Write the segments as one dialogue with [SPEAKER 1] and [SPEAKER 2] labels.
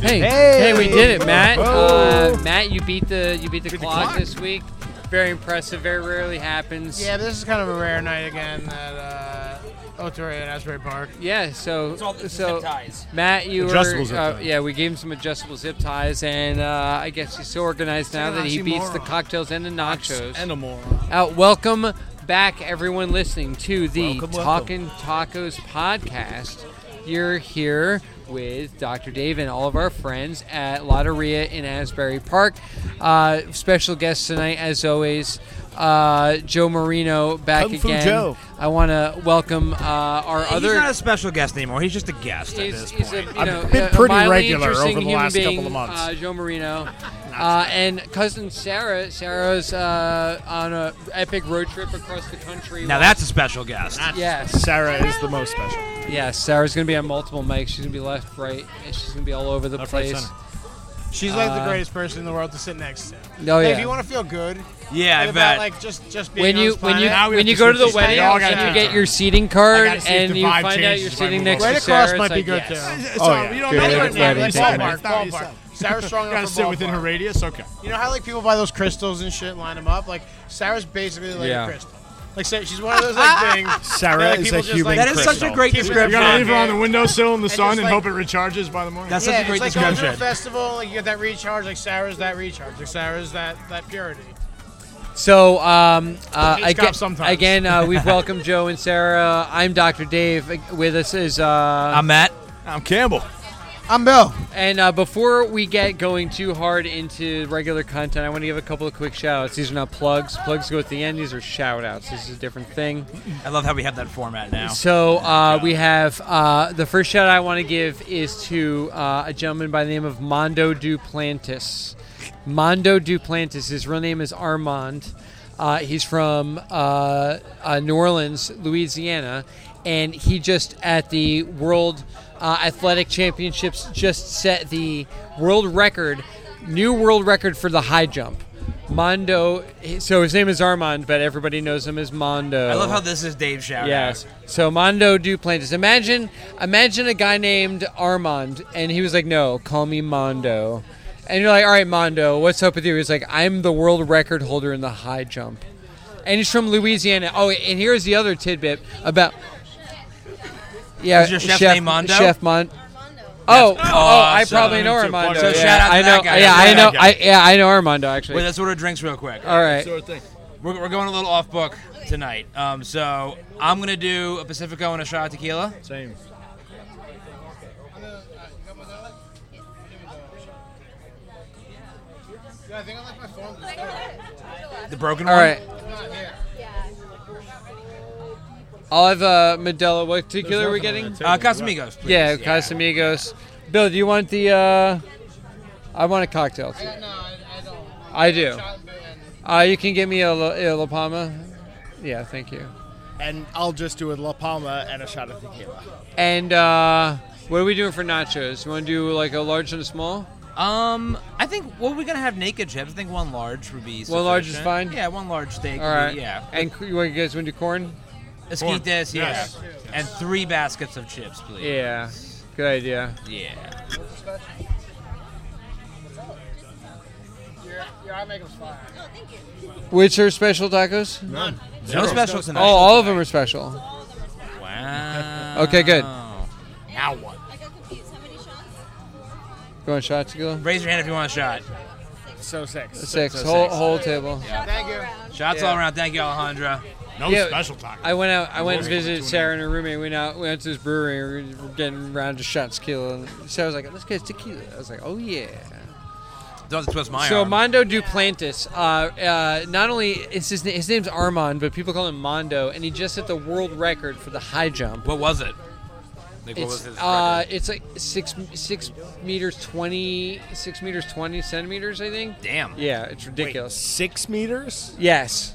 [SPEAKER 1] Hey, hey,
[SPEAKER 2] Hey!
[SPEAKER 1] we did it, Matt.
[SPEAKER 2] Whoa.
[SPEAKER 1] Uh, Matt, you beat the you beat the,
[SPEAKER 2] Beat the
[SPEAKER 1] clock,
[SPEAKER 2] clock.
[SPEAKER 1] this week. Very impressive. Very rarely happens.
[SPEAKER 3] Yeah, but this is kind of a rare night again at uh, Otori at Asbury Park.
[SPEAKER 1] Yeah, So
[SPEAKER 4] It's all the
[SPEAKER 1] so
[SPEAKER 4] zip ties.
[SPEAKER 1] Matt, you were
[SPEAKER 2] Adjustable zip
[SPEAKER 1] uh,
[SPEAKER 2] ties.
[SPEAKER 1] yeah. We gave him some adjustable zip ties, and uh, I guess he's so organized now
[SPEAKER 2] an
[SPEAKER 1] that he beats the
[SPEAKER 2] oxymoron.
[SPEAKER 1] cocktails and the nachos.
[SPEAKER 2] And a moron.
[SPEAKER 1] Uh, welcome back, everyone listening to the
[SPEAKER 2] Welcome,
[SPEAKER 1] Talking
[SPEAKER 2] welcome.
[SPEAKER 1] Tacos podcast. You're here with Dr. Dave and all of our friends at Lotteria in Asbury Park. Uh, special guest tonight, as always, uh, Joe Marino back
[SPEAKER 2] Kung Fu
[SPEAKER 1] again.
[SPEAKER 2] Joe.
[SPEAKER 1] I want to welcome uh, our other.
[SPEAKER 4] He's not a special guest anymore. He's just a guest at
[SPEAKER 1] He's,
[SPEAKER 4] this
[SPEAKER 1] he's a,
[SPEAKER 4] point.
[SPEAKER 1] you
[SPEAKER 2] I've
[SPEAKER 1] know,
[SPEAKER 2] been
[SPEAKER 1] a- a
[SPEAKER 2] pretty
[SPEAKER 1] mildly
[SPEAKER 2] regular over
[SPEAKER 1] interesting
[SPEAKER 2] the
[SPEAKER 1] human
[SPEAKER 2] last
[SPEAKER 1] being,
[SPEAKER 2] couple of months.
[SPEAKER 1] Uh, Joe Marino. Uh, and cousin Sarah, Sarah's uh, on a epic road trip across the country.
[SPEAKER 4] now that's a special guest.
[SPEAKER 1] yes,
[SPEAKER 2] Sarah is the most special.
[SPEAKER 1] yes. Sarah's gonna be on multiple mics. She's gonna be left, right, and she's gonna be all over the
[SPEAKER 2] Left, right,
[SPEAKER 1] place.
[SPEAKER 2] center.
[SPEAKER 3] She's like
[SPEAKER 1] Uh,
[SPEAKER 3] the greatest person in the world to sit next to.
[SPEAKER 1] oh
[SPEAKER 3] Like,
[SPEAKER 1] yeah.
[SPEAKER 3] If you want to feel good
[SPEAKER 4] yeah,
[SPEAKER 3] like,
[SPEAKER 4] I
[SPEAKER 3] about
[SPEAKER 4] bet.
[SPEAKER 3] like just just being
[SPEAKER 1] when
[SPEAKER 3] on
[SPEAKER 1] you
[SPEAKER 3] this
[SPEAKER 1] when you
[SPEAKER 3] planet,
[SPEAKER 2] Now we
[SPEAKER 1] when
[SPEAKER 2] have
[SPEAKER 1] you
[SPEAKER 2] to
[SPEAKER 1] go to the
[SPEAKER 2] switch this
[SPEAKER 1] wedding,
[SPEAKER 2] thing. Y'all gotta
[SPEAKER 1] and you
[SPEAKER 2] change
[SPEAKER 1] get
[SPEAKER 2] it.
[SPEAKER 1] your seating
[SPEAKER 2] I
[SPEAKER 1] card,
[SPEAKER 2] gotta see if
[SPEAKER 1] and
[SPEAKER 2] the
[SPEAKER 1] you
[SPEAKER 2] vibe
[SPEAKER 1] find out
[SPEAKER 2] changes
[SPEAKER 1] you're
[SPEAKER 2] if I
[SPEAKER 1] sitting
[SPEAKER 2] move
[SPEAKER 1] next
[SPEAKER 2] over.
[SPEAKER 1] to
[SPEAKER 3] right
[SPEAKER 1] Sarah.
[SPEAKER 3] across
[SPEAKER 1] it's
[SPEAKER 3] might be
[SPEAKER 1] like,
[SPEAKER 3] good
[SPEAKER 1] yes.
[SPEAKER 3] too.
[SPEAKER 2] Oh, yeah.
[SPEAKER 5] you don't
[SPEAKER 2] Good.
[SPEAKER 5] know
[SPEAKER 3] Not
[SPEAKER 2] Yeah,
[SPEAKER 3] even
[SPEAKER 2] it's
[SPEAKER 3] that,
[SPEAKER 2] right,
[SPEAKER 3] like ballpark,
[SPEAKER 2] it's right.
[SPEAKER 5] Not
[SPEAKER 3] ballpark.
[SPEAKER 5] yourself.
[SPEAKER 3] Sarah's strong
[SPEAKER 2] Gotta
[SPEAKER 3] enough for
[SPEAKER 2] sit within her
[SPEAKER 3] ballpark.
[SPEAKER 5] radius? Okay.
[SPEAKER 3] You know how like people buy those crystals and shit, line them up. Like Sarah's basically like
[SPEAKER 1] Yeah.
[SPEAKER 3] a crystal. Like Sarah, she's one of those like things.
[SPEAKER 2] Sarah
[SPEAKER 3] Yeah, like,
[SPEAKER 2] is
[SPEAKER 3] people
[SPEAKER 2] a
[SPEAKER 3] just,
[SPEAKER 2] human
[SPEAKER 3] like,
[SPEAKER 4] that is such a
[SPEAKER 2] crystal.
[SPEAKER 4] great
[SPEAKER 3] Keep it-
[SPEAKER 5] You
[SPEAKER 4] description.
[SPEAKER 5] gotta leave her on the windowsill in the sun
[SPEAKER 3] just,
[SPEAKER 5] and
[SPEAKER 3] like-
[SPEAKER 5] hope it recharges by the morning.
[SPEAKER 4] That's
[SPEAKER 3] yeah,
[SPEAKER 4] such a great
[SPEAKER 3] it's like going to a
[SPEAKER 4] description.
[SPEAKER 3] festival. Like you get that recharge. Like Sarah's that recharge. Like Sarah's that that purity.
[SPEAKER 1] So um, uh,
[SPEAKER 5] Hates
[SPEAKER 1] again,
[SPEAKER 5] cops sometimes.
[SPEAKER 1] again uh, we've welcomed Joe and Sarah. I'm Dr. Dave. With us is uh,
[SPEAKER 4] I'm Matt.
[SPEAKER 5] I'm Campbell.
[SPEAKER 3] I'm Bill.
[SPEAKER 1] and uh, before we get going too hard into regular content, I want to give a couple of quick shout outs. These are not plugs. Plugs go at the end. These are shout outs. This is a different thing.
[SPEAKER 4] I love how we have that format now.
[SPEAKER 1] So uh, we have uh, the first shout I want to give is to uh, a gentleman by the name of Mondo Duplantis. Mondo Duplantis. His real name is Armand. Uh, he's from uh, uh, New Orleans, Louisiana, and he just at the World uh, Athletic Championships just set the world record, new world record for the high jump. Mondo. So his name is Armand, but everybody knows him as Mondo.
[SPEAKER 4] I love how this is Dave's shout
[SPEAKER 1] Yes.
[SPEAKER 4] out.
[SPEAKER 1] So Mondo Duplantis. Imagine, imagine a guy named Armand, and he was like, "No, call me Mondo." And you're like, "All right, Mondo, what's up with you?" He's like, "I'm the world record holder in the high jump," and he's from Louisiana. Oh, and here's the other tidbit about. Yeah,
[SPEAKER 4] Is your chef named Mondo?
[SPEAKER 1] Chef Mon. Oh, oh, I
[SPEAKER 4] awesome.
[SPEAKER 1] probably know
[SPEAKER 5] So
[SPEAKER 1] Armando.
[SPEAKER 5] shout
[SPEAKER 1] yeah,
[SPEAKER 4] out to
[SPEAKER 1] I know.
[SPEAKER 4] that guy.
[SPEAKER 1] Yeah,
[SPEAKER 4] Shout
[SPEAKER 1] I
[SPEAKER 4] out
[SPEAKER 1] know.
[SPEAKER 5] that guy.
[SPEAKER 1] I yeah, I know Armando actually.
[SPEAKER 4] Wait, let's order drinks real quick.
[SPEAKER 1] All right.
[SPEAKER 5] Sort of thing.
[SPEAKER 4] We're, we're going a little off book tonight. Um, so I'm gonna do a Pacifico and a shot of tequila.
[SPEAKER 5] Same.
[SPEAKER 3] Yeah, I think I left my phone.
[SPEAKER 4] The broken
[SPEAKER 1] All
[SPEAKER 4] one.
[SPEAKER 1] right. I'll have uh, Modelo. What tequila are we getting?
[SPEAKER 4] Uh, Casamigos. Please.
[SPEAKER 1] Yeah, Casamigos. Bill, do you want the? Uh, I want a cocktail. too.
[SPEAKER 3] No, I, I don't.
[SPEAKER 1] I do.
[SPEAKER 3] Shot and- and-
[SPEAKER 1] Uh, you can get me a, La- a La Palma. Yeah, thank you.
[SPEAKER 5] And I'll just do a La Palma and a shot of tequila.
[SPEAKER 1] And uh, what are we doing for nachos? You want to do like a large and a small?
[SPEAKER 4] Um, I think what we're gonna have naked chips. I think one large would be.
[SPEAKER 1] One large is
[SPEAKER 4] sufficient.
[SPEAKER 1] fine?
[SPEAKER 4] Yeah, one large steak.
[SPEAKER 1] All right.
[SPEAKER 4] Yeah.
[SPEAKER 1] And c- you guys want to do corn?
[SPEAKER 4] Esquites, yeah.
[SPEAKER 5] Yes.
[SPEAKER 4] And three baskets of chips, please.
[SPEAKER 1] Yeah. Good idea.
[SPEAKER 4] Yeah.
[SPEAKER 3] Your, your eye makeup's fine.
[SPEAKER 1] Which are special tacos?
[SPEAKER 5] None.
[SPEAKER 4] No special tonight.
[SPEAKER 1] Oh, all of them are special.
[SPEAKER 4] Wow.
[SPEAKER 1] Okay, good.
[SPEAKER 4] Now what?
[SPEAKER 6] I got confused. How many shots?
[SPEAKER 1] You want shot tequila?
[SPEAKER 4] Raise your hand if you want a shot.
[SPEAKER 5] So six.
[SPEAKER 1] Six.
[SPEAKER 4] so
[SPEAKER 1] Whole
[SPEAKER 4] six.
[SPEAKER 1] whole table.
[SPEAKER 6] Shots
[SPEAKER 3] Thank
[SPEAKER 6] all
[SPEAKER 3] you.
[SPEAKER 6] around.
[SPEAKER 4] Shots
[SPEAKER 1] Yeah.
[SPEAKER 4] all around. Thank you, Alejandra.
[SPEAKER 5] No
[SPEAKER 1] Yeah.
[SPEAKER 5] special taco.
[SPEAKER 1] I went out. I went and
[SPEAKER 5] Always
[SPEAKER 1] visited
[SPEAKER 5] going to
[SPEAKER 1] Sarah and her roommate. Went out. Went out to this brewery. We were getting round to shot tequila. And Sarah was like, "Let's get tequila." I was like, "Oh yeah."
[SPEAKER 4] Don't twist my
[SPEAKER 1] so
[SPEAKER 4] arm.
[SPEAKER 1] Mondo Duplantis. Uh, uh, not only is his name, his name's Armand, but people call him Mondo, and he just set the world record for the high jump.
[SPEAKER 4] what was it? Like, what was
[SPEAKER 1] It's
[SPEAKER 4] his
[SPEAKER 1] uh,
[SPEAKER 4] record?
[SPEAKER 1] it's like six six meters twenty six meters twenty centimeters, I think.
[SPEAKER 4] Damn.
[SPEAKER 1] Yeah, it's ridiculous.
[SPEAKER 5] Six meters?
[SPEAKER 1] Yes.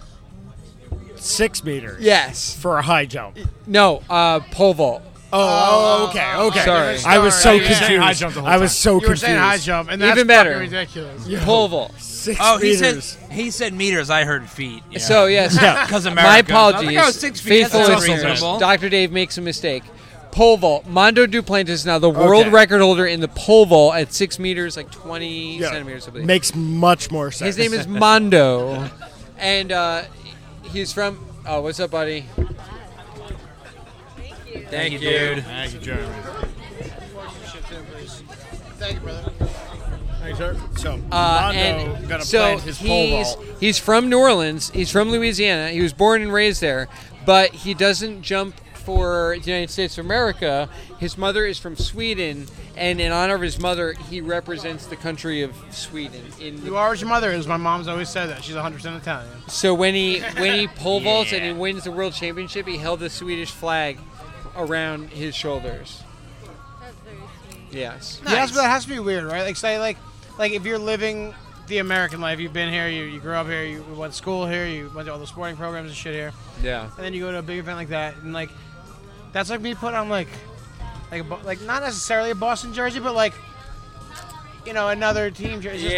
[SPEAKER 5] Six meters.
[SPEAKER 1] Yes.
[SPEAKER 5] For a high jump. Oh,
[SPEAKER 1] No. Uh, pole vault.
[SPEAKER 5] oh, okay, okay.
[SPEAKER 1] Sorry.
[SPEAKER 5] I was so
[SPEAKER 3] You were saying
[SPEAKER 5] confused.
[SPEAKER 2] high jump the whole
[SPEAKER 5] I was so
[SPEAKER 3] You were
[SPEAKER 5] confused.
[SPEAKER 3] saying high jump, and that's
[SPEAKER 1] Even better.
[SPEAKER 3] fucking ridiculous.
[SPEAKER 1] Pole vault.
[SPEAKER 5] Six
[SPEAKER 4] Oh, he
[SPEAKER 5] meters.
[SPEAKER 4] said he said meters. I heard feet. Yeah.
[SPEAKER 1] So yes.
[SPEAKER 5] Yeah.
[SPEAKER 4] because America.
[SPEAKER 1] My
[SPEAKER 4] I was like,
[SPEAKER 1] apologies.
[SPEAKER 4] oh, six feet.
[SPEAKER 1] Faithful
[SPEAKER 4] That's
[SPEAKER 1] listeners.
[SPEAKER 4] reasonable.
[SPEAKER 1] Dr. Dave makes a mistake. Pole vault. Mondo Duplantis is now the world
[SPEAKER 5] Okay.
[SPEAKER 1] record holder in the pole vault at six meters, like twenty
[SPEAKER 5] Yeah.
[SPEAKER 1] centimeters. I believe.
[SPEAKER 5] Makes much more sense.
[SPEAKER 1] His name is Mondo, and uh, he's from. Oh, what's up, buddy?
[SPEAKER 4] Thank you, dude.
[SPEAKER 5] Thank you, Jeremy.
[SPEAKER 3] Thank you, brother.
[SPEAKER 5] Thanks, sir. So,
[SPEAKER 1] Uh,
[SPEAKER 5] Mondo
[SPEAKER 1] and
[SPEAKER 5] gonna
[SPEAKER 1] so
[SPEAKER 5] plant his pole
[SPEAKER 1] he's
[SPEAKER 5] vault.
[SPEAKER 1] he's from New Orleans. He's from Louisiana. He was born and raised there, but he doesn't jump for the United States of America. His mother is from Sweden, and in honor of his mother, he represents the country of Sweden. In
[SPEAKER 3] You
[SPEAKER 1] the,
[SPEAKER 3] are as your mother is. My mom's always said that. She's 100% Italian.
[SPEAKER 1] so when he when he pole vaults and he
[SPEAKER 4] Yeah.
[SPEAKER 1] wins the world championship, he held the Swedish flag around his shoulders.
[SPEAKER 2] That's very sweet.
[SPEAKER 1] Yes.
[SPEAKER 3] Yeah, that's- that has to be weird, right? Like, say, like, like if you're living the American life, you've been here, you, you grew up here, you went to school here, you went to all the sporting programs and shit here,
[SPEAKER 1] Yeah.
[SPEAKER 3] and then you go to a big event like that, and like, that's like me put on like, like, a, Bo- like not necessarily a Boston jersey, but like, you know, another team jersey. It's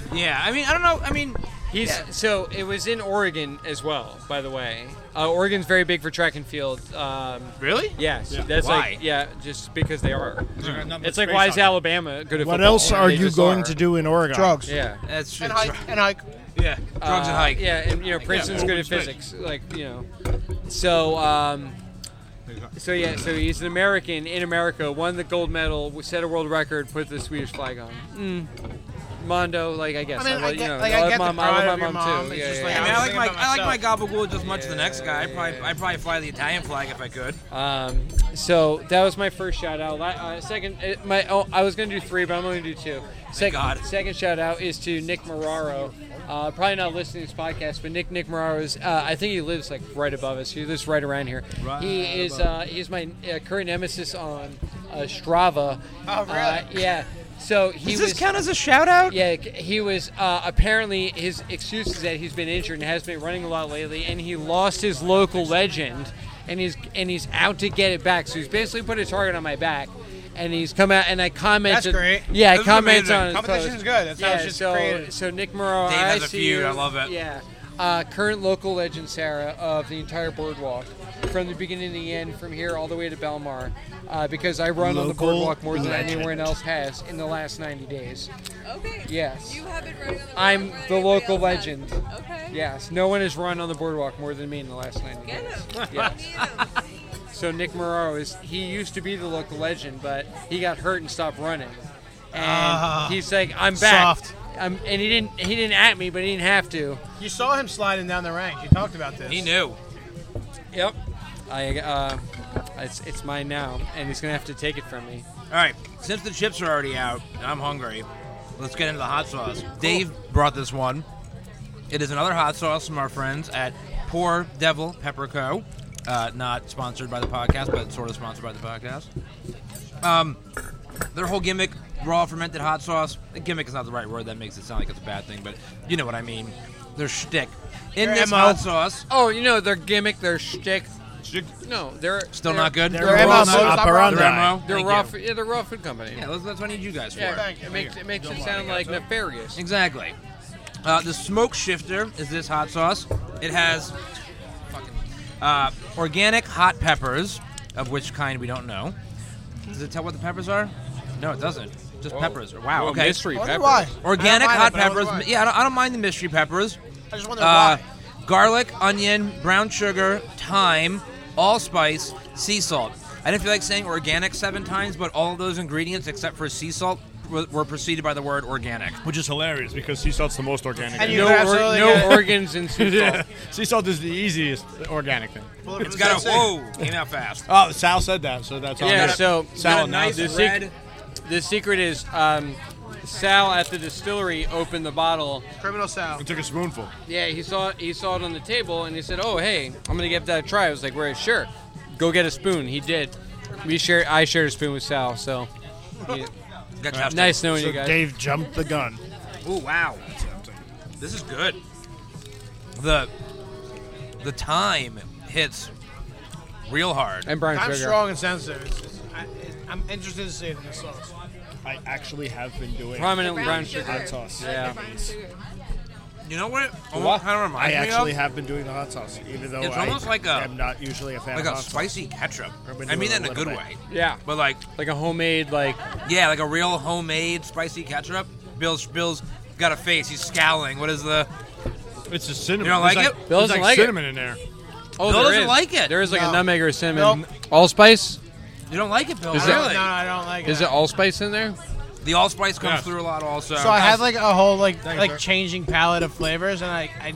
[SPEAKER 3] just weird.
[SPEAKER 4] Yeah, I mean, I don't know. I mean,
[SPEAKER 1] He's so it was in Oregon as well, by the way. Uh, Oregon's very big for track and field. Um,
[SPEAKER 4] really?
[SPEAKER 1] yes,
[SPEAKER 5] Yeah.
[SPEAKER 1] that's
[SPEAKER 4] Why?
[SPEAKER 1] like yeah, just because they are.
[SPEAKER 5] Not
[SPEAKER 1] It's
[SPEAKER 5] much
[SPEAKER 1] like why
[SPEAKER 5] space
[SPEAKER 1] is
[SPEAKER 5] on it.
[SPEAKER 1] Alabama good at
[SPEAKER 5] What
[SPEAKER 1] football?
[SPEAKER 5] else are
[SPEAKER 1] They
[SPEAKER 5] you
[SPEAKER 1] just
[SPEAKER 5] going
[SPEAKER 1] are.
[SPEAKER 5] to do in Oregon?
[SPEAKER 3] Drugs.
[SPEAKER 1] Yeah. Uh,
[SPEAKER 4] That's true.
[SPEAKER 3] And hike. And hike.
[SPEAKER 4] Yeah, drugs and hike.
[SPEAKER 1] Yeah, and you know Princeton's
[SPEAKER 4] open
[SPEAKER 1] good at
[SPEAKER 4] space.
[SPEAKER 1] physics, like you know. So, um, so yeah, so he's an American in America, won the gold medal, set a world record, put the Swedish flag on. Mm. Mondo, like I guess,
[SPEAKER 3] I mean, I
[SPEAKER 1] love, you
[SPEAKER 3] get-
[SPEAKER 1] know,
[SPEAKER 3] like, I
[SPEAKER 1] I love
[SPEAKER 3] get the
[SPEAKER 1] mom,
[SPEAKER 3] pride
[SPEAKER 1] I
[SPEAKER 3] of
[SPEAKER 1] love my
[SPEAKER 3] your
[SPEAKER 1] mom,
[SPEAKER 3] mom,
[SPEAKER 1] too.
[SPEAKER 3] it's
[SPEAKER 1] Yeah,
[SPEAKER 3] just
[SPEAKER 1] yeah,
[SPEAKER 3] like,
[SPEAKER 1] yeah.
[SPEAKER 4] I mean, I like my I like my gobble ghoul just much as the
[SPEAKER 1] Yeah,
[SPEAKER 4] next guy. I probably
[SPEAKER 1] yeah.
[SPEAKER 4] I probably fly the Italian flag if I could.
[SPEAKER 1] Um, so that was my first shout out. La- Uh, second, uh, my oh, I was gonna do three, but I'm gonna do two. Second,
[SPEAKER 4] God.
[SPEAKER 1] second shout out is to Nick Moraro. Uh, probably not listening to this podcast, but Nick Nick Moraro is. Uh, I think he lives like right above us. He lives right around here.
[SPEAKER 4] Right
[SPEAKER 1] he is. Uh, he's my uh, current nemesis on uh, Strava.
[SPEAKER 3] Oh, really?
[SPEAKER 1] Uh, yeah. So he
[SPEAKER 4] Does
[SPEAKER 1] was.
[SPEAKER 4] this count as a shout out?
[SPEAKER 1] Yeah, he was uh, apparently his excuse is that he's been injured and has been running a lot lately, and he lost his local legend, and he's and he's out to get it back. So he's basically put a target on my back, and he's come out and I commented.
[SPEAKER 3] That's great.
[SPEAKER 1] Yeah, I
[SPEAKER 4] This is
[SPEAKER 1] commented
[SPEAKER 4] amazing.
[SPEAKER 1] on his
[SPEAKER 3] Competition
[SPEAKER 1] post.
[SPEAKER 3] is good. That's how
[SPEAKER 1] yeah,
[SPEAKER 3] it's just
[SPEAKER 1] so
[SPEAKER 3] created.
[SPEAKER 1] so Nick Morrow,
[SPEAKER 4] Dave
[SPEAKER 1] I
[SPEAKER 4] has a
[SPEAKER 1] see
[SPEAKER 4] feud.
[SPEAKER 1] you.
[SPEAKER 4] I love it.
[SPEAKER 1] Yeah. Uh, current local legend Sarah of the entire boardwalk, from the beginning to the end, from here all the way to Belmar, uh, because I run on the
[SPEAKER 5] Local
[SPEAKER 1] boardwalk more than
[SPEAKER 5] legend.
[SPEAKER 1] anyone else has in the last 90 days.
[SPEAKER 2] Okay.
[SPEAKER 1] Yes.
[SPEAKER 2] You have been running on the
[SPEAKER 1] I'm
[SPEAKER 2] boardwalk
[SPEAKER 1] the
[SPEAKER 2] when
[SPEAKER 1] local
[SPEAKER 2] everybody else has.
[SPEAKER 1] legend.
[SPEAKER 2] Okay.
[SPEAKER 1] Yes, no one has run on the boardwalk more than me in the last 90
[SPEAKER 2] Get
[SPEAKER 1] days.
[SPEAKER 2] him.
[SPEAKER 1] Yes.
[SPEAKER 2] Need him.
[SPEAKER 1] So Nick Morrow is he used to be the local legend, but he got hurt and stopped running. And
[SPEAKER 3] Ah,
[SPEAKER 1] he's like, I'm back.
[SPEAKER 3] soft.
[SPEAKER 1] I'm, and he didn't he didn't at me, but he didn't have to.
[SPEAKER 3] You saw him sliding down the rank. You talked about this.
[SPEAKER 4] He knew.
[SPEAKER 1] Yep. I uh, it's it's mine now, and he's gonna have to take it from me.
[SPEAKER 4] All right, since the chips are already out and I'm hungry, let's get into the hot sauce. Dave brought this one. It is another hot sauce from our friends at Poor Devil Pepper Co. Uh, not sponsored by the podcast, but sort of sponsored by the podcast. Um, their whole gimmick, raw fermented hot sauce. Gimmick is not the right word. That makes it sound like it's a bad thing, but you know what I mean. Their shtick. In
[SPEAKER 3] Their
[SPEAKER 4] this
[SPEAKER 3] MO.
[SPEAKER 4] hot sauce,
[SPEAKER 1] Oh, you know their gimmick, their shtick. No, they're
[SPEAKER 4] still not good.
[SPEAKER 5] Their
[SPEAKER 3] Their
[SPEAKER 5] modus
[SPEAKER 3] MO.
[SPEAKER 5] operandi.
[SPEAKER 4] Their MO?
[SPEAKER 1] They're
[SPEAKER 4] Thank
[SPEAKER 1] raw.
[SPEAKER 4] you.
[SPEAKER 1] Food, yeah, they're raw food company.
[SPEAKER 4] Yeah, that's that's what I need you guys for.
[SPEAKER 1] Yeah,
[SPEAKER 3] Thank you.
[SPEAKER 1] it makes it makes it sound like nefarious.
[SPEAKER 4] Exactly. Uh, the smoke shifter is this hot sauce. It has fucking, uh, organic hot peppers, of which kind we don't know. Does it tell what the peppers are? No, it doesn't. Just peppers. Wow.
[SPEAKER 1] Whoa,
[SPEAKER 4] okay.
[SPEAKER 1] mystery
[SPEAKER 3] I wonder
[SPEAKER 1] pepper.
[SPEAKER 3] why.
[SPEAKER 4] Organic
[SPEAKER 3] I don't mind it,
[SPEAKER 4] hot
[SPEAKER 3] but I
[SPEAKER 4] peppers.
[SPEAKER 3] wonder why.
[SPEAKER 4] Yeah, I don't, I don't mind the mystery peppers.
[SPEAKER 3] I just wonder
[SPEAKER 4] Uh,
[SPEAKER 3] why.
[SPEAKER 4] garlic, onion, brown sugar, thyme, allspice, sea salt. I didn't feel like saying organic seven times, but all of those ingredients except for sea salt were, were preceded by the word organic.
[SPEAKER 6] Which is hilarious because sea salt's the most organic.
[SPEAKER 3] And
[SPEAKER 6] thing.
[SPEAKER 3] you
[SPEAKER 1] No,
[SPEAKER 3] could
[SPEAKER 1] or-
[SPEAKER 3] absolutely uh,
[SPEAKER 1] no
[SPEAKER 3] get-
[SPEAKER 1] organs and sea salt.
[SPEAKER 5] sea salt is the easiest organic thing.
[SPEAKER 3] Pull it
[SPEAKER 4] It's
[SPEAKER 3] from
[SPEAKER 4] got a
[SPEAKER 3] the
[SPEAKER 4] whoa, came out fast.
[SPEAKER 5] Oh, Sal said that, so that's all.
[SPEAKER 1] Yeah,
[SPEAKER 5] good.
[SPEAKER 1] so
[SPEAKER 5] Sal
[SPEAKER 4] got a nice
[SPEAKER 1] the,
[SPEAKER 5] announced
[SPEAKER 1] sec-
[SPEAKER 4] red-
[SPEAKER 1] the secret is um, Sal at the distillery opened the bottle.
[SPEAKER 3] Criminal Sal.
[SPEAKER 6] I took a spoonful.
[SPEAKER 1] Yeah, he saw he saw it on the table and he said, "Oh, hey, I'm gonna give that a try." I was like, "Where? Sure, go get a spoon." He did. We share. I shared a spoon with Sal, so he-
[SPEAKER 4] Got chapstick.
[SPEAKER 1] nice knowing
[SPEAKER 5] So
[SPEAKER 1] you guys.
[SPEAKER 5] Dave jumped the gun.
[SPEAKER 4] Ooh, wow. This is good. The the time hits real hard.
[SPEAKER 1] and brown
[SPEAKER 3] I'm
[SPEAKER 1] sugar.
[SPEAKER 3] strong and sensitive. It's just, I, it, I'm interested to see it in this sauce.
[SPEAKER 5] I actually have been doing
[SPEAKER 1] Prominently
[SPEAKER 2] Brown
[SPEAKER 1] brown
[SPEAKER 2] sugar.
[SPEAKER 1] sugar.
[SPEAKER 5] hot sauce.
[SPEAKER 1] Yeah.
[SPEAKER 2] Brown sugar. Oh,
[SPEAKER 4] You know what? I
[SPEAKER 5] What?
[SPEAKER 4] kind of
[SPEAKER 5] I
[SPEAKER 4] reminds me
[SPEAKER 5] actually
[SPEAKER 4] of?
[SPEAKER 5] have been doing the hot sauce, even though
[SPEAKER 4] It's
[SPEAKER 5] I
[SPEAKER 4] almost like a-
[SPEAKER 5] am not usually a fan
[SPEAKER 4] like
[SPEAKER 5] of
[SPEAKER 4] a
[SPEAKER 5] hot
[SPEAKER 4] spicy ketchup.
[SPEAKER 5] I've been
[SPEAKER 4] I mean
[SPEAKER 5] doing
[SPEAKER 4] that in
[SPEAKER 5] a
[SPEAKER 4] a good
[SPEAKER 5] little
[SPEAKER 4] way.
[SPEAKER 5] bit.
[SPEAKER 1] Yeah.
[SPEAKER 4] But like,
[SPEAKER 1] Like a homemade like
[SPEAKER 4] yeah, like a real homemade spicy ketchup. Bill's Bill's got a face. He's scowling. What is the?
[SPEAKER 6] It's just cinnamon.
[SPEAKER 4] You don't like
[SPEAKER 6] There's
[SPEAKER 4] it?
[SPEAKER 1] Bill
[SPEAKER 6] there's
[SPEAKER 1] doesn't like it.
[SPEAKER 6] cinnamon in there.
[SPEAKER 1] Oh, there
[SPEAKER 4] Bill doesn't
[SPEAKER 1] is.
[SPEAKER 4] like it.
[SPEAKER 1] There is like a
[SPEAKER 3] No.
[SPEAKER 1] nutmeg or cinnamon.
[SPEAKER 3] Nope.
[SPEAKER 1] Allspice?
[SPEAKER 4] You don't like it, Bill?
[SPEAKER 1] Is
[SPEAKER 3] I
[SPEAKER 1] it-
[SPEAKER 3] don't-
[SPEAKER 4] really?
[SPEAKER 3] No, I don't like
[SPEAKER 1] Is
[SPEAKER 3] it.
[SPEAKER 1] it allspice in there?
[SPEAKER 4] The allspice comes
[SPEAKER 6] Yes.
[SPEAKER 4] through a lot also.
[SPEAKER 3] So I had like a whole like
[SPEAKER 5] Thank you,
[SPEAKER 3] like
[SPEAKER 5] sir.
[SPEAKER 3] changing palette of flavors, and I I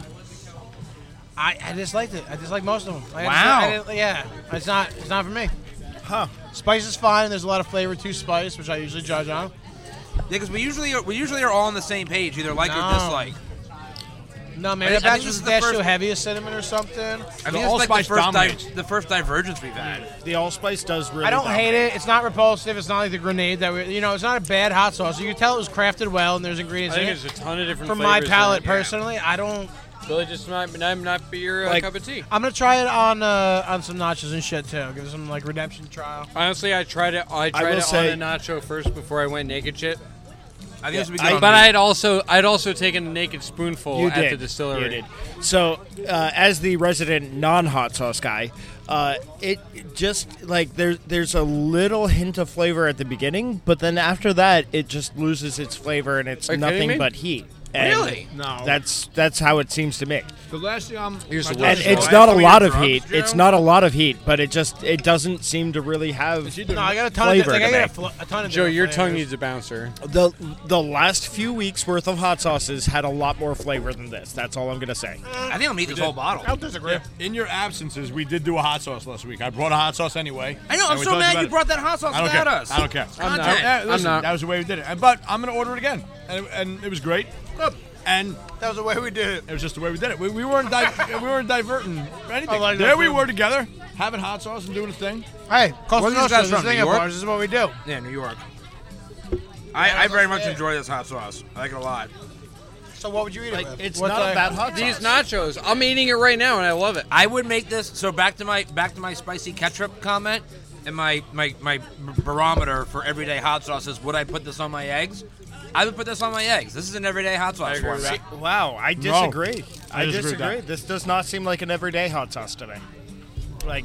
[SPEAKER 3] I, I disliked it. I disliked most of them. Like,
[SPEAKER 4] Wow.
[SPEAKER 3] I just, I didn't- yeah, it's not it's not for me.
[SPEAKER 5] sauce. Huh.
[SPEAKER 3] Spice is fine. There's a lot of flavor to spice, which I usually judge on.
[SPEAKER 4] because we usually are, we usually are all on the same page, either like or
[SPEAKER 3] No.
[SPEAKER 4] dislike.
[SPEAKER 3] No,
[SPEAKER 4] I-
[SPEAKER 3] maybe
[SPEAKER 4] I
[SPEAKER 3] that
[SPEAKER 4] think
[SPEAKER 3] batch
[SPEAKER 4] this
[SPEAKER 3] was
[SPEAKER 4] is
[SPEAKER 3] a
[SPEAKER 4] the
[SPEAKER 3] dash
[SPEAKER 4] first-
[SPEAKER 3] too heavy of cinnamon or something.
[SPEAKER 4] I
[SPEAKER 6] The
[SPEAKER 4] mean, it's like the
[SPEAKER 6] allspice
[SPEAKER 4] first
[SPEAKER 6] dominates.
[SPEAKER 4] di- the first divergence we've had.
[SPEAKER 5] The allspice does really.
[SPEAKER 3] I don't
[SPEAKER 5] dominate.
[SPEAKER 3] hate it. It's not repulsive. It's not like the grenade that we, you know, it's not a bad hot sauce. You can tell it was crafted well and there's ingredients in it.
[SPEAKER 1] a ton of different
[SPEAKER 3] For my palate, personally, I don't.
[SPEAKER 1] Billy just might not, not be your uh,
[SPEAKER 5] Like-
[SPEAKER 1] cup of tea.
[SPEAKER 3] I'm gonna try it on uh, on some nachos and shit too. Give it some like redemption trial.
[SPEAKER 1] Honestly, I tried it. I tried
[SPEAKER 5] will
[SPEAKER 1] it
[SPEAKER 5] say-
[SPEAKER 1] on a nacho first before I went naked shit.
[SPEAKER 4] I think this would be
[SPEAKER 5] I-
[SPEAKER 4] good. on
[SPEAKER 1] But
[SPEAKER 4] the-
[SPEAKER 1] I'd also I'd also taken a naked spoonful
[SPEAKER 5] You
[SPEAKER 1] at
[SPEAKER 5] did.
[SPEAKER 1] the distillery.
[SPEAKER 5] You did. So, uh, as the resident non-hot sauce guy, uh, it it just like there's there's a little hint of flavor at the beginning, but then after that, it just loses its flavor and it's
[SPEAKER 1] Are you kidding me?
[SPEAKER 5] nothing but heat. And
[SPEAKER 4] Really?
[SPEAKER 7] No.
[SPEAKER 5] That's that's how it seems to me.
[SPEAKER 7] The last thing I'm
[SPEAKER 1] Here's
[SPEAKER 7] my
[SPEAKER 1] the
[SPEAKER 5] And
[SPEAKER 1] worst.
[SPEAKER 7] last-
[SPEAKER 5] it's
[SPEAKER 4] I
[SPEAKER 5] not a
[SPEAKER 4] thought we
[SPEAKER 5] lot
[SPEAKER 4] were
[SPEAKER 5] of heat.
[SPEAKER 4] drunk,
[SPEAKER 5] It's
[SPEAKER 4] Joe.
[SPEAKER 5] not a lot of heat, but it just it doesn't seem to really have
[SPEAKER 7] Is he doing-
[SPEAKER 3] No, I got a ton
[SPEAKER 5] Flavor
[SPEAKER 3] of. Like, I
[SPEAKER 5] to
[SPEAKER 3] got a,
[SPEAKER 5] me.
[SPEAKER 3] fl- a ton of.
[SPEAKER 1] Joe,
[SPEAKER 3] different
[SPEAKER 1] your tongue
[SPEAKER 3] flavors.
[SPEAKER 1] needs a bouncer.
[SPEAKER 5] the the last few weeks worth of hot sauces had a lot more flavor than this. That's all I'm gonna say.
[SPEAKER 4] I think I'm eating this whole bottle.
[SPEAKER 3] I'll disagree.
[SPEAKER 6] In your absences, we did do a hot sauce last week. I brought a hot sauce anyway.
[SPEAKER 4] I know. I'm
[SPEAKER 6] and we
[SPEAKER 4] so
[SPEAKER 6] talked
[SPEAKER 4] mad
[SPEAKER 6] about
[SPEAKER 4] you
[SPEAKER 6] it.
[SPEAKER 4] brought that hot sauce
[SPEAKER 6] I don't
[SPEAKER 4] without
[SPEAKER 6] care.
[SPEAKER 4] us.
[SPEAKER 6] I don't care.
[SPEAKER 1] I'm not.
[SPEAKER 4] Content.
[SPEAKER 6] Yeah,
[SPEAKER 1] I'm
[SPEAKER 6] listen,
[SPEAKER 1] not.
[SPEAKER 6] That was the way we did it. And- But I'm gonna order it again, and, and it was great. And
[SPEAKER 3] That was the way we did it.
[SPEAKER 6] it was just the way we did it. We, we weren't di- we weren't diverting or
[SPEAKER 3] I
[SPEAKER 6] anything.
[SPEAKER 3] like that
[SPEAKER 6] there we
[SPEAKER 3] food.
[SPEAKER 6] were together, having hot sauce and doing a thing.
[SPEAKER 3] Hey, Costa
[SPEAKER 4] Where are these
[SPEAKER 3] Nostra
[SPEAKER 4] guys
[SPEAKER 3] is
[SPEAKER 4] from,
[SPEAKER 3] a thing
[SPEAKER 4] New
[SPEAKER 3] of
[SPEAKER 4] York?
[SPEAKER 3] ours. This is what we do.
[SPEAKER 4] Yeah, New York. I, I very much enjoy this hot sauce. I like it a lot.
[SPEAKER 3] So what would you eat it with?
[SPEAKER 5] It's
[SPEAKER 3] What
[SPEAKER 5] not
[SPEAKER 3] the-
[SPEAKER 5] a bad hot sauce.
[SPEAKER 1] These nachos, I'm eating it right now and I love it.
[SPEAKER 4] I would make this. So back to my back to my spicy ketchup comment and my my my barometer for everyday hot sauce is would I put this on my eggs? I would put this on my eggs. This is an everyday hot sauce for me.
[SPEAKER 5] Wow, I disagree. I,
[SPEAKER 6] I disagree with
[SPEAKER 5] disagree.
[SPEAKER 6] that.
[SPEAKER 5] This does not seem like an everyday hot sauce to me. Like,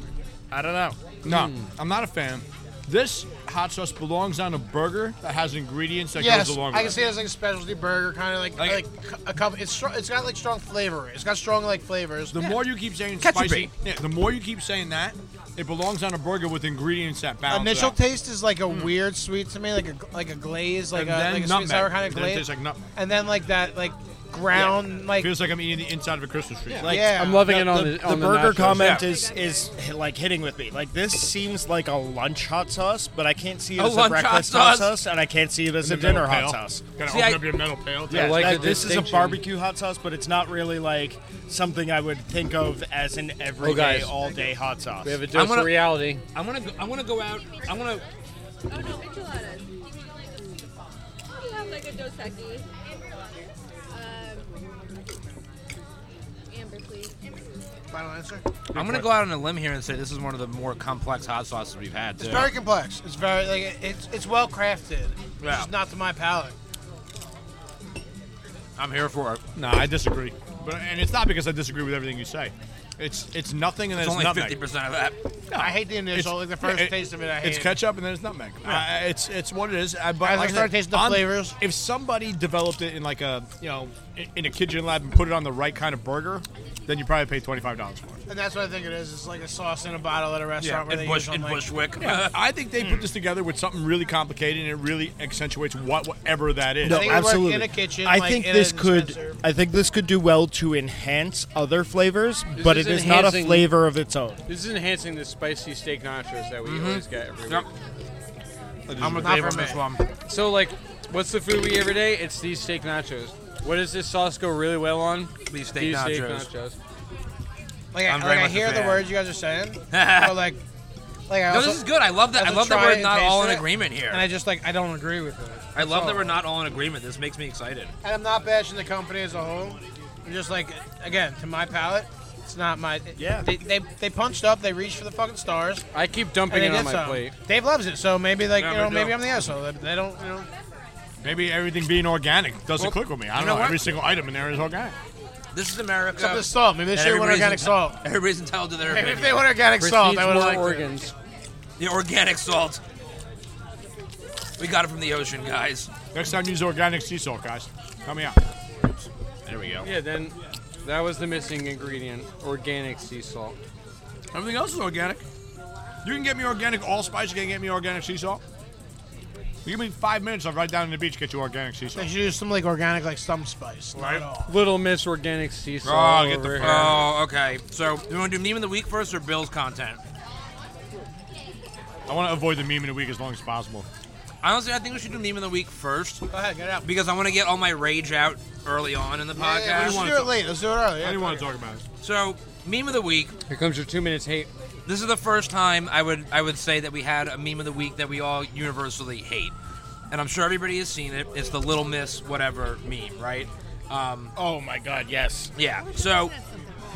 [SPEAKER 5] I don't know.
[SPEAKER 6] No,
[SPEAKER 3] Mm.
[SPEAKER 6] I'm not a fan. This hot sauce belongs on a burger that has ingredients that
[SPEAKER 3] Yes,
[SPEAKER 6] goes along
[SPEAKER 3] I
[SPEAKER 6] with
[SPEAKER 3] can see it as like a specialty burger, kind of like like,
[SPEAKER 4] Like-
[SPEAKER 3] a couple. It's str- it's got like strong flavor. It's got strong like flavors.
[SPEAKER 6] The more you keep saying
[SPEAKER 4] Ketchup-y.
[SPEAKER 6] spicy, yeah, the more you keep saying that, it belongs on a burger with ingredients that balance. it
[SPEAKER 3] initial
[SPEAKER 6] out.
[SPEAKER 3] taste is like a weird sweet to me, like a like a glaze, like
[SPEAKER 6] And
[SPEAKER 3] a
[SPEAKER 6] then
[SPEAKER 3] like a sweet
[SPEAKER 6] nutmeg.
[SPEAKER 3] sour kind of
[SPEAKER 6] Then it
[SPEAKER 3] glaze,
[SPEAKER 6] tastes like nutmeg.
[SPEAKER 3] and then like that like ground like
[SPEAKER 6] Feels like I'm eating the inside of a Christmas tree.
[SPEAKER 5] Like,
[SPEAKER 3] Yeah.
[SPEAKER 1] I'm loving
[SPEAKER 5] the,
[SPEAKER 1] it on
[SPEAKER 5] the,
[SPEAKER 1] the, on the
[SPEAKER 5] burger
[SPEAKER 1] nachos.
[SPEAKER 5] comment is is hi- like hitting with me. Like this seems like a lunch hot sauce, but I can't see it
[SPEAKER 4] A
[SPEAKER 5] as a
[SPEAKER 4] lunch hot
[SPEAKER 5] breakfast hot
[SPEAKER 4] sauce?
[SPEAKER 5] sauce, and I can't see it as a
[SPEAKER 6] The
[SPEAKER 5] dinner
[SPEAKER 6] metal
[SPEAKER 5] hot
[SPEAKER 6] pail.
[SPEAKER 5] sauce.
[SPEAKER 6] Gotta
[SPEAKER 4] See,
[SPEAKER 6] open
[SPEAKER 4] I-
[SPEAKER 6] up your metal pail.
[SPEAKER 1] Yeah.
[SPEAKER 6] Yeah.
[SPEAKER 1] like
[SPEAKER 5] that-
[SPEAKER 1] the
[SPEAKER 5] this is a
[SPEAKER 1] distinction.
[SPEAKER 5] barbecue hot sauce, but it's not really like something I would think of as an everyday,
[SPEAKER 1] Oh, guys.
[SPEAKER 5] all day hot sauce.
[SPEAKER 1] We have a dose
[SPEAKER 4] gonna-
[SPEAKER 1] of reality.
[SPEAKER 4] I'm gonna go, I'm gonna go out. I'm gonna
[SPEAKER 2] Oh no, enchiladas. You have like a Dos Equis. Um, Amber, please.
[SPEAKER 3] final answer.
[SPEAKER 4] I'm gonna go out on a limb here and say this is one of the more complex hot sauces we've had.
[SPEAKER 3] It's
[SPEAKER 4] Too.
[SPEAKER 3] very complex. It's very like it- it's it's well crafted.
[SPEAKER 4] Yeah.
[SPEAKER 3] It's just not to my palate.
[SPEAKER 4] I'm here for it.
[SPEAKER 6] No, I disagree. But and it's not because I disagree with everything you say. It's it's nothing and
[SPEAKER 4] It's
[SPEAKER 6] then it's,
[SPEAKER 4] only
[SPEAKER 6] nutmeg.
[SPEAKER 4] fifty percent of that.
[SPEAKER 6] No.
[SPEAKER 3] I hate the initial, like the first
[SPEAKER 6] yeah, it-
[SPEAKER 3] taste of it. I hate
[SPEAKER 6] It's ketchup and then it's nutmeg. Uh, it's it's what it is. I, but
[SPEAKER 3] I
[SPEAKER 6] like
[SPEAKER 3] like
[SPEAKER 6] said,
[SPEAKER 3] start tasting the
[SPEAKER 6] on-
[SPEAKER 3] flavors.
[SPEAKER 6] If somebody developed it in like a you know in, in a kitchen lab and put it on the right kind of burger, then you probably pay twenty five dollars for it.
[SPEAKER 3] and that's what I think it is. It's like a sauce in a bottle at a restaurant where
[SPEAKER 4] in
[SPEAKER 3] they
[SPEAKER 4] Bush
[SPEAKER 3] use
[SPEAKER 4] in
[SPEAKER 3] on, like-
[SPEAKER 4] Bushwick.
[SPEAKER 6] I think they
[SPEAKER 3] Hmm.
[SPEAKER 6] put this together with something really complicated and it really accentuates what whatever that is.
[SPEAKER 5] No,
[SPEAKER 3] I think it worked
[SPEAKER 5] absolutely.
[SPEAKER 3] in a kitchen,
[SPEAKER 5] I
[SPEAKER 3] like,
[SPEAKER 5] think
[SPEAKER 3] in
[SPEAKER 5] this
[SPEAKER 3] a
[SPEAKER 5] could.
[SPEAKER 3] dispenser.
[SPEAKER 5] I think this could do well to enhance other flavors, but
[SPEAKER 1] is
[SPEAKER 5] it is not a
[SPEAKER 1] enhancing-
[SPEAKER 5] flavor of its own.
[SPEAKER 1] This is enhancing the spicy steak nachos that we always get every
[SPEAKER 4] Mm-hmm. Yep. I'm with
[SPEAKER 3] Not
[SPEAKER 4] Dave
[SPEAKER 3] for
[SPEAKER 4] on this
[SPEAKER 3] me.
[SPEAKER 4] one.
[SPEAKER 1] So, like, what's the food we eat every day? It's these steak nachos. What does this sauce go really well on?
[SPEAKER 4] These steak nachos.
[SPEAKER 3] Like,
[SPEAKER 4] I'm
[SPEAKER 3] I,
[SPEAKER 4] very
[SPEAKER 3] like I
[SPEAKER 4] much a
[SPEAKER 3] hear the
[SPEAKER 4] fan.
[SPEAKER 3] words you guys are saying, but like, like I
[SPEAKER 4] No,
[SPEAKER 3] also,
[SPEAKER 4] this is good. I love that. I
[SPEAKER 3] also
[SPEAKER 4] love that
[SPEAKER 3] try it
[SPEAKER 4] we're
[SPEAKER 3] and
[SPEAKER 4] not all
[SPEAKER 3] taste
[SPEAKER 4] in
[SPEAKER 3] it,
[SPEAKER 4] agreement here.
[SPEAKER 3] and I just like I don't agree with it.
[SPEAKER 4] I love that
[SPEAKER 3] all.
[SPEAKER 4] we're not all in agreement. This makes me excited.
[SPEAKER 3] And I'm not bashing the company as a whole. I'm just like, again, to my palate, it's not my.
[SPEAKER 5] Yeah.
[SPEAKER 3] They, they, they punched up. They reached for the fucking stars.
[SPEAKER 1] I keep
[SPEAKER 3] And
[SPEAKER 1] dumping
[SPEAKER 3] they
[SPEAKER 1] it on
[SPEAKER 3] did
[SPEAKER 1] my
[SPEAKER 3] something.
[SPEAKER 1] plate.
[SPEAKER 3] Dave loves it, so maybe like
[SPEAKER 4] Yeah,
[SPEAKER 3] you
[SPEAKER 4] me
[SPEAKER 3] know,
[SPEAKER 4] too.
[SPEAKER 3] maybe I'm the asshole. They, they don't. You know,
[SPEAKER 6] Maybe everything being organic doesn't
[SPEAKER 4] Well,
[SPEAKER 6] click with me. I
[SPEAKER 4] you
[SPEAKER 6] don't
[SPEAKER 4] know
[SPEAKER 6] know.
[SPEAKER 4] what?
[SPEAKER 6] Every single item in there is organic.
[SPEAKER 4] This is America.
[SPEAKER 3] Except the salt. Maybe they
[SPEAKER 4] and
[SPEAKER 3] should have went organic
[SPEAKER 4] everybody's enti-
[SPEAKER 3] salt.
[SPEAKER 4] Everybody's entitled to their
[SPEAKER 3] Maybe if
[SPEAKER 4] opinion.
[SPEAKER 3] they want organic salt,
[SPEAKER 1] Prestige,
[SPEAKER 3] I would
[SPEAKER 1] more
[SPEAKER 3] have liked it.
[SPEAKER 1] organs.
[SPEAKER 4] the organic salt. We got it from the ocean, guys.
[SPEAKER 6] Next time, use organic sea salt, guys. Help me out.
[SPEAKER 4] There we go.
[SPEAKER 1] Yeah, then that was the missing ingredient: organic sea salt.
[SPEAKER 6] Everything else is organic. You can get me organic allspice. You can get me organic sea salt. You give me five minutes, I'll ride down to the beach get you organic sea
[SPEAKER 3] They
[SPEAKER 6] salt.
[SPEAKER 3] should do some like organic, like some spice. Not at all.
[SPEAKER 1] Little Miss Organic Sea Salt.
[SPEAKER 6] Oh, get
[SPEAKER 1] over
[SPEAKER 6] the
[SPEAKER 1] here.
[SPEAKER 4] Oh, okay. So we want to do meme of the week first or Bill's content?
[SPEAKER 6] I want to avoid the meme in a week as long as possible.
[SPEAKER 4] Honestly, I think we should do meme of the week first
[SPEAKER 3] Go ahead, get it out.
[SPEAKER 4] because I want to get all my rage out early on in the
[SPEAKER 3] Yeah, yeah,
[SPEAKER 4] podcast.
[SPEAKER 3] we should do it late. Let's do it early.
[SPEAKER 6] I
[SPEAKER 3] Yeah,
[SPEAKER 6] didn't want to talk about it.
[SPEAKER 4] So meme of the week.
[SPEAKER 1] Here comes your two minutes hate.
[SPEAKER 4] This is the first time I would I would say that we had a meme of the week that we all universally hate, and I'm sure everybody has seen it. It's the Little Miss whatever meme, right? Um,
[SPEAKER 5] Oh my God! Yes.
[SPEAKER 4] yeah. So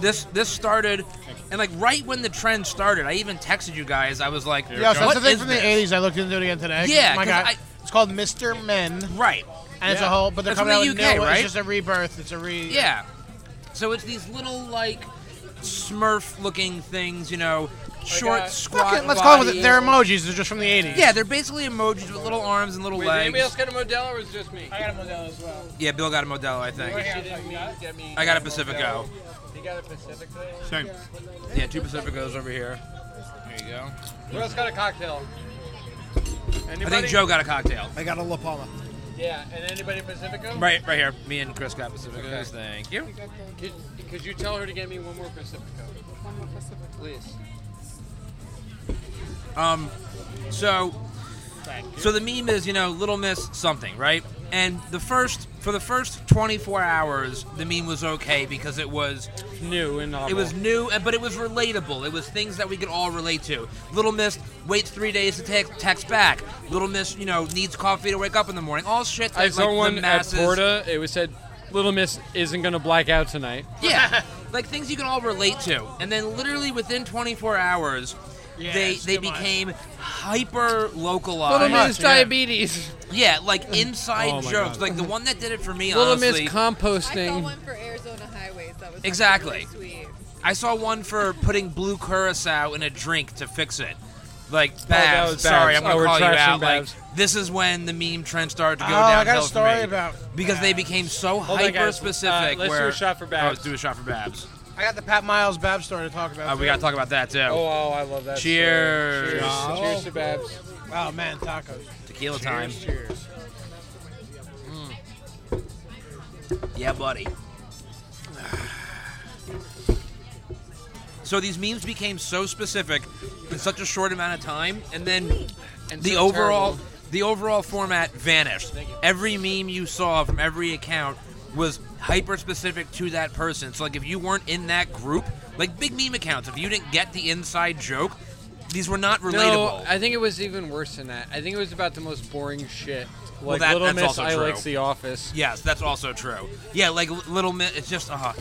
[SPEAKER 4] this this started, and like right when the trend started, I even texted you guys. I was like,
[SPEAKER 3] Yeah, so that's
[SPEAKER 4] "What
[SPEAKER 3] the thing
[SPEAKER 4] is
[SPEAKER 3] from
[SPEAKER 4] this?"
[SPEAKER 3] the '80s. I looked into it again today.
[SPEAKER 4] Yeah,
[SPEAKER 3] my
[SPEAKER 4] 'cause
[SPEAKER 3] God,
[SPEAKER 4] I-
[SPEAKER 3] it's called Mr. Men, and
[SPEAKER 4] Right.
[SPEAKER 3] it's a
[SPEAKER 6] Yeah.
[SPEAKER 3] whole. But they're
[SPEAKER 4] That's
[SPEAKER 3] coming out
[SPEAKER 4] from
[SPEAKER 3] with
[SPEAKER 4] the UK,
[SPEAKER 3] new.
[SPEAKER 4] right?
[SPEAKER 3] It's just a rebirth. It's a re.
[SPEAKER 4] Yeah. So it's these little like Smurf-looking things, you know, short, squat.
[SPEAKER 3] Fucking, uh, let's call it. what
[SPEAKER 4] bodies.
[SPEAKER 3] it- They're emojis. They're just from the '80s.
[SPEAKER 4] Yeah, they're basically emojis with little arms and little legs.
[SPEAKER 1] got a Modelo or was just me?
[SPEAKER 3] got a model as well.
[SPEAKER 4] Yeah, Bill got a Modelo, I think. I got a Pacifico.
[SPEAKER 1] You got a Pacifico.
[SPEAKER 6] Same.
[SPEAKER 4] Yeah, two Pacificos over here. There you go.
[SPEAKER 1] Who else got a cocktail? Anybody?
[SPEAKER 4] I think Joe got a cocktail.
[SPEAKER 5] I got a La Palma.
[SPEAKER 1] Yeah, and anybody Pacifico?
[SPEAKER 4] Right, right here. Me and Chris got Pacificos. Thank you.
[SPEAKER 1] Could, could you tell her to get me one more Pacifico? One more Pacifico, please.
[SPEAKER 4] Um, so, so the meme is you know Little Miss something, right? And the first for the first 24 hours, the meme was okay because it was
[SPEAKER 1] New and novel.
[SPEAKER 4] It was new, and- but it was relatable. It was things that we could all relate to. Little Miss waits three days to text, text back. Little Miss, you know, needs coffee to wake up in the morning. All shit. That,
[SPEAKER 1] I
[SPEAKER 4] like,
[SPEAKER 1] saw
[SPEAKER 4] the
[SPEAKER 1] one at
[SPEAKER 4] masses,
[SPEAKER 1] Porta. It was said, "Little Miss isn't gonna black out tonight."
[SPEAKER 4] Yeah, like things you can all relate to. And then literally within 24 hours,
[SPEAKER 3] Yeah,
[SPEAKER 4] they
[SPEAKER 3] it's
[SPEAKER 4] they
[SPEAKER 3] too much.
[SPEAKER 4] became hyper
[SPEAKER 1] Little
[SPEAKER 4] localized.
[SPEAKER 3] much,
[SPEAKER 1] Miss
[SPEAKER 3] yeah.
[SPEAKER 1] diabetes.
[SPEAKER 4] Yeah, like inside
[SPEAKER 6] Oh my
[SPEAKER 4] jokes.
[SPEAKER 6] God.
[SPEAKER 4] Like the one that did it for me.
[SPEAKER 1] Little
[SPEAKER 4] honestly,
[SPEAKER 1] Miss
[SPEAKER 2] I saw
[SPEAKER 1] composting.
[SPEAKER 2] one for Arizona highways. That was
[SPEAKER 4] Exactly.
[SPEAKER 2] Really sweet.
[SPEAKER 4] I saw one for putting blue curacao in a drink to fix it. Like Babs,
[SPEAKER 1] Oh, that was
[SPEAKER 4] sorry,
[SPEAKER 1] Babs.
[SPEAKER 4] I'm gonna
[SPEAKER 1] Oh, we're
[SPEAKER 4] call you
[SPEAKER 1] trashing
[SPEAKER 4] out. Like
[SPEAKER 1] Babs.
[SPEAKER 4] this is when the meme trend started to go
[SPEAKER 3] Oh,
[SPEAKER 4] downhill
[SPEAKER 3] I got a
[SPEAKER 4] for
[SPEAKER 3] story
[SPEAKER 4] me.
[SPEAKER 3] about
[SPEAKER 4] because they
[SPEAKER 3] Babs.
[SPEAKER 4] became so
[SPEAKER 1] Hold on,
[SPEAKER 4] hyper
[SPEAKER 1] guys.
[SPEAKER 4] specific.
[SPEAKER 1] Uh, let's do
[SPEAKER 4] where,
[SPEAKER 1] a shot for
[SPEAKER 4] Oh, let's
[SPEAKER 1] Babs.
[SPEAKER 4] do a shot for Babs.
[SPEAKER 3] I got the Pat Miles Bab story to talk about.
[SPEAKER 4] Uh, we gotta talk about that too.
[SPEAKER 1] Oh, oh, I love that. story.
[SPEAKER 4] Cheers.
[SPEAKER 1] Cheers,
[SPEAKER 4] Oh.
[SPEAKER 1] Cheers to Babs.
[SPEAKER 3] too. Oh man, tacos.
[SPEAKER 4] Tequila time.
[SPEAKER 3] Cheers.
[SPEAKER 4] Yeah, buddy. So these memes became so specific in such a short amount of time, and then the
[SPEAKER 1] so
[SPEAKER 4] overall
[SPEAKER 1] terrible.
[SPEAKER 4] the overall format vanished. Every meme you saw from every account was hyper specific to that person. So like if you weren't in that group, like big meme accounts, if you didn't get the inside joke, these were not
[SPEAKER 1] No,
[SPEAKER 4] relatable.
[SPEAKER 1] I think it was even worse than that. I think it was about the most boring shit. Like
[SPEAKER 4] that-
[SPEAKER 1] Little
[SPEAKER 4] that's
[SPEAKER 1] Miss,
[SPEAKER 4] also
[SPEAKER 1] I
[SPEAKER 4] true.
[SPEAKER 1] likes The Office.
[SPEAKER 4] Yes, that's also true. Yeah, like L- Little Miss, it's just uh,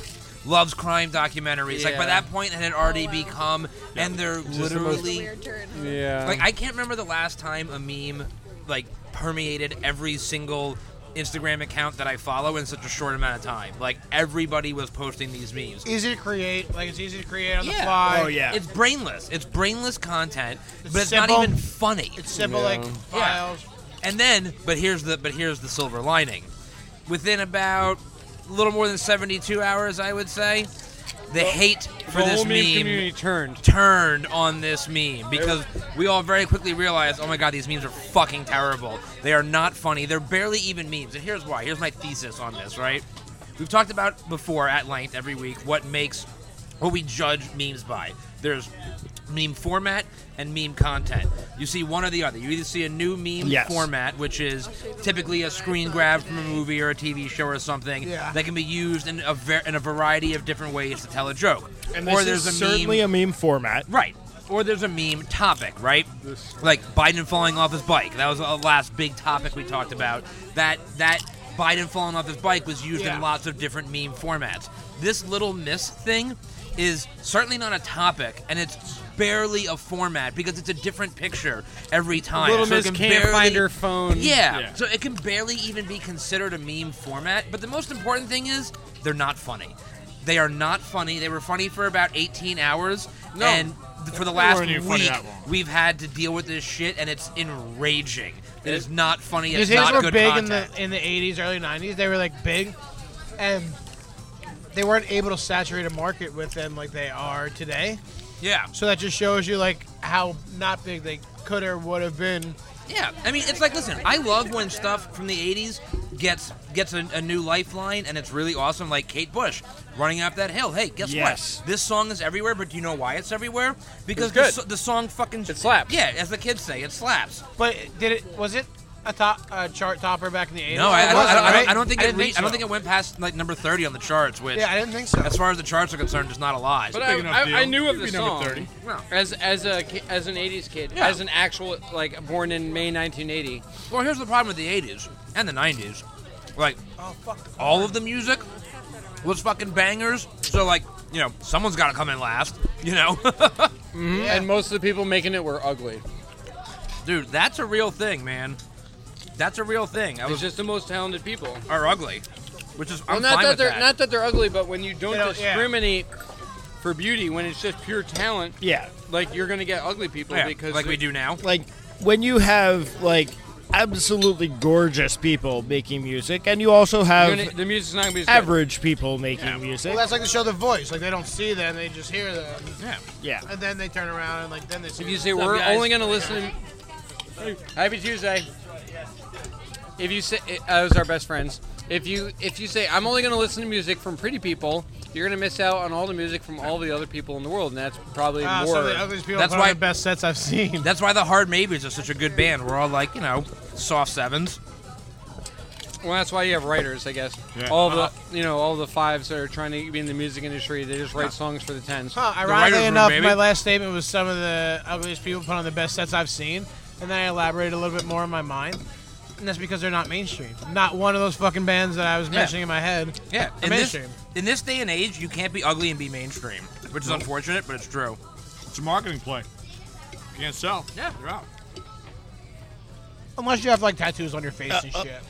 [SPEAKER 4] loves crime documentaries. Like by
[SPEAKER 1] Yeah.
[SPEAKER 4] that point, it had already
[SPEAKER 2] Oh, wow.
[SPEAKER 4] become, and they're
[SPEAKER 1] the most-
[SPEAKER 2] It's a
[SPEAKER 4] literally
[SPEAKER 2] weird turn.
[SPEAKER 1] Yeah.
[SPEAKER 4] like I can't remember the last time a meme like permeated every single Instagram account that I follow in such a short amount of time. Like everybody was posting these memes.
[SPEAKER 3] Easy to create. Like it's easy to create on
[SPEAKER 4] Yeah.
[SPEAKER 3] the fly.
[SPEAKER 5] Oh, yeah.
[SPEAKER 4] It's brainless. It's brainless content,
[SPEAKER 3] It's
[SPEAKER 4] but it's
[SPEAKER 3] simple.
[SPEAKER 4] not even funny.
[SPEAKER 3] It's simple
[SPEAKER 1] Yeah.
[SPEAKER 3] like
[SPEAKER 1] Yeah.
[SPEAKER 3] files.
[SPEAKER 4] And then, but here's the but here's the silver lining. Within about a little more than 72 hours, I would say, the hate for
[SPEAKER 1] the
[SPEAKER 4] this
[SPEAKER 1] whole meme
[SPEAKER 4] meme,
[SPEAKER 1] community turned.
[SPEAKER 4] turned on this meme because we all very quickly realized, oh my god, these memes are fucking terrible. They are not funny. They're barely even memes. And here's why. Here's my thesis on this. Right? We've talked about before at length every week what makes what we judge memes by. There's meme format and meme content. You see one or the other. You either see a new meme
[SPEAKER 5] Yes.
[SPEAKER 4] format, which is typically a screen grab from a movie or a TV show or something
[SPEAKER 3] Yeah.
[SPEAKER 4] that can be used in a, ver- in a variety of different ways to tell a joke.
[SPEAKER 5] And
[SPEAKER 4] or
[SPEAKER 5] this
[SPEAKER 4] there's
[SPEAKER 5] is
[SPEAKER 4] a meme
[SPEAKER 5] certainly a meme format.
[SPEAKER 4] Right. Or there's a meme topic, right? Like Biden falling off his bike. That was the last big topic we talked about. That that Biden falling off his bike was used
[SPEAKER 3] Yeah.
[SPEAKER 4] in lots of different meme formats. This little miss thing is certainly not a topic, and it's barely a format because it's a different picture every time.
[SPEAKER 1] Little
[SPEAKER 4] So it
[SPEAKER 1] Miss
[SPEAKER 4] can
[SPEAKER 1] can't
[SPEAKER 4] barely-
[SPEAKER 1] find her phone.
[SPEAKER 4] Yeah.
[SPEAKER 6] Yeah.
[SPEAKER 4] So it can barely even be considered a meme format. But the most important thing is they're not funny. They are not funny. They were funny for about 18 hours.
[SPEAKER 6] No.
[SPEAKER 4] And th- for the
[SPEAKER 6] They
[SPEAKER 4] last
[SPEAKER 6] weren't even funny
[SPEAKER 4] week,
[SPEAKER 6] that long.
[SPEAKER 4] we've had to deal with this shit, and it's enraging. It is not funny.
[SPEAKER 3] These
[SPEAKER 4] It's
[SPEAKER 3] things
[SPEAKER 4] not
[SPEAKER 3] were
[SPEAKER 4] good
[SPEAKER 3] big
[SPEAKER 4] content.
[SPEAKER 3] in the in the 80s, early 90s. They were like big, and they weren't able to saturate a market with them like they are today.
[SPEAKER 4] yeah.
[SPEAKER 3] So that just shows you like how not big they could or would have been.
[SPEAKER 4] Yeah, I mean, it's like, listen, I love when stuff from the '80s gets gets a, a new lifeline, and it's really awesome. Like Kate Bush running up that hill. Hey, guess
[SPEAKER 5] Yes.
[SPEAKER 4] what? This song is everywhere, but do you know why it's everywhere? Because
[SPEAKER 1] It's good.
[SPEAKER 4] The, so- the song fucking
[SPEAKER 1] It slaps.
[SPEAKER 4] Yeah, as the kids say, it slaps.
[SPEAKER 3] But did it? Was it a top a chart topper back in the 80s?
[SPEAKER 4] No, I, I,
[SPEAKER 3] It
[SPEAKER 4] don't, I,
[SPEAKER 3] wasn't,
[SPEAKER 4] don't, I,
[SPEAKER 3] right?
[SPEAKER 4] don't, I don't think it reached. I
[SPEAKER 3] so.
[SPEAKER 4] don't think it went past like number thirty on the charts. Which,
[SPEAKER 3] Yeah, I didn't think so.
[SPEAKER 4] as far as the charts are concerned, is not a lie.
[SPEAKER 1] But uh,
[SPEAKER 6] Big
[SPEAKER 1] I,
[SPEAKER 6] enough
[SPEAKER 1] I,
[SPEAKER 6] deal.
[SPEAKER 1] I knew of
[SPEAKER 6] You'd
[SPEAKER 1] the
[SPEAKER 6] be number
[SPEAKER 1] song
[SPEAKER 6] 30.
[SPEAKER 4] Well.
[SPEAKER 1] as as a ki- as an '80s kid,
[SPEAKER 4] Yeah.
[SPEAKER 1] as an actual like born in May 1980.
[SPEAKER 4] well, here's the problem with the '80s and the '90s. Like,
[SPEAKER 3] Oh fuck!
[SPEAKER 4] all of the music was fucking bangers. So like, you know, someone's got to come in last. You know,
[SPEAKER 3] Yeah.
[SPEAKER 1] And most of the people making it were ugly.
[SPEAKER 4] dude, that's a real thing, man. That's a real thing. I
[SPEAKER 1] It's
[SPEAKER 4] was
[SPEAKER 1] just the most talented people.
[SPEAKER 4] are ugly, which is
[SPEAKER 1] Well,
[SPEAKER 4] I'm
[SPEAKER 1] not
[SPEAKER 4] fine
[SPEAKER 1] that
[SPEAKER 4] with
[SPEAKER 1] they're
[SPEAKER 4] that.
[SPEAKER 1] not that they're ugly, but when you don't
[SPEAKER 3] You know, yeah.
[SPEAKER 1] discriminate for beauty, when it's just pure talent,
[SPEAKER 5] Yeah.
[SPEAKER 1] like you're gonna get ugly people
[SPEAKER 4] Yeah,
[SPEAKER 1] because
[SPEAKER 4] like we
[SPEAKER 1] they-
[SPEAKER 4] do now.
[SPEAKER 5] like when you have like absolutely gorgeous people making music and you also
[SPEAKER 1] you're
[SPEAKER 5] have
[SPEAKER 1] gonna- the music's not gonna be as good.
[SPEAKER 5] average people making music
[SPEAKER 3] Well, that's like the show The Voice. Like they don't see them, they just hear them,
[SPEAKER 4] Yeah.
[SPEAKER 5] yeah
[SPEAKER 3] and then they turn around and like then they see.
[SPEAKER 1] If you
[SPEAKER 3] them.
[SPEAKER 1] say
[SPEAKER 4] What's up,
[SPEAKER 1] we're
[SPEAKER 4] guys?"
[SPEAKER 1] only gonna listen, Happy Tuesday. If you say uh, those are our best friends, if you if you say I'm only gonna listen to music from pretty people, you're gonna miss out on all the music from all the other people in the world, and that's probably
[SPEAKER 3] Ah,
[SPEAKER 1] more.
[SPEAKER 3] some of the ugliest people
[SPEAKER 4] That's
[SPEAKER 3] put on
[SPEAKER 4] why-
[SPEAKER 3] the best sets I've seen.
[SPEAKER 4] That's why the Hard Maybes are such a good band. We're all like, you know, soft sevens.
[SPEAKER 1] Well, that's why you have writers, I guess.
[SPEAKER 6] Yeah.
[SPEAKER 1] All the
[SPEAKER 4] Uh-huh.
[SPEAKER 1] you know all the fives that are trying to be in the music industry, they just write songs for the tens.
[SPEAKER 3] Huh,
[SPEAKER 4] writer's
[SPEAKER 3] ironically
[SPEAKER 4] room,
[SPEAKER 3] enough,
[SPEAKER 4] baby.
[SPEAKER 3] my last statement was some of the ugliest people put on the best sets I've seen, and then I elaborated a little bit more in my mind. And that's because they're not mainstream. Not one of those fucking bands that I was mentioning in my head.
[SPEAKER 4] Yeah,
[SPEAKER 3] are
[SPEAKER 4] in this,
[SPEAKER 3] mainstream.
[SPEAKER 4] in this day and age, you can't be ugly and be mainstream, which is unfortunate, but it's true.
[SPEAKER 6] It's a marketing play. Can't sell.
[SPEAKER 4] Yeah.
[SPEAKER 6] You're out.
[SPEAKER 3] Unless you have like tattoos on your face and
[SPEAKER 4] Uh,
[SPEAKER 3] shit.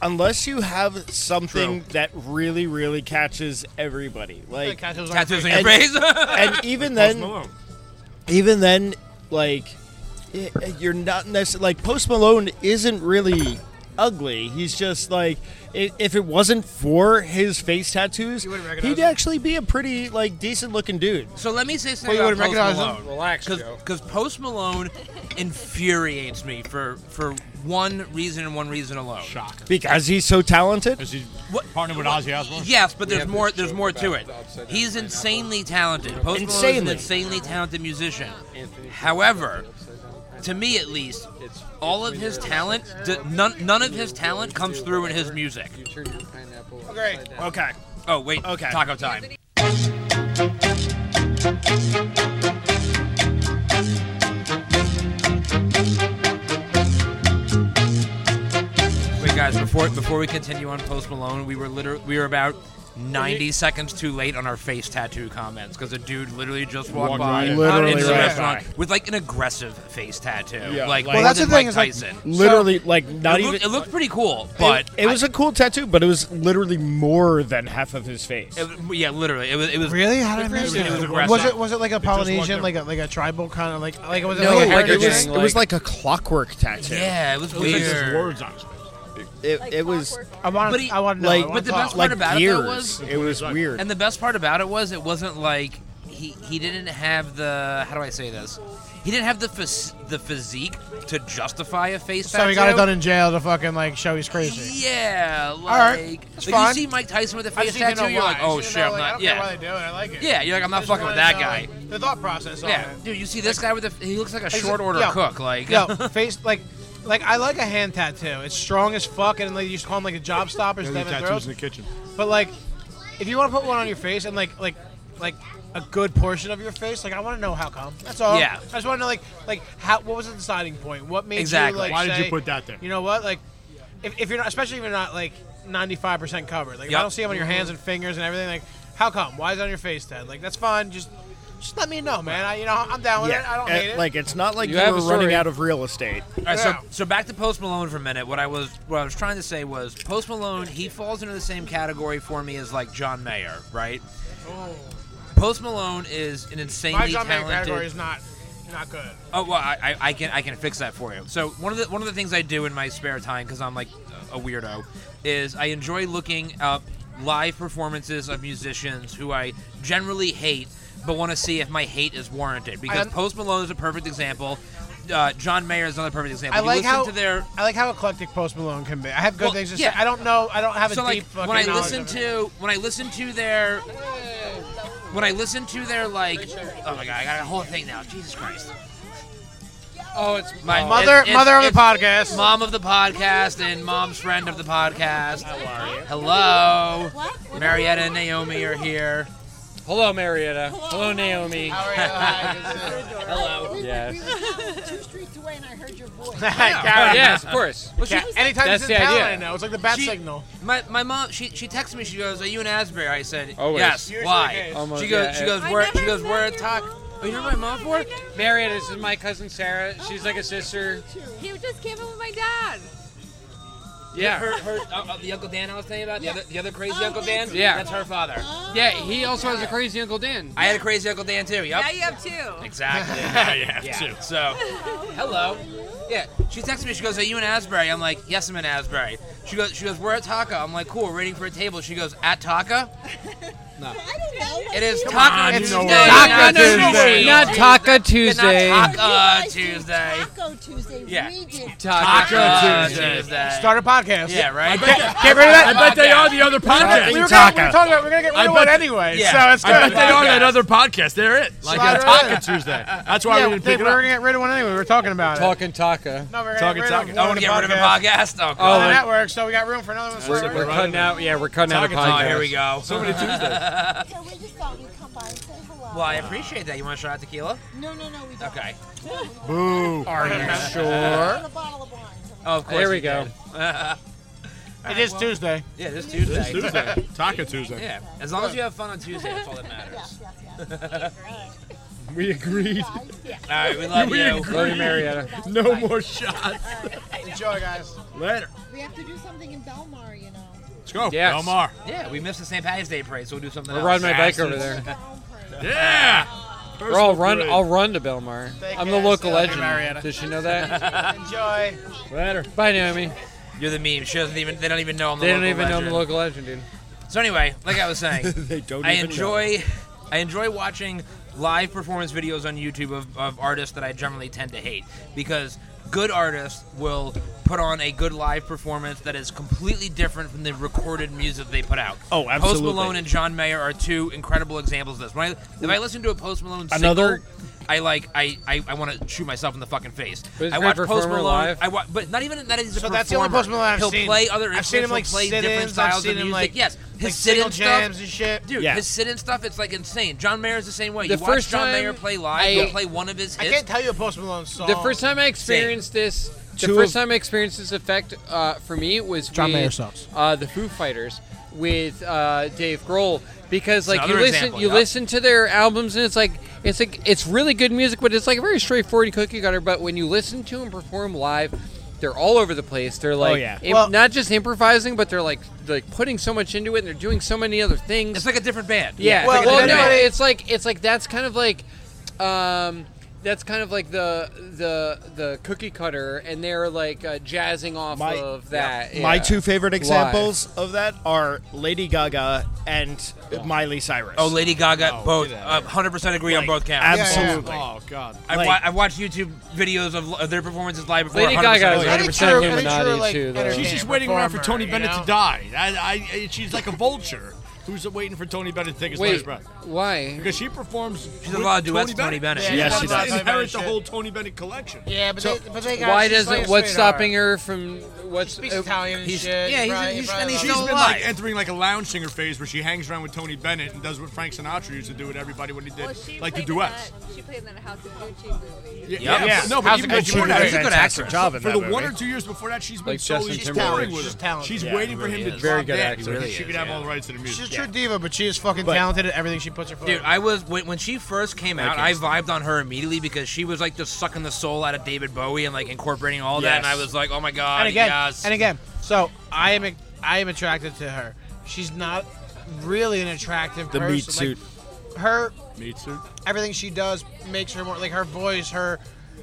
[SPEAKER 5] unless you have something
[SPEAKER 6] True.
[SPEAKER 5] that really really catches everybody
[SPEAKER 3] Like,
[SPEAKER 5] like
[SPEAKER 3] tattoos on
[SPEAKER 4] Tattoos on
[SPEAKER 3] your face.
[SPEAKER 4] your
[SPEAKER 5] And-
[SPEAKER 4] face.
[SPEAKER 5] and even
[SPEAKER 6] Post
[SPEAKER 5] then
[SPEAKER 6] Malone.
[SPEAKER 5] even then like i- you're not necessarily like post malone isn't really ugly he's just like i- if it wasn't for his face tattoos
[SPEAKER 3] You wouldn't recognize
[SPEAKER 5] he'd
[SPEAKER 3] him.
[SPEAKER 5] actually be a pretty like decent looking dude
[SPEAKER 4] So let me say
[SPEAKER 3] Well,
[SPEAKER 4] something
[SPEAKER 3] you
[SPEAKER 4] about
[SPEAKER 3] wouldn't
[SPEAKER 4] Post
[SPEAKER 3] recognize him.
[SPEAKER 4] Malone.
[SPEAKER 1] Relax, Joe.
[SPEAKER 4] Because Post Malone infuriates me for for one reason and one reason alone.
[SPEAKER 6] Shocker.
[SPEAKER 5] because he's so talented
[SPEAKER 6] Is he
[SPEAKER 4] What-
[SPEAKER 6] partnered with Ozzy Osbourne?
[SPEAKER 4] Yes, but there's
[SPEAKER 1] have
[SPEAKER 4] more.
[SPEAKER 1] this
[SPEAKER 4] There's
[SPEAKER 1] joke
[SPEAKER 4] more to
[SPEAKER 1] about
[SPEAKER 4] it.
[SPEAKER 1] the upside down
[SPEAKER 4] He's insanely talented. Post Malone is an
[SPEAKER 5] Insanely.
[SPEAKER 4] insanely talented musician. However, to me at least, all of his talent, d- none, none of his talent comes through in his music.
[SPEAKER 1] You turn your pineapple.
[SPEAKER 3] Okay.
[SPEAKER 1] upside down.
[SPEAKER 5] okay
[SPEAKER 4] Oh wait,
[SPEAKER 5] Okay.
[SPEAKER 4] taco time. Wait, guys, before before we continue on Post Malone, we were literally we were about. 90 seconds too late on our face tattoo comments because a dude literally just walked
[SPEAKER 6] Walked
[SPEAKER 4] by
[SPEAKER 6] right in.
[SPEAKER 5] Literally
[SPEAKER 4] into the
[SPEAKER 5] right
[SPEAKER 4] restaurant with like an aggressive face tattoo.
[SPEAKER 5] Yeah,
[SPEAKER 4] like,
[SPEAKER 5] like-
[SPEAKER 4] more
[SPEAKER 3] Well, that's
[SPEAKER 4] than
[SPEAKER 3] the thing
[SPEAKER 4] Mike
[SPEAKER 3] is, like,
[SPEAKER 4] Tyson.
[SPEAKER 5] literally like not
[SPEAKER 4] it, looked,
[SPEAKER 5] even
[SPEAKER 4] it looked pretty cool, but
[SPEAKER 5] it, it was a cool tattoo, but it was literally more than half of his face.
[SPEAKER 4] it- yeah, literally, it was it was
[SPEAKER 3] Really? How did I
[SPEAKER 4] It was-
[SPEAKER 3] miss
[SPEAKER 4] it was
[SPEAKER 3] it?
[SPEAKER 4] aggressive.
[SPEAKER 3] Was it was it like a
[SPEAKER 6] walked
[SPEAKER 3] Polynesian,
[SPEAKER 6] up.
[SPEAKER 3] like a like a tribal kind of like like was it
[SPEAKER 5] no,
[SPEAKER 3] like
[SPEAKER 5] it,
[SPEAKER 3] a
[SPEAKER 1] like
[SPEAKER 3] heritage
[SPEAKER 5] was,
[SPEAKER 1] gang,
[SPEAKER 3] thing?
[SPEAKER 5] it was
[SPEAKER 1] like-
[SPEAKER 5] Oh, like a clockwork tattoo.
[SPEAKER 4] Yeah, it was
[SPEAKER 6] It looks like
[SPEAKER 4] weird.
[SPEAKER 6] there's words on his face.
[SPEAKER 5] it, it was
[SPEAKER 3] I want
[SPEAKER 4] But it-
[SPEAKER 3] to. I want to know.
[SPEAKER 5] like-
[SPEAKER 3] I wanna
[SPEAKER 4] but the
[SPEAKER 3] talk.
[SPEAKER 4] best part
[SPEAKER 5] like
[SPEAKER 4] about it, though, was-
[SPEAKER 5] years. It was weird.
[SPEAKER 4] And the best part about it was it wasn't like he he didn't have the how do I say this? He didn't have the phys- the physique to justify a face
[SPEAKER 3] so
[SPEAKER 4] tattoo.
[SPEAKER 3] he got it done in jail to fucking like show he's crazy.
[SPEAKER 4] yeah, like,
[SPEAKER 3] right, that's
[SPEAKER 4] like, you
[SPEAKER 3] fine.
[SPEAKER 4] see Mike Tyson with a
[SPEAKER 3] I
[SPEAKER 4] face
[SPEAKER 3] just need to
[SPEAKER 4] tattoo,
[SPEAKER 3] know
[SPEAKER 4] you're
[SPEAKER 3] why.
[SPEAKER 4] like,
[SPEAKER 3] I
[SPEAKER 4] oh
[SPEAKER 3] just need
[SPEAKER 4] shit,
[SPEAKER 3] to know,
[SPEAKER 4] I'm
[SPEAKER 3] like, I
[SPEAKER 4] not.
[SPEAKER 3] don't
[SPEAKER 4] Yeah,
[SPEAKER 3] care why they do it. I like it.
[SPEAKER 4] yeah, you're like I'm
[SPEAKER 3] I
[SPEAKER 4] not
[SPEAKER 3] just
[SPEAKER 4] fucking with
[SPEAKER 3] wanna
[SPEAKER 4] that
[SPEAKER 3] know,
[SPEAKER 4] guy.
[SPEAKER 3] like, the thought process. on
[SPEAKER 4] Yeah,
[SPEAKER 3] it.
[SPEAKER 4] dude, you see this guy with a he looks like a
[SPEAKER 3] He's a-
[SPEAKER 4] short order
[SPEAKER 3] yo,
[SPEAKER 4] cook. Like,
[SPEAKER 3] Yo, face like, like I like a hand tattoo. It's strong as fuck, and like you just call them like a job stopper,
[SPEAKER 6] There's
[SPEAKER 3] seven
[SPEAKER 6] tattoos
[SPEAKER 3] throws.
[SPEAKER 6] in the kitchen.
[SPEAKER 3] But like, if you want to put one on your face and like like like a good portion of your face, like I want to know how come. That's all.
[SPEAKER 4] Yeah.
[SPEAKER 3] I just want to know like like how what was the deciding point? What made you
[SPEAKER 4] Exactly.
[SPEAKER 3] like
[SPEAKER 6] Why did you
[SPEAKER 3] say,
[SPEAKER 6] put that there?
[SPEAKER 3] You know what? Like, if, if you're not, especially if you're not like 95 percent covered, like if
[SPEAKER 4] Yup.
[SPEAKER 3] I don't see them on your hands and fingers and everything, like how come? Why is it on your face, Ted? Like that's fine. Just just let me know, man. I you know I'm down with it. I don't
[SPEAKER 5] And,
[SPEAKER 3] hate it.
[SPEAKER 5] Eh, Like it's not like
[SPEAKER 1] You
[SPEAKER 5] you,
[SPEAKER 1] have
[SPEAKER 5] were
[SPEAKER 1] a story.
[SPEAKER 5] running out of real estate.
[SPEAKER 4] All right, so,
[SPEAKER 3] Yeah.
[SPEAKER 4] so back to Post Malone for a minute. What I was what I was trying to say was Post Malone. He falls into the same category for me as like John Mayer, right? Post Malone is an
[SPEAKER 3] Oh. My
[SPEAKER 4] insanely
[SPEAKER 3] John Mayer category
[SPEAKER 4] talented.
[SPEAKER 3] is not not good.
[SPEAKER 4] Oh well, I, I, I can I can fix that for you. So one of the one of the things I do in my spare time because I'm like a weirdo is I enjoy looking up live performances of musicians who I generally hate, but want to see if my hate is warranted. Because
[SPEAKER 3] un-
[SPEAKER 4] Post Malone is a perfect example. Uh, John Mayer is another perfect example.
[SPEAKER 3] I
[SPEAKER 4] you
[SPEAKER 3] like
[SPEAKER 4] listen
[SPEAKER 3] how
[SPEAKER 4] to their
[SPEAKER 3] I like how eclectic Post Malone can be. I have good
[SPEAKER 4] Well,
[SPEAKER 3] things to
[SPEAKER 4] yeah.
[SPEAKER 3] say. I don't know. I don't have a
[SPEAKER 4] so like
[SPEAKER 3] deep fucking
[SPEAKER 4] when I
[SPEAKER 3] knowledge
[SPEAKER 4] listen
[SPEAKER 3] of it.
[SPEAKER 4] to when I listen to their when I listen to their like oh my god I got a whole thing now Jesus Christ
[SPEAKER 1] Oh, it's
[SPEAKER 4] my
[SPEAKER 3] mother
[SPEAKER 4] it's-
[SPEAKER 3] mother of
[SPEAKER 4] it's-
[SPEAKER 3] the podcast.
[SPEAKER 4] mom of the podcast and mom's friend of the podcast. Hello. Hello. Marietta and Naomi are here.
[SPEAKER 1] hello, Marietta. Hello, Naomi.
[SPEAKER 3] How are you? Hi,
[SPEAKER 4] Hello.
[SPEAKER 1] Yes. Oh,
[SPEAKER 7] two streets away and I heard your voice.
[SPEAKER 3] good to- Hi, Karen.
[SPEAKER 1] yes, of course.
[SPEAKER 3] Yeah, anytime
[SPEAKER 1] That's
[SPEAKER 3] he's
[SPEAKER 1] the
[SPEAKER 3] in town,
[SPEAKER 1] idea.
[SPEAKER 3] I know. It's like the bat
[SPEAKER 4] She-
[SPEAKER 3] signal.
[SPEAKER 4] My, my mom she she texts me she goes are you in Asbury I said
[SPEAKER 1] Always.
[SPEAKER 4] yes
[SPEAKER 3] Usually the
[SPEAKER 4] why
[SPEAKER 3] case.
[SPEAKER 1] Almost,
[SPEAKER 4] she goes
[SPEAKER 1] yeah,
[SPEAKER 4] she
[SPEAKER 1] yeah.
[SPEAKER 4] goes
[SPEAKER 2] I
[SPEAKER 4] where she
[SPEAKER 2] never
[SPEAKER 4] goes
[SPEAKER 2] met
[SPEAKER 4] where a
[SPEAKER 2] your
[SPEAKER 4] talk
[SPEAKER 2] mom.
[SPEAKER 4] oh you know my mom for
[SPEAKER 2] I never-
[SPEAKER 1] Marietta, this is my cousin Sarah. She's like a sister.
[SPEAKER 2] He just came up with my dad.
[SPEAKER 1] Yeah.
[SPEAKER 4] her, her uh, uh, the Uncle Dan I was telling you about the other the other crazy Uncle Dan
[SPEAKER 1] Yeah.
[SPEAKER 4] that's her father
[SPEAKER 1] Yeah, he also has a crazy Uncle Dan.
[SPEAKER 4] I had a crazy Uncle Dan too yep
[SPEAKER 2] Now you have two.
[SPEAKER 4] Exactly.
[SPEAKER 6] yeah,
[SPEAKER 4] yeah.
[SPEAKER 6] too.
[SPEAKER 4] So, hello. Yeah, she texts me. She goes, "Are you in Asbury?" I'm like, "Yes, I'm in Asbury." She goes, "She goes, we're at Taka." I'm like, "Cool, we're waiting for a table." She goes, "At Taka?"
[SPEAKER 7] I don't know.
[SPEAKER 4] It is Taka
[SPEAKER 6] on, you
[SPEAKER 4] Tuesday.
[SPEAKER 6] know
[SPEAKER 1] it.
[SPEAKER 4] not
[SPEAKER 1] Taka Tuesday. Not Taka
[SPEAKER 4] Yeah,
[SPEAKER 1] Tuesday.
[SPEAKER 4] Not Taka
[SPEAKER 7] You guys do
[SPEAKER 4] Tuesday.
[SPEAKER 7] Taco Tuesday.
[SPEAKER 4] Yeah.
[SPEAKER 7] We did.
[SPEAKER 4] Taka Tuesday.
[SPEAKER 3] Start a podcast.
[SPEAKER 4] Uh, Yeah, right.
[SPEAKER 3] Get rid of
[SPEAKER 6] I
[SPEAKER 3] that.
[SPEAKER 6] bet they are the other
[SPEAKER 3] we, were gonna,
[SPEAKER 5] Taka.
[SPEAKER 6] podcast.
[SPEAKER 3] we were talking about we're gonna get rid
[SPEAKER 6] I
[SPEAKER 3] of one
[SPEAKER 6] bet-
[SPEAKER 3] anyway,
[SPEAKER 4] Yeah.
[SPEAKER 3] so it's good.
[SPEAKER 6] I bet they are that other podcast. They're it. Like
[SPEAKER 3] Slide
[SPEAKER 6] a
[SPEAKER 3] right in.
[SPEAKER 6] Taka Tuesday. That's why
[SPEAKER 3] yeah,
[SPEAKER 6] we
[SPEAKER 3] we
[SPEAKER 6] didn't pick
[SPEAKER 3] we
[SPEAKER 6] it
[SPEAKER 3] were
[SPEAKER 6] up.
[SPEAKER 3] gonna get rid of one anyway. We were talking about it.
[SPEAKER 1] Talking Taka.
[SPEAKER 3] No, we're gonna
[SPEAKER 6] Talking,
[SPEAKER 3] get
[SPEAKER 6] talking.
[SPEAKER 3] rid of
[SPEAKER 4] I
[SPEAKER 3] one
[SPEAKER 4] want to get rid of a
[SPEAKER 3] podcast.
[SPEAKER 4] podcast. Oh,
[SPEAKER 1] Oh,
[SPEAKER 4] God.
[SPEAKER 3] the
[SPEAKER 1] like-
[SPEAKER 3] network, so we got room for another one.
[SPEAKER 1] We're, we're
[SPEAKER 3] forever.
[SPEAKER 1] cutting out. Yeah, we're cutting out a
[SPEAKER 6] Taka
[SPEAKER 4] oh,
[SPEAKER 1] podcast.
[SPEAKER 4] here we go.
[SPEAKER 6] So many Tuesdays.
[SPEAKER 7] So we just thought we'd come by and say hello.
[SPEAKER 4] Well, I appreciate that. You want a shot of tequila?
[SPEAKER 7] No, no, no, we don't.
[SPEAKER 4] Okay.
[SPEAKER 6] Boo.
[SPEAKER 1] Are you
[SPEAKER 7] And
[SPEAKER 1] sure?
[SPEAKER 7] a bottle of wine.
[SPEAKER 4] Oh, of course.
[SPEAKER 1] There
[SPEAKER 4] you
[SPEAKER 1] we go.
[SPEAKER 4] did.
[SPEAKER 3] It is Tuesday.
[SPEAKER 4] Yeah, this Tuesday.
[SPEAKER 6] Tuesday. Taka Tuesday.
[SPEAKER 4] Yeah, as long as you have fun on Tuesday, that's all that matters.
[SPEAKER 7] Yes, yes, yes.
[SPEAKER 6] We agreed.
[SPEAKER 7] Guys, yes.
[SPEAKER 4] All right, we love
[SPEAKER 6] We
[SPEAKER 4] you.
[SPEAKER 1] Love you, Marietta.
[SPEAKER 6] No more shots.
[SPEAKER 3] Enjoy, guys.
[SPEAKER 6] Later.
[SPEAKER 7] We have to do something in Belmar, you know.
[SPEAKER 6] Let's go.
[SPEAKER 1] Yes.
[SPEAKER 6] Elmar.
[SPEAKER 4] Yeah, we missed the St. Patty's Day parade, so we'll do something
[SPEAKER 1] I'll
[SPEAKER 4] else.
[SPEAKER 1] ride my bike over
[SPEAKER 6] Asses.
[SPEAKER 1] there.
[SPEAKER 7] Our own parade.
[SPEAKER 6] Yeah.
[SPEAKER 1] Or I'll run.
[SPEAKER 6] Personal
[SPEAKER 1] I'll run to Belmar.
[SPEAKER 3] Take
[SPEAKER 1] I'm
[SPEAKER 3] care,
[SPEAKER 1] the local
[SPEAKER 4] uh,
[SPEAKER 3] Sarah.
[SPEAKER 1] legend.
[SPEAKER 3] Marietta.
[SPEAKER 1] Does she know that?
[SPEAKER 3] Enjoy.
[SPEAKER 6] parade. Later.
[SPEAKER 1] Bye, Naomi.
[SPEAKER 4] You're the meme. She doesn't even. They don't even know I'm the
[SPEAKER 1] They don't
[SPEAKER 4] local
[SPEAKER 1] even know I'm the
[SPEAKER 4] legend.
[SPEAKER 1] local legend, dude.
[SPEAKER 4] So anyway, like I was saying,
[SPEAKER 5] They don't
[SPEAKER 4] I
[SPEAKER 5] even know.
[SPEAKER 4] enjoy, I enjoy watching live performance videos on YouTube of, of artists that I generally tend to hate because good artists will put on a good live performance that is completely different from the recorded music they put out.
[SPEAKER 5] Oh, absolutely.
[SPEAKER 4] Post Malone and John Mayer are two incredible examples of this. When I, if I listen to a Post Malone single,
[SPEAKER 5] Another-
[SPEAKER 4] I like I, I, I want to shoot myself in the fucking face.
[SPEAKER 1] But isn't
[SPEAKER 4] I
[SPEAKER 1] that
[SPEAKER 4] watch Post
[SPEAKER 1] performer
[SPEAKER 4] Malone.
[SPEAKER 1] live?
[SPEAKER 4] I wa- but not even that is a
[SPEAKER 3] So
[SPEAKER 4] performer.
[SPEAKER 3] that's the only Post Malone I've
[SPEAKER 4] He'll
[SPEAKER 3] seen.
[SPEAKER 4] play other
[SPEAKER 3] I've seen him,
[SPEAKER 4] instruments,
[SPEAKER 3] like,
[SPEAKER 4] he'll play
[SPEAKER 3] sit-ins,
[SPEAKER 4] different
[SPEAKER 3] I've
[SPEAKER 4] styles
[SPEAKER 3] seen
[SPEAKER 4] of
[SPEAKER 3] him,
[SPEAKER 4] music.
[SPEAKER 3] like-
[SPEAKER 4] yes, his
[SPEAKER 3] Like
[SPEAKER 4] sit-in
[SPEAKER 3] single
[SPEAKER 4] stuff.
[SPEAKER 3] jams and shit.
[SPEAKER 4] Dude,
[SPEAKER 5] Yeah.
[SPEAKER 4] his sit-in stuff, it's like insane. John Mayer's the same way.
[SPEAKER 1] The
[SPEAKER 4] you watch
[SPEAKER 1] first
[SPEAKER 4] John
[SPEAKER 1] time
[SPEAKER 4] Mayer play live,
[SPEAKER 1] I-
[SPEAKER 4] he'll play one of his
[SPEAKER 3] I
[SPEAKER 4] hits.
[SPEAKER 3] can't tell you a Post Malone song.
[SPEAKER 1] The first time I experienced this, the
[SPEAKER 5] Two
[SPEAKER 1] first
[SPEAKER 5] of-
[SPEAKER 1] time I experienced this effect uh, for me was
[SPEAKER 3] John
[SPEAKER 1] with,
[SPEAKER 3] Mayer sucks.
[SPEAKER 1] Uh, the Foo Fighters with uh, Dave Grohl because like you
[SPEAKER 4] another
[SPEAKER 1] listen
[SPEAKER 4] example,
[SPEAKER 1] you
[SPEAKER 4] yeah.
[SPEAKER 1] listen to their albums and it's like it's like it's really good music but it's like very straightforward and cookie cutter but when you listen to them perform live they're all over the place they're like
[SPEAKER 5] yeah.
[SPEAKER 1] im-
[SPEAKER 3] Well-
[SPEAKER 1] not just improvising but they're like like putting so much into it and they're doing so many other things
[SPEAKER 4] It's like a different band.
[SPEAKER 1] yeah.
[SPEAKER 3] Well,
[SPEAKER 1] Well,
[SPEAKER 3] it's like a
[SPEAKER 1] no,
[SPEAKER 3] different-
[SPEAKER 1] it's like it's like that's kind of like, um, that's kind of like the the the cookie cutter, and they're like uh, jazzing off
[SPEAKER 5] My-
[SPEAKER 1] of that. Yeah.
[SPEAKER 5] My two favorite
[SPEAKER 1] Live.
[SPEAKER 5] examples of that are Lady Gaga and Miley Cyrus.
[SPEAKER 4] Oh, Lady Gaga,
[SPEAKER 6] No,
[SPEAKER 4] both.
[SPEAKER 6] do that.
[SPEAKER 4] Uh, 100% agree on
[SPEAKER 5] Like,
[SPEAKER 4] both counts.
[SPEAKER 5] abs- Absolutely.
[SPEAKER 6] Oh, God.
[SPEAKER 4] I,
[SPEAKER 5] like-
[SPEAKER 4] wa- I watched YouTube videos of, of their performances live before.
[SPEAKER 1] Lady
[SPEAKER 4] 100%
[SPEAKER 1] Gaga is
[SPEAKER 4] agree.
[SPEAKER 1] 100%
[SPEAKER 3] true-
[SPEAKER 1] Illuminati
[SPEAKER 3] pretty true, like,
[SPEAKER 1] too. Though.
[SPEAKER 3] energy-
[SPEAKER 6] She's just
[SPEAKER 3] Damn
[SPEAKER 6] waiting around for
[SPEAKER 3] performer,
[SPEAKER 6] Tony
[SPEAKER 3] you
[SPEAKER 6] Bennett
[SPEAKER 3] know?
[SPEAKER 6] to die. I, I, she's like a vulture who's waiting for Tony Bennett to take his last
[SPEAKER 1] Wait,
[SPEAKER 6] breath.
[SPEAKER 1] why?
[SPEAKER 6] Because she performs.
[SPEAKER 4] She's
[SPEAKER 6] with
[SPEAKER 4] a lot of duets with Tony Bennett.
[SPEAKER 3] Yeah,
[SPEAKER 5] Yes,
[SPEAKER 6] wants
[SPEAKER 5] she
[SPEAKER 6] to
[SPEAKER 5] does.
[SPEAKER 6] Inherit the
[SPEAKER 3] Shit.
[SPEAKER 6] whole Tony Bennett collection.
[SPEAKER 3] Yeah, but they, but they got.
[SPEAKER 1] Why
[SPEAKER 3] she's like
[SPEAKER 1] doesn't
[SPEAKER 3] a
[SPEAKER 1] what's
[SPEAKER 3] sweetheart.
[SPEAKER 1] stopping her from
[SPEAKER 3] She
[SPEAKER 1] what's
[SPEAKER 3] speaks
[SPEAKER 1] uh,
[SPEAKER 3] Italian and
[SPEAKER 4] he's-
[SPEAKER 3] shit.
[SPEAKER 4] yeah, he's-
[SPEAKER 3] Probably-
[SPEAKER 4] he's-
[SPEAKER 3] probably
[SPEAKER 4] and he's
[SPEAKER 3] loves
[SPEAKER 6] She's
[SPEAKER 4] still
[SPEAKER 3] it.
[SPEAKER 6] been
[SPEAKER 4] alive.
[SPEAKER 6] like entering like a lounge singer phase where she hangs around with Tony Bennett and does what Frank Sinatra used to do with everybody when he did,
[SPEAKER 2] Well, she
[SPEAKER 6] like the
[SPEAKER 2] played in
[SPEAKER 6] duets.
[SPEAKER 2] that- She played in that House of Gucci movie.
[SPEAKER 6] Yeah,
[SPEAKER 4] Yeah.
[SPEAKER 6] yeah.
[SPEAKER 4] Yes.
[SPEAKER 6] No, but
[SPEAKER 3] How's
[SPEAKER 6] even
[SPEAKER 3] it good
[SPEAKER 6] before
[SPEAKER 3] she
[SPEAKER 6] that,
[SPEAKER 4] She's
[SPEAKER 5] She's
[SPEAKER 4] a
[SPEAKER 5] a
[SPEAKER 4] good actress.
[SPEAKER 5] job in
[SPEAKER 6] for
[SPEAKER 5] that
[SPEAKER 6] the
[SPEAKER 5] movie.
[SPEAKER 6] one or two years before that, she's been
[SPEAKER 1] Like
[SPEAKER 6] solely
[SPEAKER 1] Justin
[SPEAKER 6] just
[SPEAKER 1] Timberlake.
[SPEAKER 6] touring with
[SPEAKER 3] She's
[SPEAKER 6] it.
[SPEAKER 3] talented.
[SPEAKER 6] She's
[SPEAKER 5] Yeah,
[SPEAKER 6] waiting
[SPEAKER 5] he
[SPEAKER 6] for him
[SPEAKER 5] really
[SPEAKER 6] to
[SPEAKER 5] is.
[SPEAKER 6] drop
[SPEAKER 1] Very good
[SPEAKER 6] dead
[SPEAKER 1] actor.
[SPEAKER 6] so
[SPEAKER 1] Really
[SPEAKER 6] that she
[SPEAKER 4] is,
[SPEAKER 6] could have
[SPEAKER 4] yeah.
[SPEAKER 6] all the rights to the music.
[SPEAKER 3] She's a true diva, but she is fucking
[SPEAKER 5] But-
[SPEAKER 3] talented at everything she puts her foot.
[SPEAKER 4] Dude,
[SPEAKER 3] in.
[SPEAKER 4] I was when, when she first came out, I vibed on her immediately because she was like just sucking the soul out of David Bowie and like incorporating all that,
[SPEAKER 5] Yes.
[SPEAKER 4] and I was like, oh my god,
[SPEAKER 3] and again,
[SPEAKER 4] yes.
[SPEAKER 3] and again. So I am I am attracted to her. She's not really an attractive
[SPEAKER 5] The
[SPEAKER 3] person.
[SPEAKER 5] meat suit.
[SPEAKER 3] Like, her
[SPEAKER 6] Meat suit.
[SPEAKER 3] everything she does makes her more like her voice, her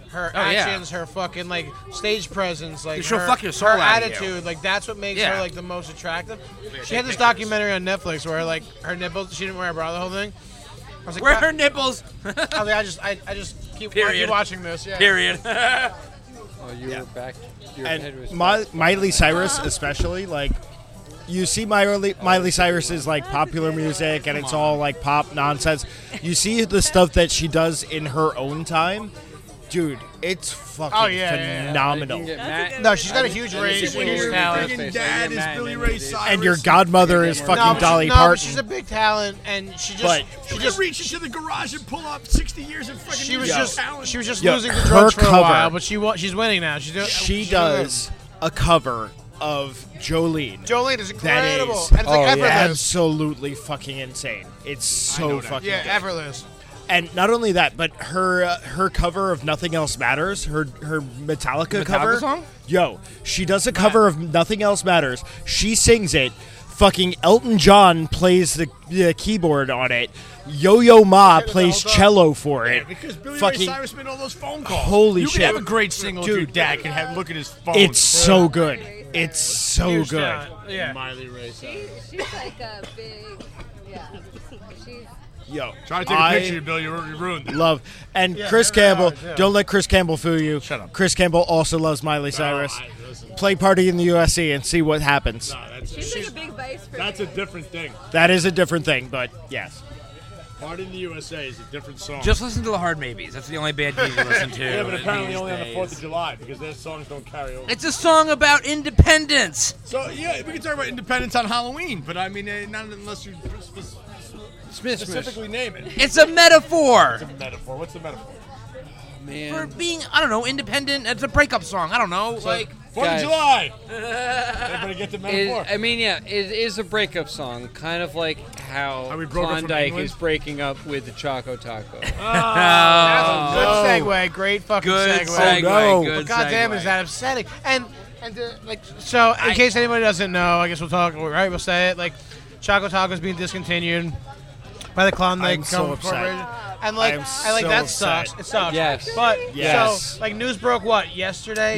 [SPEAKER 3] her
[SPEAKER 4] Oh, yeah.
[SPEAKER 3] actions, her fucking like stage presence, like
[SPEAKER 4] She'll
[SPEAKER 3] her,
[SPEAKER 4] fuck your soul
[SPEAKER 3] her
[SPEAKER 4] out of you.
[SPEAKER 3] attitude, like that's what makes
[SPEAKER 4] Yeah.
[SPEAKER 3] her like the most attractive. She
[SPEAKER 4] take
[SPEAKER 3] had this
[SPEAKER 4] pictures.
[SPEAKER 3] documentary on Netflix where like her nipples, she didn't wear a bra the whole thing. I was like,
[SPEAKER 4] Where
[SPEAKER 3] "God,"
[SPEAKER 4] her nipples?
[SPEAKER 3] I, was like, I just I, I just keep, I
[SPEAKER 4] Period.
[SPEAKER 3] keep watching this. Yeah.
[SPEAKER 4] Period.
[SPEAKER 1] Oh, you were back. Your head was
[SPEAKER 5] and Mi- Miley Cyrus especially like you see Miley Miley Cyrus's like popular music and it's all like pop nonsense. You see the stuff that she does in her own time, dude. It's fucking
[SPEAKER 3] Oh, yeah, yeah, yeah.
[SPEAKER 5] phenomenal.
[SPEAKER 3] No, she's got a huge range,
[SPEAKER 1] When
[SPEAKER 3] huge
[SPEAKER 1] your
[SPEAKER 3] talent.
[SPEAKER 6] friggin' dad is Billy Ray Cyrus.
[SPEAKER 5] And your godmother is
[SPEAKER 1] No,
[SPEAKER 5] fucking
[SPEAKER 3] No, but
[SPEAKER 5] Dolly
[SPEAKER 3] she, no, but
[SPEAKER 5] Parton.
[SPEAKER 3] she's a big talent, and she just
[SPEAKER 5] But-
[SPEAKER 3] she
[SPEAKER 6] You
[SPEAKER 3] just
[SPEAKER 6] just reach into the garage and pull up 60 years of fucking
[SPEAKER 3] she was
[SPEAKER 6] music
[SPEAKER 3] just
[SPEAKER 6] talent.
[SPEAKER 3] she was just
[SPEAKER 5] Yeah,
[SPEAKER 3] losing the
[SPEAKER 5] her
[SPEAKER 3] drugs for
[SPEAKER 5] cover.
[SPEAKER 3] a while, but she wa- she's winning now. She's doing,
[SPEAKER 5] she
[SPEAKER 3] she's
[SPEAKER 5] does a cover of Jolene.
[SPEAKER 3] Doing, Jolene is
[SPEAKER 5] That
[SPEAKER 3] incredible,
[SPEAKER 5] is Oh,
[SPEAKER 3] and it's like effortless.
[SPEAKER 5] absolutely fucking insane. It's so fucking
[SPEAKER 3] Yeah,
[SPEAKER 5] good.
[SPEAKER 3] effortless.
[SPEAKER 5] and not only that, but her uh, her cover of Nothing Else Matters, her her Metallica, cover
[SPEAKER 4] song?
[SPEAKER 5] Yo, she does a cover of Nothing Else Matters. She sings it. Fucking Elton John plays the, the keyboard on it. Yo Yo Ma plays cello for it.
[SPEAKER 6] because Billy Ray
[SPEAKER 5] fucking,
[SPEAKER 6] Cyrus made all those phone calls.
[SPEAKER 5] Holy
[SPEAKER 6] you
[SPEAKER 5] shit.
[SPEAKER 6] can have a great single
[SPEAKER 5] Dude.
[SPEAKER 6] if your dad can have, look at his phone.
[SPEAKER 5] it's so good. It's so
[SPEAKER 3] Huge
[SPEAKER 5] good.
[SPEAKER 3] talent. Yeah.
[SPEAKER 6] Miley Ray Cyrus.
[SPEAKER 2] She, she's like a big, yeah. She's
[SPEAKER 5] Yo,
[SPEAKER 6] Trying to take
[SPEAKER 5] I
[SPEAKER 6] a picture, Bill. You ru- you ruined it.
[SPEAKER 5] Love and
[SPEAKER 3] Yeah,
[SPEAKER 5] Chris
[SPEAKER 3] there they
[SPEAKER 5] Campbell.
[SPEAKER 3] are, yeah.
[SPEAKER 5] Don't let Chris Campbell fool you.
[SPEAKER 6] Shut up.
[SPEAKER 5] Chris Campbell also loves Miley Cyrus.
[SPEAKER 6] I- listen.
[SPEAKER 5] Play party in the USC and see what happens.
[SPEAKER 6] Nah, that's,
[SPEAKER 2] she's, like a big vice for
[SPEAKER 6] that's a different thing.
[SPEAKER 5] That is a different thing, but yes.
[SPEAKER 6] Party in the USA is a different song.
[SPEAKER 4] Just listen to the Hard Maybes. That's the only bad you can listen to.
[SPEAKER 6] yeah, but apparently
[SPEAKER 4] these
[SPEAKER 6] only on the
[SPEAKER 4] days.
[SPEAKER 6] 4th of July because their songs don't carry over.
[SPEAKER 4] It's a song about independence.
[SPEAKER 6] So, yeah, we can talk about independence on Halloween, but I mean, eh, not unless you sp- sp-
[SPEAKER 1] Smith, Smith.
[SPEAKER 6] specifically name it.
[SPEAKER 4] It's a metaphor
[SPEAKER 6] Metaphor. What's the metaphor?
[SPEAKER 4] for
[SPEAKER 1] Man.
[SPEAKER 4] being, I don't know, independent. It's a breakup song. I don't know. like,
[SPEAKER 6] 4th
[SPEAKER 1] Guys.
[SPEAKER 6] of July! Everybody get the
[SPEAKER 1] It-
[SPEAKER 6] metaphor.
[SPEAKER 1] I mean, yeah, it is a breakup song, kind of like
[SPEAKER 6] Are
[SPEAKER 1] how
[SPEAKER 6] we broke up from
[SPEAKER 1] Klondike
[SPEAKER 6] England?
[SPEAKER 1] is breaking up with the Choco Taco.
[SPEAKER 3] That's a good segue. Great fucking
[SPEAKER 4] good
[SPEAKER 3] segue.
[SPEAKER 4] segue.
[SPEAKER 5] no.
[SPEAKER 4] Good
[SPEAKER 3] God damn,
[SPEAKER 4] segue.
[SPEAKER 3] is that upsetting? And and uh, like so, in case anybody doesn't know, I guess we'll talk. All right, we'll say it. Like, Choco Taco's being discontinued by the Clown Lake
[SPEAKER 5] I'm so
[SPEAKER 3] Company
[SPEAKER 5] upset.
[SPEAKER 3] Incorporated. And like,
[SPEAKER 5] I am
[SPEAKER 3] I like
[SPEAKER 5] so
[SPEAKER 3] that
[SPEAKER 5] upset.
[SPEAKER 3] sucks. It sucks.
[SPEAKER 1] Yes.
[SPEAKER 3] But
[SPEAKER 5] Yes.
[SPEAKER 3] so like news broke what yesterday?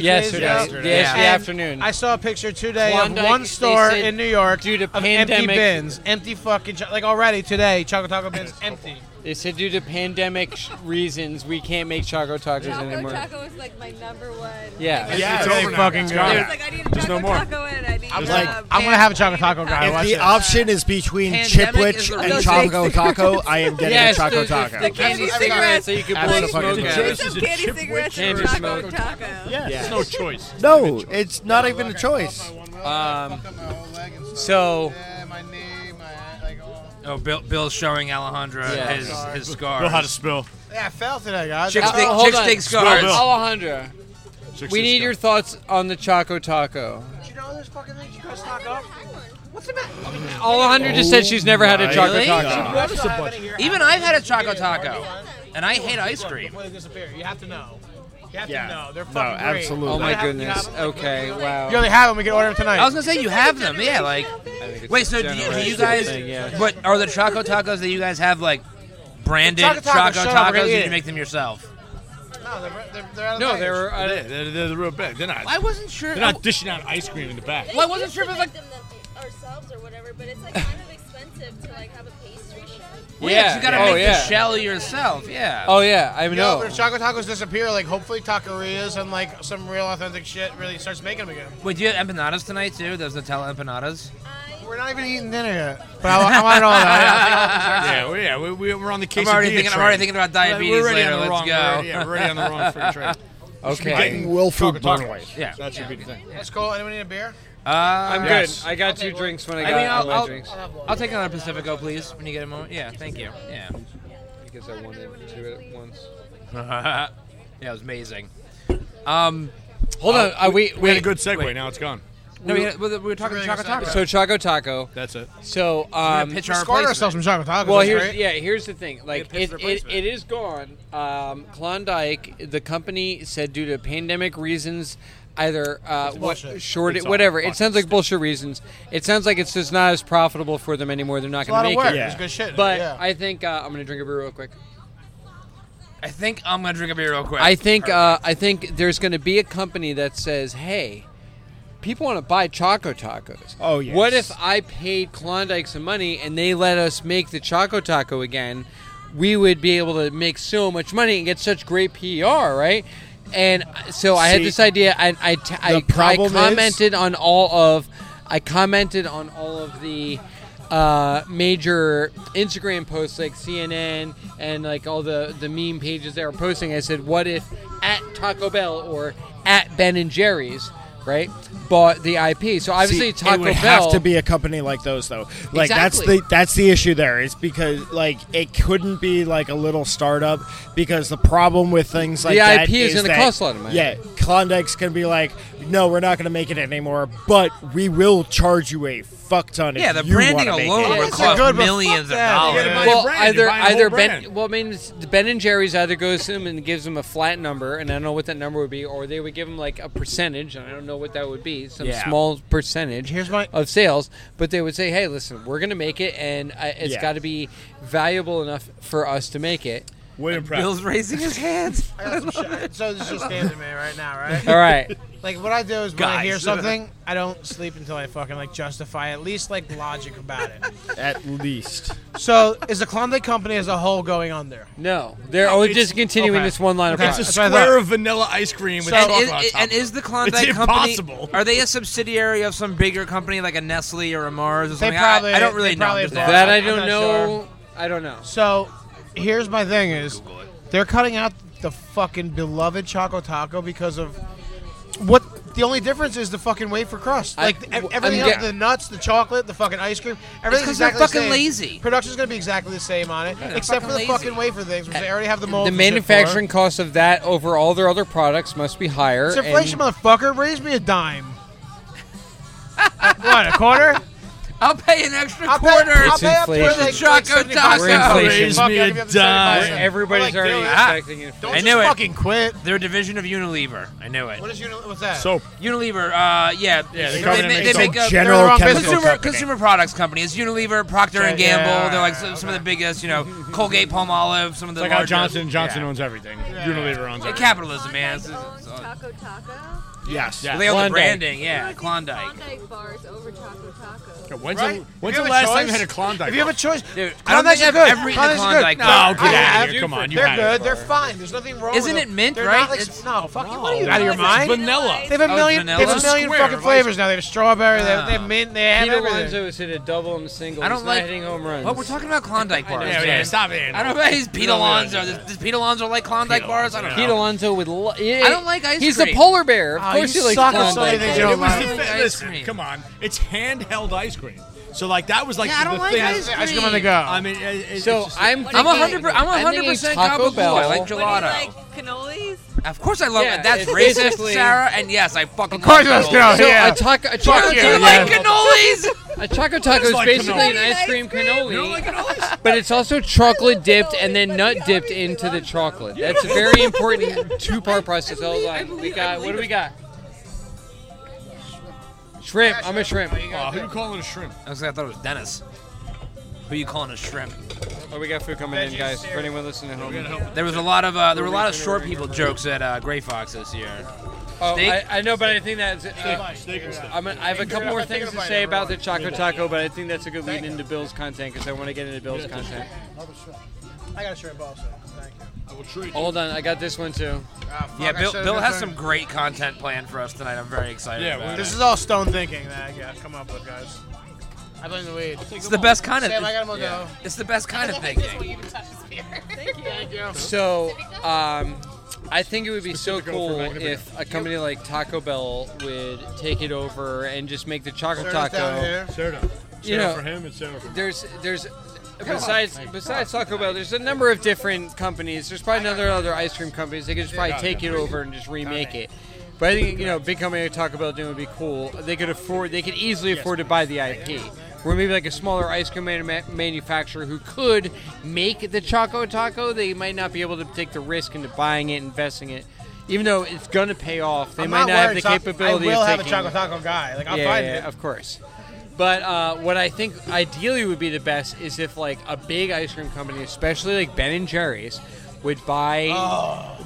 [SPEAKER 1] Yesterday.
[SPEAKER 3] Two days ago?
[SPEAKER 1] Yesterday. Yesterday
[SPEAKER 3] And
[SPEAKER 1] afternoon.
[SPEAKER 3] I saw a picture today
[SPEAKER 1] Klondike,
[SPEAKER 3] of one
[SPEAKER 1] they
[SPEAKER 3] store
[SPEAKER 1] said
[SPEAKER 3] in New York
[SPEAKER 1] due to
[SPEAKER 3] of empty
[SPEAKER 1] pandemic-
[SPEAKER 3] bins, empty fucking cho- like already today. Choco Taco bins empty.
[SPEAKER 1] They said due to pandemic sh- reasons, we can't make Choco Tacos
[SPEAKER 2] Taco
[SPEAKER 1] anymore.
[SPEAKER 2] Taco is like my number one.
[SPEAKER 1] Yeah.
[SPEAKER 2] Like,
[SPEAKER 5] Yeah,
[SPEAKER 6] it's
[SPEAKER 5] they
[SPEAKER 6] over now.
[SPEAKER 3] fucking
[SPEAKER 6] It's
[SPEAKER 3] go.
[SPEAKER 6] gone.
[SPEAKER 2] I was like, I need a Taco
[SPEAKER 6] no more.
[SPEAKER 2] Taco and I need. uh,
[SPEAKER 5] I'm
[SPEAKER 2] a
[SPEAKER 5] like,
[SPEAKER 2] band.
[SPEAKER 3] I'm gonna have a Choco Taco guy.
[SPEAKER 5] If
[SPEAKER 3] Watch
[SPEAKER 5] the
[SPEAKER 3] this.
[SPEAKER 5] option is between
[SPEAKER 4] Pandemic is
[SPEAKER 5] Chipwich
[SPEAKER 4] the
[SPEAKER 5] and
[SPEAKER 4] real
[SPEAKER 5] Choco Taco, I am getting
[SPEAKER 1] Yes,
[SPEAKER 5] a Choco
[SPEAKER 1] the,
[SPEAKER 5] Taco.
[SPEAKER 1] The, the candy
[SPEAKER 2] Absolutely.
[SPEAKER 1] cigarettes that you could blow
[SPEAKER 5] Absolutely.
[SPEAKER 1] smoke
[SPEAKER 6] The
[SPEAKER 1] out.
[SPEAKER 6] Choice
[SPEAKER 2] Choice
[SPEAKER 6] is a
[SPEAKER 2] candy
[SPEAKER 6] chip
[SPEAKER 2] cigarettes
[SPEAKER 6] with
[SPEAKER 2] and
[SPEAKER 1] candy
[SPEAKER 2] Taco
[SPEAKER 1] smoke.
[SPEAKER 2] Taco.
[SPEAKER 6] There's no choice.
[SPEAKER 5] No, it's not even a choice.
[SPEAKER 1] Um, so-
[SPEAKER 3] Yeah, my knee, my like all.
[SPEAKER 4] Oh, Bill, Bill's showing Alejandra
[SPEAKER 1] Yeah.
[SPEAKER 4] his, his scars.
[SPEAKER 6] Know how to spill.
[SPEAKER 3] Yeah, I fell today, guys.
[SPEAKER 4] Chicks
[SPEAKER 1] Uh,
[SPEAKER 4] dig-
[SPEAKER 1] hold
[SPEAKER 4] chicks
[SPEAKER 1] on.
[SPEAKER 4] dig scars.
[SPEAKER 6] Bill.
[SPEAKER 1] Alejandra,
[SPEAKER 6] Six
[SPEAKER 1] we
[SPEAKER 6] is
[SPEAKER 1] need
[SPEAKER 6] gone.
[SPEAKER 1] your thoughts on the Choco Taco.
[SPEAKER 3] you know this fucking thing? You guys stock up? What's the matter?
[SPEAKER 1] Alejandra just said she's never had a Choco
[SPEAKER 4] Oh, Really?
[SPEAKER 1] Taco.
[SPEAKER 3] I still have it here.
[SPEAKER 4] Even I've had a Choco Taco, and I hate ice cream.
[SPEAKER 3] Before they disappear, you have to know. You have
[SPEAKER 5] Yeah.
[SPEAKER 3] to know. They're
[SPEAKER 5] No,
[SPEAKER 3] fucking great.
[SPEAKER 5] absolutely.
[SPEAKER 1] Oh
[SPEAKER 3] You
[SPEAKER 1] my
[SPEAKER 3] have- you have
[SPEAKER 1] goodness. Oh.
[SPEAKER 3] them, like,
[SPEAKER 1] Okay,
[SPEAKER 3] You
[SPEAKER 1] wow.
[SPEAKER 3] only have them. We can order them tonight.
[SPEAKER 4] I was gonna say you have them, yeah. Like, wait, so do you, do you guys? But are the Choco Tacos that you guys have like branded
[SPEAKER 3] Choco
[SPEAKER 4] Choco,
[SPEAKER 3] Tacos, shut up, we're
[SPEAKER 4] Tacos?
[SPEAKER 3] gonna
[SPEAKER 4] Or
[SPEAKER 3] eat
[SPEAKER 4] did
[SPEAKER 3] it.
[SPEAKER 4] you make them yourself?
[SPEAKER 3] no, they're, they're, they're out of
[SPEAKER 1] No,
[SPEAKER 3] package.
[SPEAKER 1] they were.
[SPEAKER 6] They're,
[SPEAKER 1] Uh,
[SPEAKER 6] they're- they're the real bad. They're not.
[SPEAKER 4] I wasn't sure.
[SPEAKER 6] They're not dishing out ice cream in the back.
[SPEAKER 4] Well, I wasn't sure if it was like-
[SPEAKER 8] them them ourselves or whatever, but it's like kind of expensive to like have a pastry chef.
[SPEAKER 4] Well, yeah, 'cause
[SPEAKER 1] yeah.
[SPEAKER 4] you gotta
[SPEAKER 1] Oh,
[SPEAKER 4] make
[SPEAKER 1] yeah.
[SPEAKER 4] the shell yourself. Yeah.
[SPEAKER 1] oh yeah, I
[SPEAKER 3] Yo,
[SPEAKER 1] know.
[SPEAKER 3] but if Choco Tacos disappear, like hopefully taquerias and like some real authentic shit really starts making them again.
[SPEAKER 4] Wait, do you have empanadas tonight too? Those Nutella empanadas.
[SPEAKER 3] We're not even eating dinner yet. But I, I want to know that.
[SPEAKER 6] Yeah, we- yeah, we, we, we're on the case.
[SPEAKER 4] I'm already thinking. I'm already thinking about diabetes
[SPEAKER 6] we're already
[SPEAKER 4] later.
[SPEAKER 6] on the
[SPEAKER 4] Let's
[SPEAKER 6] wrong.
[SPEAKER 4] go.
[SPEAKER 6] we're already- yeah, we're already on the wrong freaking train.
[SPEAKER 1] okay,
[SPEAKER 5] Will
[SPEAKER 6] Choco
[SPEAKER 5] food
[SPEAKER 6] Taco.
[SPEAKER 5] Broadway.
[SPEAKER 4] Yeah.
[SPEAKER 6] That should be the thing.
[SPEAKER 3] That's cool. Anyone need a beer?
[SPEAKER 4] Uh, I'm
[SPEAKER 1] I'm
[SPEAKER 4] good.
[SPEAKER 1] good. I got two drinks when I
[SPEAKER 4] I
[SPEAKER 1] got
[SPEAKER 4] mean,
[SPEAKER 1] all
[SPEAKER 4] I'll,
[SPEAKER 1] my
[SPEAKER 4] I'll,
[SPEAKER 1] drinks
[SPEAKER 4] I'll take another Pacifico, please, when you get a moment. Yeah, thank you. Yeah.
[SPEAKER 1] because I wanted two at once.
[SPEAKER 4] yeah, it was amazing. Um,
[SPEAKER 1] Hold on, uh, we
[SPEAKER 6] We had a
[SPEAKER 1] wait.
[SPEAKER 6] good segue. Now it's gone.
[SPEAKER 4] no, we, we were talking
[SPEAKER 3] really
[SPEAKER 4] Choco
[SPEAKER 3] excited.
[SPEAKER 4] Taco.
[SPEAKER 1] So Choco Taco.
[SPEAKER 6] That's it.
[SPEAKER 1] So
[SPEAKER 4] We're
[SPEAKER 1] um,
[SPEAKER 4] gonna pitch
[SPEAKER 3] We
[SPEAKER 4] our
[SPEAKER 3] scored
[SPEAKER 4] replacement.
[SPEAKER 3] ourselves some Choco Tacos.
[SPEAKER 1] Well,
[SPEAKER 3] that's
[SPEAKER 1] here's
[SPEAKER 3] great.
[SPEAKER 1] yeah. Here's the thing. Like
[SPEAKER 4] pitch
[SPEAKER 1] it,
[SPEAKER 4] the
[SPEAKER 1] it,
[SPEAKER 4] replacement.
[SPEAKER 1] it is gone. Um, Klondike, the company said due to pandemic reasons, either uh, what
[SPEAKER 4] bullshit.
[SPEAKER 1] short
[SPEAKER 6] It's
[SPEAKER 1] it,
[SPEAKER 6] all
[SPEAKER 1] whatever.
[SPEAKER 6] fucking
[SPEAKER 1] It sounds like bullshit reasons. It sounds like it's just not as profitable for them anymore. They're not
[SPEAKER 3] a lot
[SPEAKER 1] going to
[SPEAKER 3] of
[SPEAKER 1] make
[SPEAKER 3] work.
[SPEAKER 1] it.
[SPEAKER 3] It's good shit.
[SPEAKER 1] But
[SPEAKER 3] yeah.
[SPEAKER 1] I think uh, I'm going to drink a beer real quick.
[SPEAKER 4] I think I'm gonna drink a beer real quick.
[SPEAKER 1] I think
[SPEAKER 4] All right.
[SPEAKER 1] uh, I think there's going to be a company that says, "Hey, people want to buy Choco Tacos.
[SPEAKER 5] Oh, yes.
[SPEAKER 1] What if I paid Klondike some money and they let us make the Choco Taco again? We would be able to make so much money and get such great PR, right? And uh, so I had
[SPEAKER 5] See,
[SPEAKER 1] this idea. I I, t- I, I
[SPEAKER 5] problem is-
[SPEAKER 1] commented on all of I commented on all of the uh, major Instagram posts like CNN and like all the the meme pages they were posting. I said, "What if at Taco Bell or at Ben and Jerry's, right, bought the IP?" So obviously
[SPEAKER 5] See,
[SPEAKER 1] Taco
[SPEAKER 5] it would
[SPEAKER 1] Bell
[SPEAKER 5] have to be a company like those though. Like
[SPEAKER 1] Exactly.
[SPEAKER 5] that's the that's the issue there. It's because like it couldn't be like a little startup because the problem with things like
[SPEAKER 1] The
[SPEAKER 5] that
[SPEAKER 1] IP is gonna
[SPEAKER 5] that-
[SPEAKER 1] cost a lot of money.
[SPEAKER 5] Yeah, Klondike's gonna be like, no, we're not gonna make it anymore, but we will charge you a fuck ton.
[SPEAKER 4] yeah,
[SPEAKER 5] if
[SPEAKER 4] the
[SPEAKER 5] you
[SPEAKER 4] branding
[SPEAKER 5] wanna make
[SPEAKER 4] alone
[SPEAKER 5] it.
[SPEAKER 4] would
[SPEAKER 3] It's Oh, a
[SPEAKER 4] cost
[SPEAKER 3] good- but fuck
[SPEAKER 4] millions of
[SPEAKER 3] that. You
[SPEAKER 4] dollars.
[SPEAKER 3] gotta buy
[SPEAKER 1] well,
[SPEAKER 6] brand,
[SPEAKER 1] either
[SPEAKER 6] you're buying a whole
[SPEAKER 1] either
[SPEAKER 6] brand.
[SPEAKER 1] Ben, well, I mean, it's- Ben and Jerry's either goes to him and gives him a flat number, and I don't know what that number would be, or they would give him like a percentage, and I don't know what that would be, some
[SPEAKER 5] Yeah.
[SPEAKER 1] small percentage
[SPEAKER 3] Here's my-
[SPEAKER 1] of sales. But they would say, "Hey, listen, we're going to make it, and uh, it's
[SPEAKER 5] Yeah.
[SPEAKER 1] got to be valuable enough for us to make it."
[SPEAKER 6] William Pratt.
[SPEAKER 4] Bill's raising his hands.
[SPEAKER 3] I got some shit. So this is just standing to me right now, right?
[SPEAKER 1] All right,
[SPEAKER 3] Like what I do is when I hear
[SPEAKER 4] Guys.
[SPEAKER 3] something, I don't sleep until I fucking like justify at least like logic about it.
[SPEAKER 5] at least.
[SPEAKER 3] So is the Klondike company as a whole going under?
[SPEAKER 1] no, they're always
[SPEAKER 6] it's-
[SPEAKER 1] just continuing
[SPEAKER 3] okay.
[SPEAKER 1] this one line of
[SPEAKER 3] Okay.
[SPEAKER 6] It's
[SPEAKER 1] product.
[SPEAKER 6] a
[SPEAKER 3] That's what I
[SPEAKER 6] square
[SPEAKER 3] thought.
[SPEAKER 6] of vanilla ice cream with
[SPEAKER 3] So-
[SPEAKER 4] And
[SPEAKER 6] chocolate
[SPEAKER 4] is,
[SPEAKER 6] on top.
[SPEAKER 4] and
[SPEAKER 6] of it.
[SPEAKER 4] is the Klondike
[SPEAKER 6] It's
[SPEAKER 4] company?
[SPEAKER 6] impossible.
[SPEAKER 4] Are they a subsidiary of some bigger company like a Nestle or a Mars or something? I-
[SPEAKER 3] probably-
[SPEAKER 4] I, don't really
[SPEAKER 3] they
[SPEAKER 4] know.
[SPEAKER 3] probably
[SPEAKER 4] I'm just
[SPEAKER 3] bought-
[SPEAKER 1] that
[SPEAKER 4] asking.
[SPEAKER 1] I don't
[SPEAKER 3] I'm not
[SPEAKER 1] know. I don't know.
[SPEAKER 3] So here's my thing is they're cutting out the fucking beloved Choco Taco because of what the only difference is the fucking wafer crust.
[SPEAKER 1] I-
[SPEAKER 3] Like e-
[SPEAKER 1] w-
[SPEAKER 3] everything
[SPEAKER 1] I'm
[SPEAKER 3] else,
[SPEAKER 1] ge-
[SPEAKER 3] the nuts, the chocolate, the fucking ice cream, everything's
[SPEAKER 4] 'cause they're
[SPEAKER 3] exactly the
[SPEAKER 4] fucking
[SPEAKER 3] same.
[SPEAKER 4] lazy.
[SPEAKER 3] Production's gonna be exactly the same on it, except for the
[SPEAKER 4] fucking
[SPEAKER 3] fucking
[SPEAKER 4] lazy.
[SPEAKER 3] wafer things, which they already have the mold.
[SPEAKER 1] The manufacturing cost of that over all their other products must be higher.
[SPEAKER 3] It's
[SPEAKER 1] and-
[SPEAKER 3] inflation, motherfucker. Raise me a dime. what a quarter?
[SPEAKER 4] I'll pay an extra
[SPEAKER 3] I'll pay-
[SPEAKER 4] quarter.
[SPEAKER 3] I'll
[SPEAKER 1] It's
[SPEAKER 3] pay up to
[SPEAKER 1] inflation.
[SPEAKER 3] like,
[SPEAKER 4] Choco
[SPEAKER 3] like 75
[SPEAKER 4] Taco.
[SPEAKER 1] Inflation.
[SPEAKER 3] cents. Fuck, I'll
[SPEAKER 6] Raise
[SPEAKER 3] give
[SPEAKER 6] me a
[SPEAKER 3] you the 75 cents.
[SPEAKER 6] dime.
[SPEAKER 1] Everybody's
[SPEAKER 3] Like, dude,
[SPEAKER 1] already
[SPEAKER 3] ah,
[SPEAKER 1] expecting it.
[SPEAKER 3] Don't
[SPEAKER 4] I
[SPEAKER 3] just
[SPEAKER 4] knew it.
[SPEAKER 3] fucking quit.
[SPEAKER 4] They're a division of Unilever. I knew it.
[SPEAKER 3] What is your, what's that?
[SPEAKER 6] soap.
[SPEAKER 4] Unilever, uh, yeah,
[SPEAKER 6] Yeah, they
[SPEAKER 4] they,
[SPEAKER 6] come in
[SPEAKER 4] ma-
[SPEAKER 6] and make
[SPEAKER 4] they
[SPEAKER 6] soap.
[SPEAKER 4] make a
[SPEAKER 5] General
[SPEAKER 4] they're a wrong
[SPEAKER 5] Chemical
[SPEAKER 4] consumer
[SPEAKER 5] company.
[SPEAKER 4] consumer products company. It's Unilever, Procter and
[SPEAKER 3] Okay, yeah,
[SPEAKER 4] Gamble.
[SPEAKER 3] yeah,
[SPEAKER 4] They're like
[SPEAKER 3] yeah,
[SPEAKER 4] some, some of the biggest, you know, Colgate, Palmolive, some of the
[SPEAKER 6] Like how
[SPEAKER 4] largest.
[SPEAKER 6] Johnson Johnson
[SPEAKER 4] Yeah.
[SPEAKER 6] owns everything. Unilever owns
[SPEAKER 4] Like
[SPEAKER 6] everything.
[SPEAKER 4] capitalism, man. It's-
[SPEAKER 8] Klondike owns
[SPEAKER 4] it's- it's all-
[SPEAKER 8] Taco Taco.
[SPEAKER 5] Yes.
[SPEAKER 6] Yeah.
[SPEAKER 4] they own the
[SPEAKER 1] Klondike.
[SPEAKER 4] branding, yeah,
[SPEAKER 8] Who would do
[SPEAKER 4] Klondike.
[SPEAKER 8] Klondike bars over Taco Taco.
[SPEAKER 6] When's
[SPEAKER 3] Right?
[SPEAKER 6] the, when's
[SPEAKER 3] If you have
[SPEAKER 6] the
[SPEAKER 3] a
[SPEAKER 6] last time
[SPEAKER 3] choice-
[SPEAKER 6] you had a Klondike?
[SPEAKER 3] If you have a choice,
[SPEAKER 4] Dude, I don't
[SPEAKER 3] Klondike's
[SPEAKER 4] think I've
[SPEAKER 3] good.
[SPEAKER 4] ever eaten a
[SPEAKER 3] Klondike's
[SPEAKER 4] Klondike
[SPEAKER 3] good.
[SPEAKER 4] bar.
[SPEAKER 6] No, get
[SPEAKER 3] I
[SPEAKER 6] outta
[SPEAKER 3] have.
[SPEAKER 6] here. Come on, you
[SPEAKER 3] they're
[SPEAKER 6] had
[SPEAKER 3] good.
[SPEAKER 6] it.
[SPEAKER 3] They're fine. There's nothing wrong.
[SPEAKER 4] Isn't
[SPEAKER 3] with
[SPEAKER 4] it
[SPEAKER 3] them.
[SPEAKER 4] mint,
[SPEAKER 3] They're
[SPEAKER 4] right?
[SPEAKER 3] Not like,
[SPEAKER 4] It's-
[SPEAKER 3] no, fucking. What are you
[SPEAKER 4] no. Out of your
[SPEAKER 3] doing?
[SPEAKER 4] mind?
[SPEAKER 6] vanilla.
[SPEAKER 3] They have
[SPEAKER 4] Oh,
[SPEAKER 3] a
[SPEAKER 4] it's
[SPEAKER 3] million. They
[SPEAKER 4] vanilla.
[SPEAKER 3] have a million
[SPEAKER 6] Square,
[SPEAKER 3] fucking
[SPEAKER 6] right?
[SPEAKER 3] flavors now. They have strawberry. They have, they
[SPEAKER 4] Ah.
[SPEAKER 3] have mint. They have
[SPEAKER 1] Pete
[SPEAKER 3] everything.
[SPEAKER 1] Alonso has hit a double and a single.
[SPEAKER 4] I don't
[SPEAKER 1] He's
[SPEAKER 4] like-
[SPEAKER 1] not hitting home runs.
[SPEAKER 4] But we're talking about Klondike bars.
[SPEAKER 6] Yeah, yeah,
[SPEAKER 4] man.
[SPEAKER 6] stop it.
[SPEAKER 4] I don't know about these Pete Alonso. Does, does Pete Alonso like Klondike
[SPEAKER 6] Pete
[SPEAKER 4] bars? I
[SPEAKER 6] Alonso.
[SPEAKER 4] don't know.
[SPEAKER 1] Pete Alonso with. Lo- I
[SPEAKER 4] don't like ice
[SPEAKER 1] He's
[SPEAKER 4] cream.
[SPEAKER 1] a polar bear. Of
[SPEAKER 3] Oh,
[SPEAKER 1] course
[SPEAKER 3] you
[SPEAKER 1] he likes
[SPEAKER 3] suck at so many
[SPEAKER 1] Klondike.
[SPEAKER 3] things you
[SPEAKER 6] Dude,
[SPEAKER 3] don't
[SPEAKER 6] it was
[SPEAKER 3] like.
[SPEAKER 6] the
[SPEAKER 4] Like
[SPEAKER 6] fa-
[SPEAKER 4] ice
[SPEAKER 6] listen,
[SPEAKER 4] cream.
[SPEAKER 6] come on. It's handheld ice cream. So like that was like
[SPEAKER 4] Yeah, I
[SPEAKER 6] the
[SPEAKER 4] don't like
[SPEAKER 6] thing.
[SPEAKER 4] ice cream.
[SPEAKER 3] Ice cream on the go.
[SPEAKER 6] I mean, it, it,
[SPEAKER 1] So
[SPEAKER 6] it's just,
[SPEAKER 1] I'm.
[SPEAKER 4] I'm
[SPEAKER 1] thinking-
[SPEAKER 4] 100. I'm
[SPEAKER 1] I think
[SPEAKER 4] 100 percent
[SPEAKER 1] it's Taco
[SPEAKER 4] Cabo Blue. I
[SPEAKER 1] Bell.
[SPEAKER 4] like
[SPEAKER 8] What do you
[SPEAKER 4] gelato.
[SPEAKER 8] like? Cannolis?
[SPEAKER 4] Of course, I love
[SPEAKER 1] Yeah,
[SPEAKER 4] it. That's
[SPEAKER 1] it's
[SPEAKER 4] racist,
[SPEAKER 1] basically-
[SPEAKER 4] Sarah. And yes, I fucking.
[SPEAKER 3] Of course
[SPEAKER 4] love
[SPEAKER 3] that's
[SPEAKER 4] cannolis.
[SPEAKER 3] gonna-
[SPEAKER 1] So
[SPEAKER 3] Yeah.
[SPEAKER 1] a taco, a
[SPEAKER 4] Fuck
[SPEAKER 1] choco,
[SPEAKER 4] you.
[SPEAKER 1] taco,
[SPEAKER 4] You like cannolis?
[SPEAKER 1] a choco taco is
[SPEAKER 6] like
[SPEAKER 1] basically
[SPEAKER 6] cannoli.
[SPEAKER 1] an ice cream cannoli,
[SPEAKER 4] cannolis?
[SPEAKER 1] but it's also chocolate dipped and then
[SPEAKER 8] cannoli,
[SPEAKER 1] nut
[SPEAKER 8] but he
[SPEAKER 1] dipped
[SPEAKER 8] obviously
[SPEAKER 1] into the
[SPEAKER 8] loves
[SPEAKER 1] chocolate. That's a very important two-part process. Hold
[SPEAKER 8] believe- I
[SPEAKER 1] on, we
[SPEAKER 8] believe- I
[SPEAKER 1] got. What do
[SPEAKER 8] believe
[SPEAKER 1] we got? Shrimp. I'm a shrimp.
[SPEAKER 6] Aw, uh, who you calling a shrimp?
[SPEAKER 4] I was like, I thought it was Dennis. Who you calling a shrimp?
[SPEAKER 1] Oh, we got food coming in, guys. For anyone listening at home.
[SPEAKER 4] There was a lot of uh, there were a lot of short people jokes at uh, Gray Fox this year.
[SPEAKER 1] Oh,
[SPEAKER 4] Steak?
[SPEAKER 1] I, I know, but I think that's. Uh,
[SPEAKER 6] Steak and stuff.
[SPEAKER 1] I'm a, I have a couple more things to say about the Choco Taco, but I think that's a good lead into Bill's content because I want to get into Bill's content.
[SPEAKER 3] I got a shrimp also. Thank you.
[SPEAKER 6] I will treat you.
[SPEAKER 1] Hold on, I got this one too.
[SPEAKER 3] Ah, fuck,
[SPEAKER 4] Yeah,
[SPEAKER 3] I
[SPEAKER 4] Bill
[SPEAKER 3] should've
[SPEAKER 4] Bill
[SPEAKER 3] been
[SPEAKER 4] has
[SPEAKER 3] saying-
[SPEAKER 4] some great content planned for us tonight. I'm very excited.
[SPEAKER 6] Yeah,
[SPEAKER 4] about
[SPEAKER 6] we're-
[SPEAKER 4] it.
[SPEAKER 3] This is all stone thinking that I got come up with, guys. I blame the weed.
[SPEAKER 4] it's the best kind of.
[SPEAKER 3] Sam, I got a mojo.
[SPEAKER 4] yeah. It's the best kind of thinking.
[SPEAKER 3] Thank you.
[SPEAKER 1] So, um, I think it would be so cool if a company like Taco Bell would take it over and just make the Choco
[SPEAKER 3] Turn us down
[SPEAKER 1] Taco.
[SPEAKER 3] here.
[SPEAKER 6] Sarah.
[SPEAKER 1] You
[SPEAKER 6] Sarah
[SPEAKER 1] know-
[SPEAKER 6] for him and Sarah for
[SPEAKER 1] There's, there's, besides, besides Taco Bell, there's a number of different companies. There's probably another other ice cream companies. They could just probably take it over and just remake it. But I think you know, a big company like Taco Bell doing it would be cool. They could afford, they could easily afford to buy the IP. Or maybe like a smaller ice cream manu- manufacturer who could make the Choco Taco. They might not be able to take the risk into buying it, investing it. even though it's gonna pay off, they
[SPEAKER 3] I'm
[SPEAKER 1] might not, have
[SPEAKER 3] worried,
[SPEAKER 1] the
[SPEAKER 3] so I-
[SPEAKER 1] capability.
[SPEAKER 3] I will
[SPEAKER 1] of
[SPEAKER 3] have a
[SPEAKER 1] taking-
[SPEAKER 3] chocolate taco guy. Like I'll
[SPEAKER 1] yeah,
[SPEAKER 3] find
[SPEAKER 1] yeah,
[SPEAKER 3] it.
[SPEAKER 1] of course. But uh, what I think ideally would be the best is if like a big ice cream company, especially like Ben and Jerry's, would buy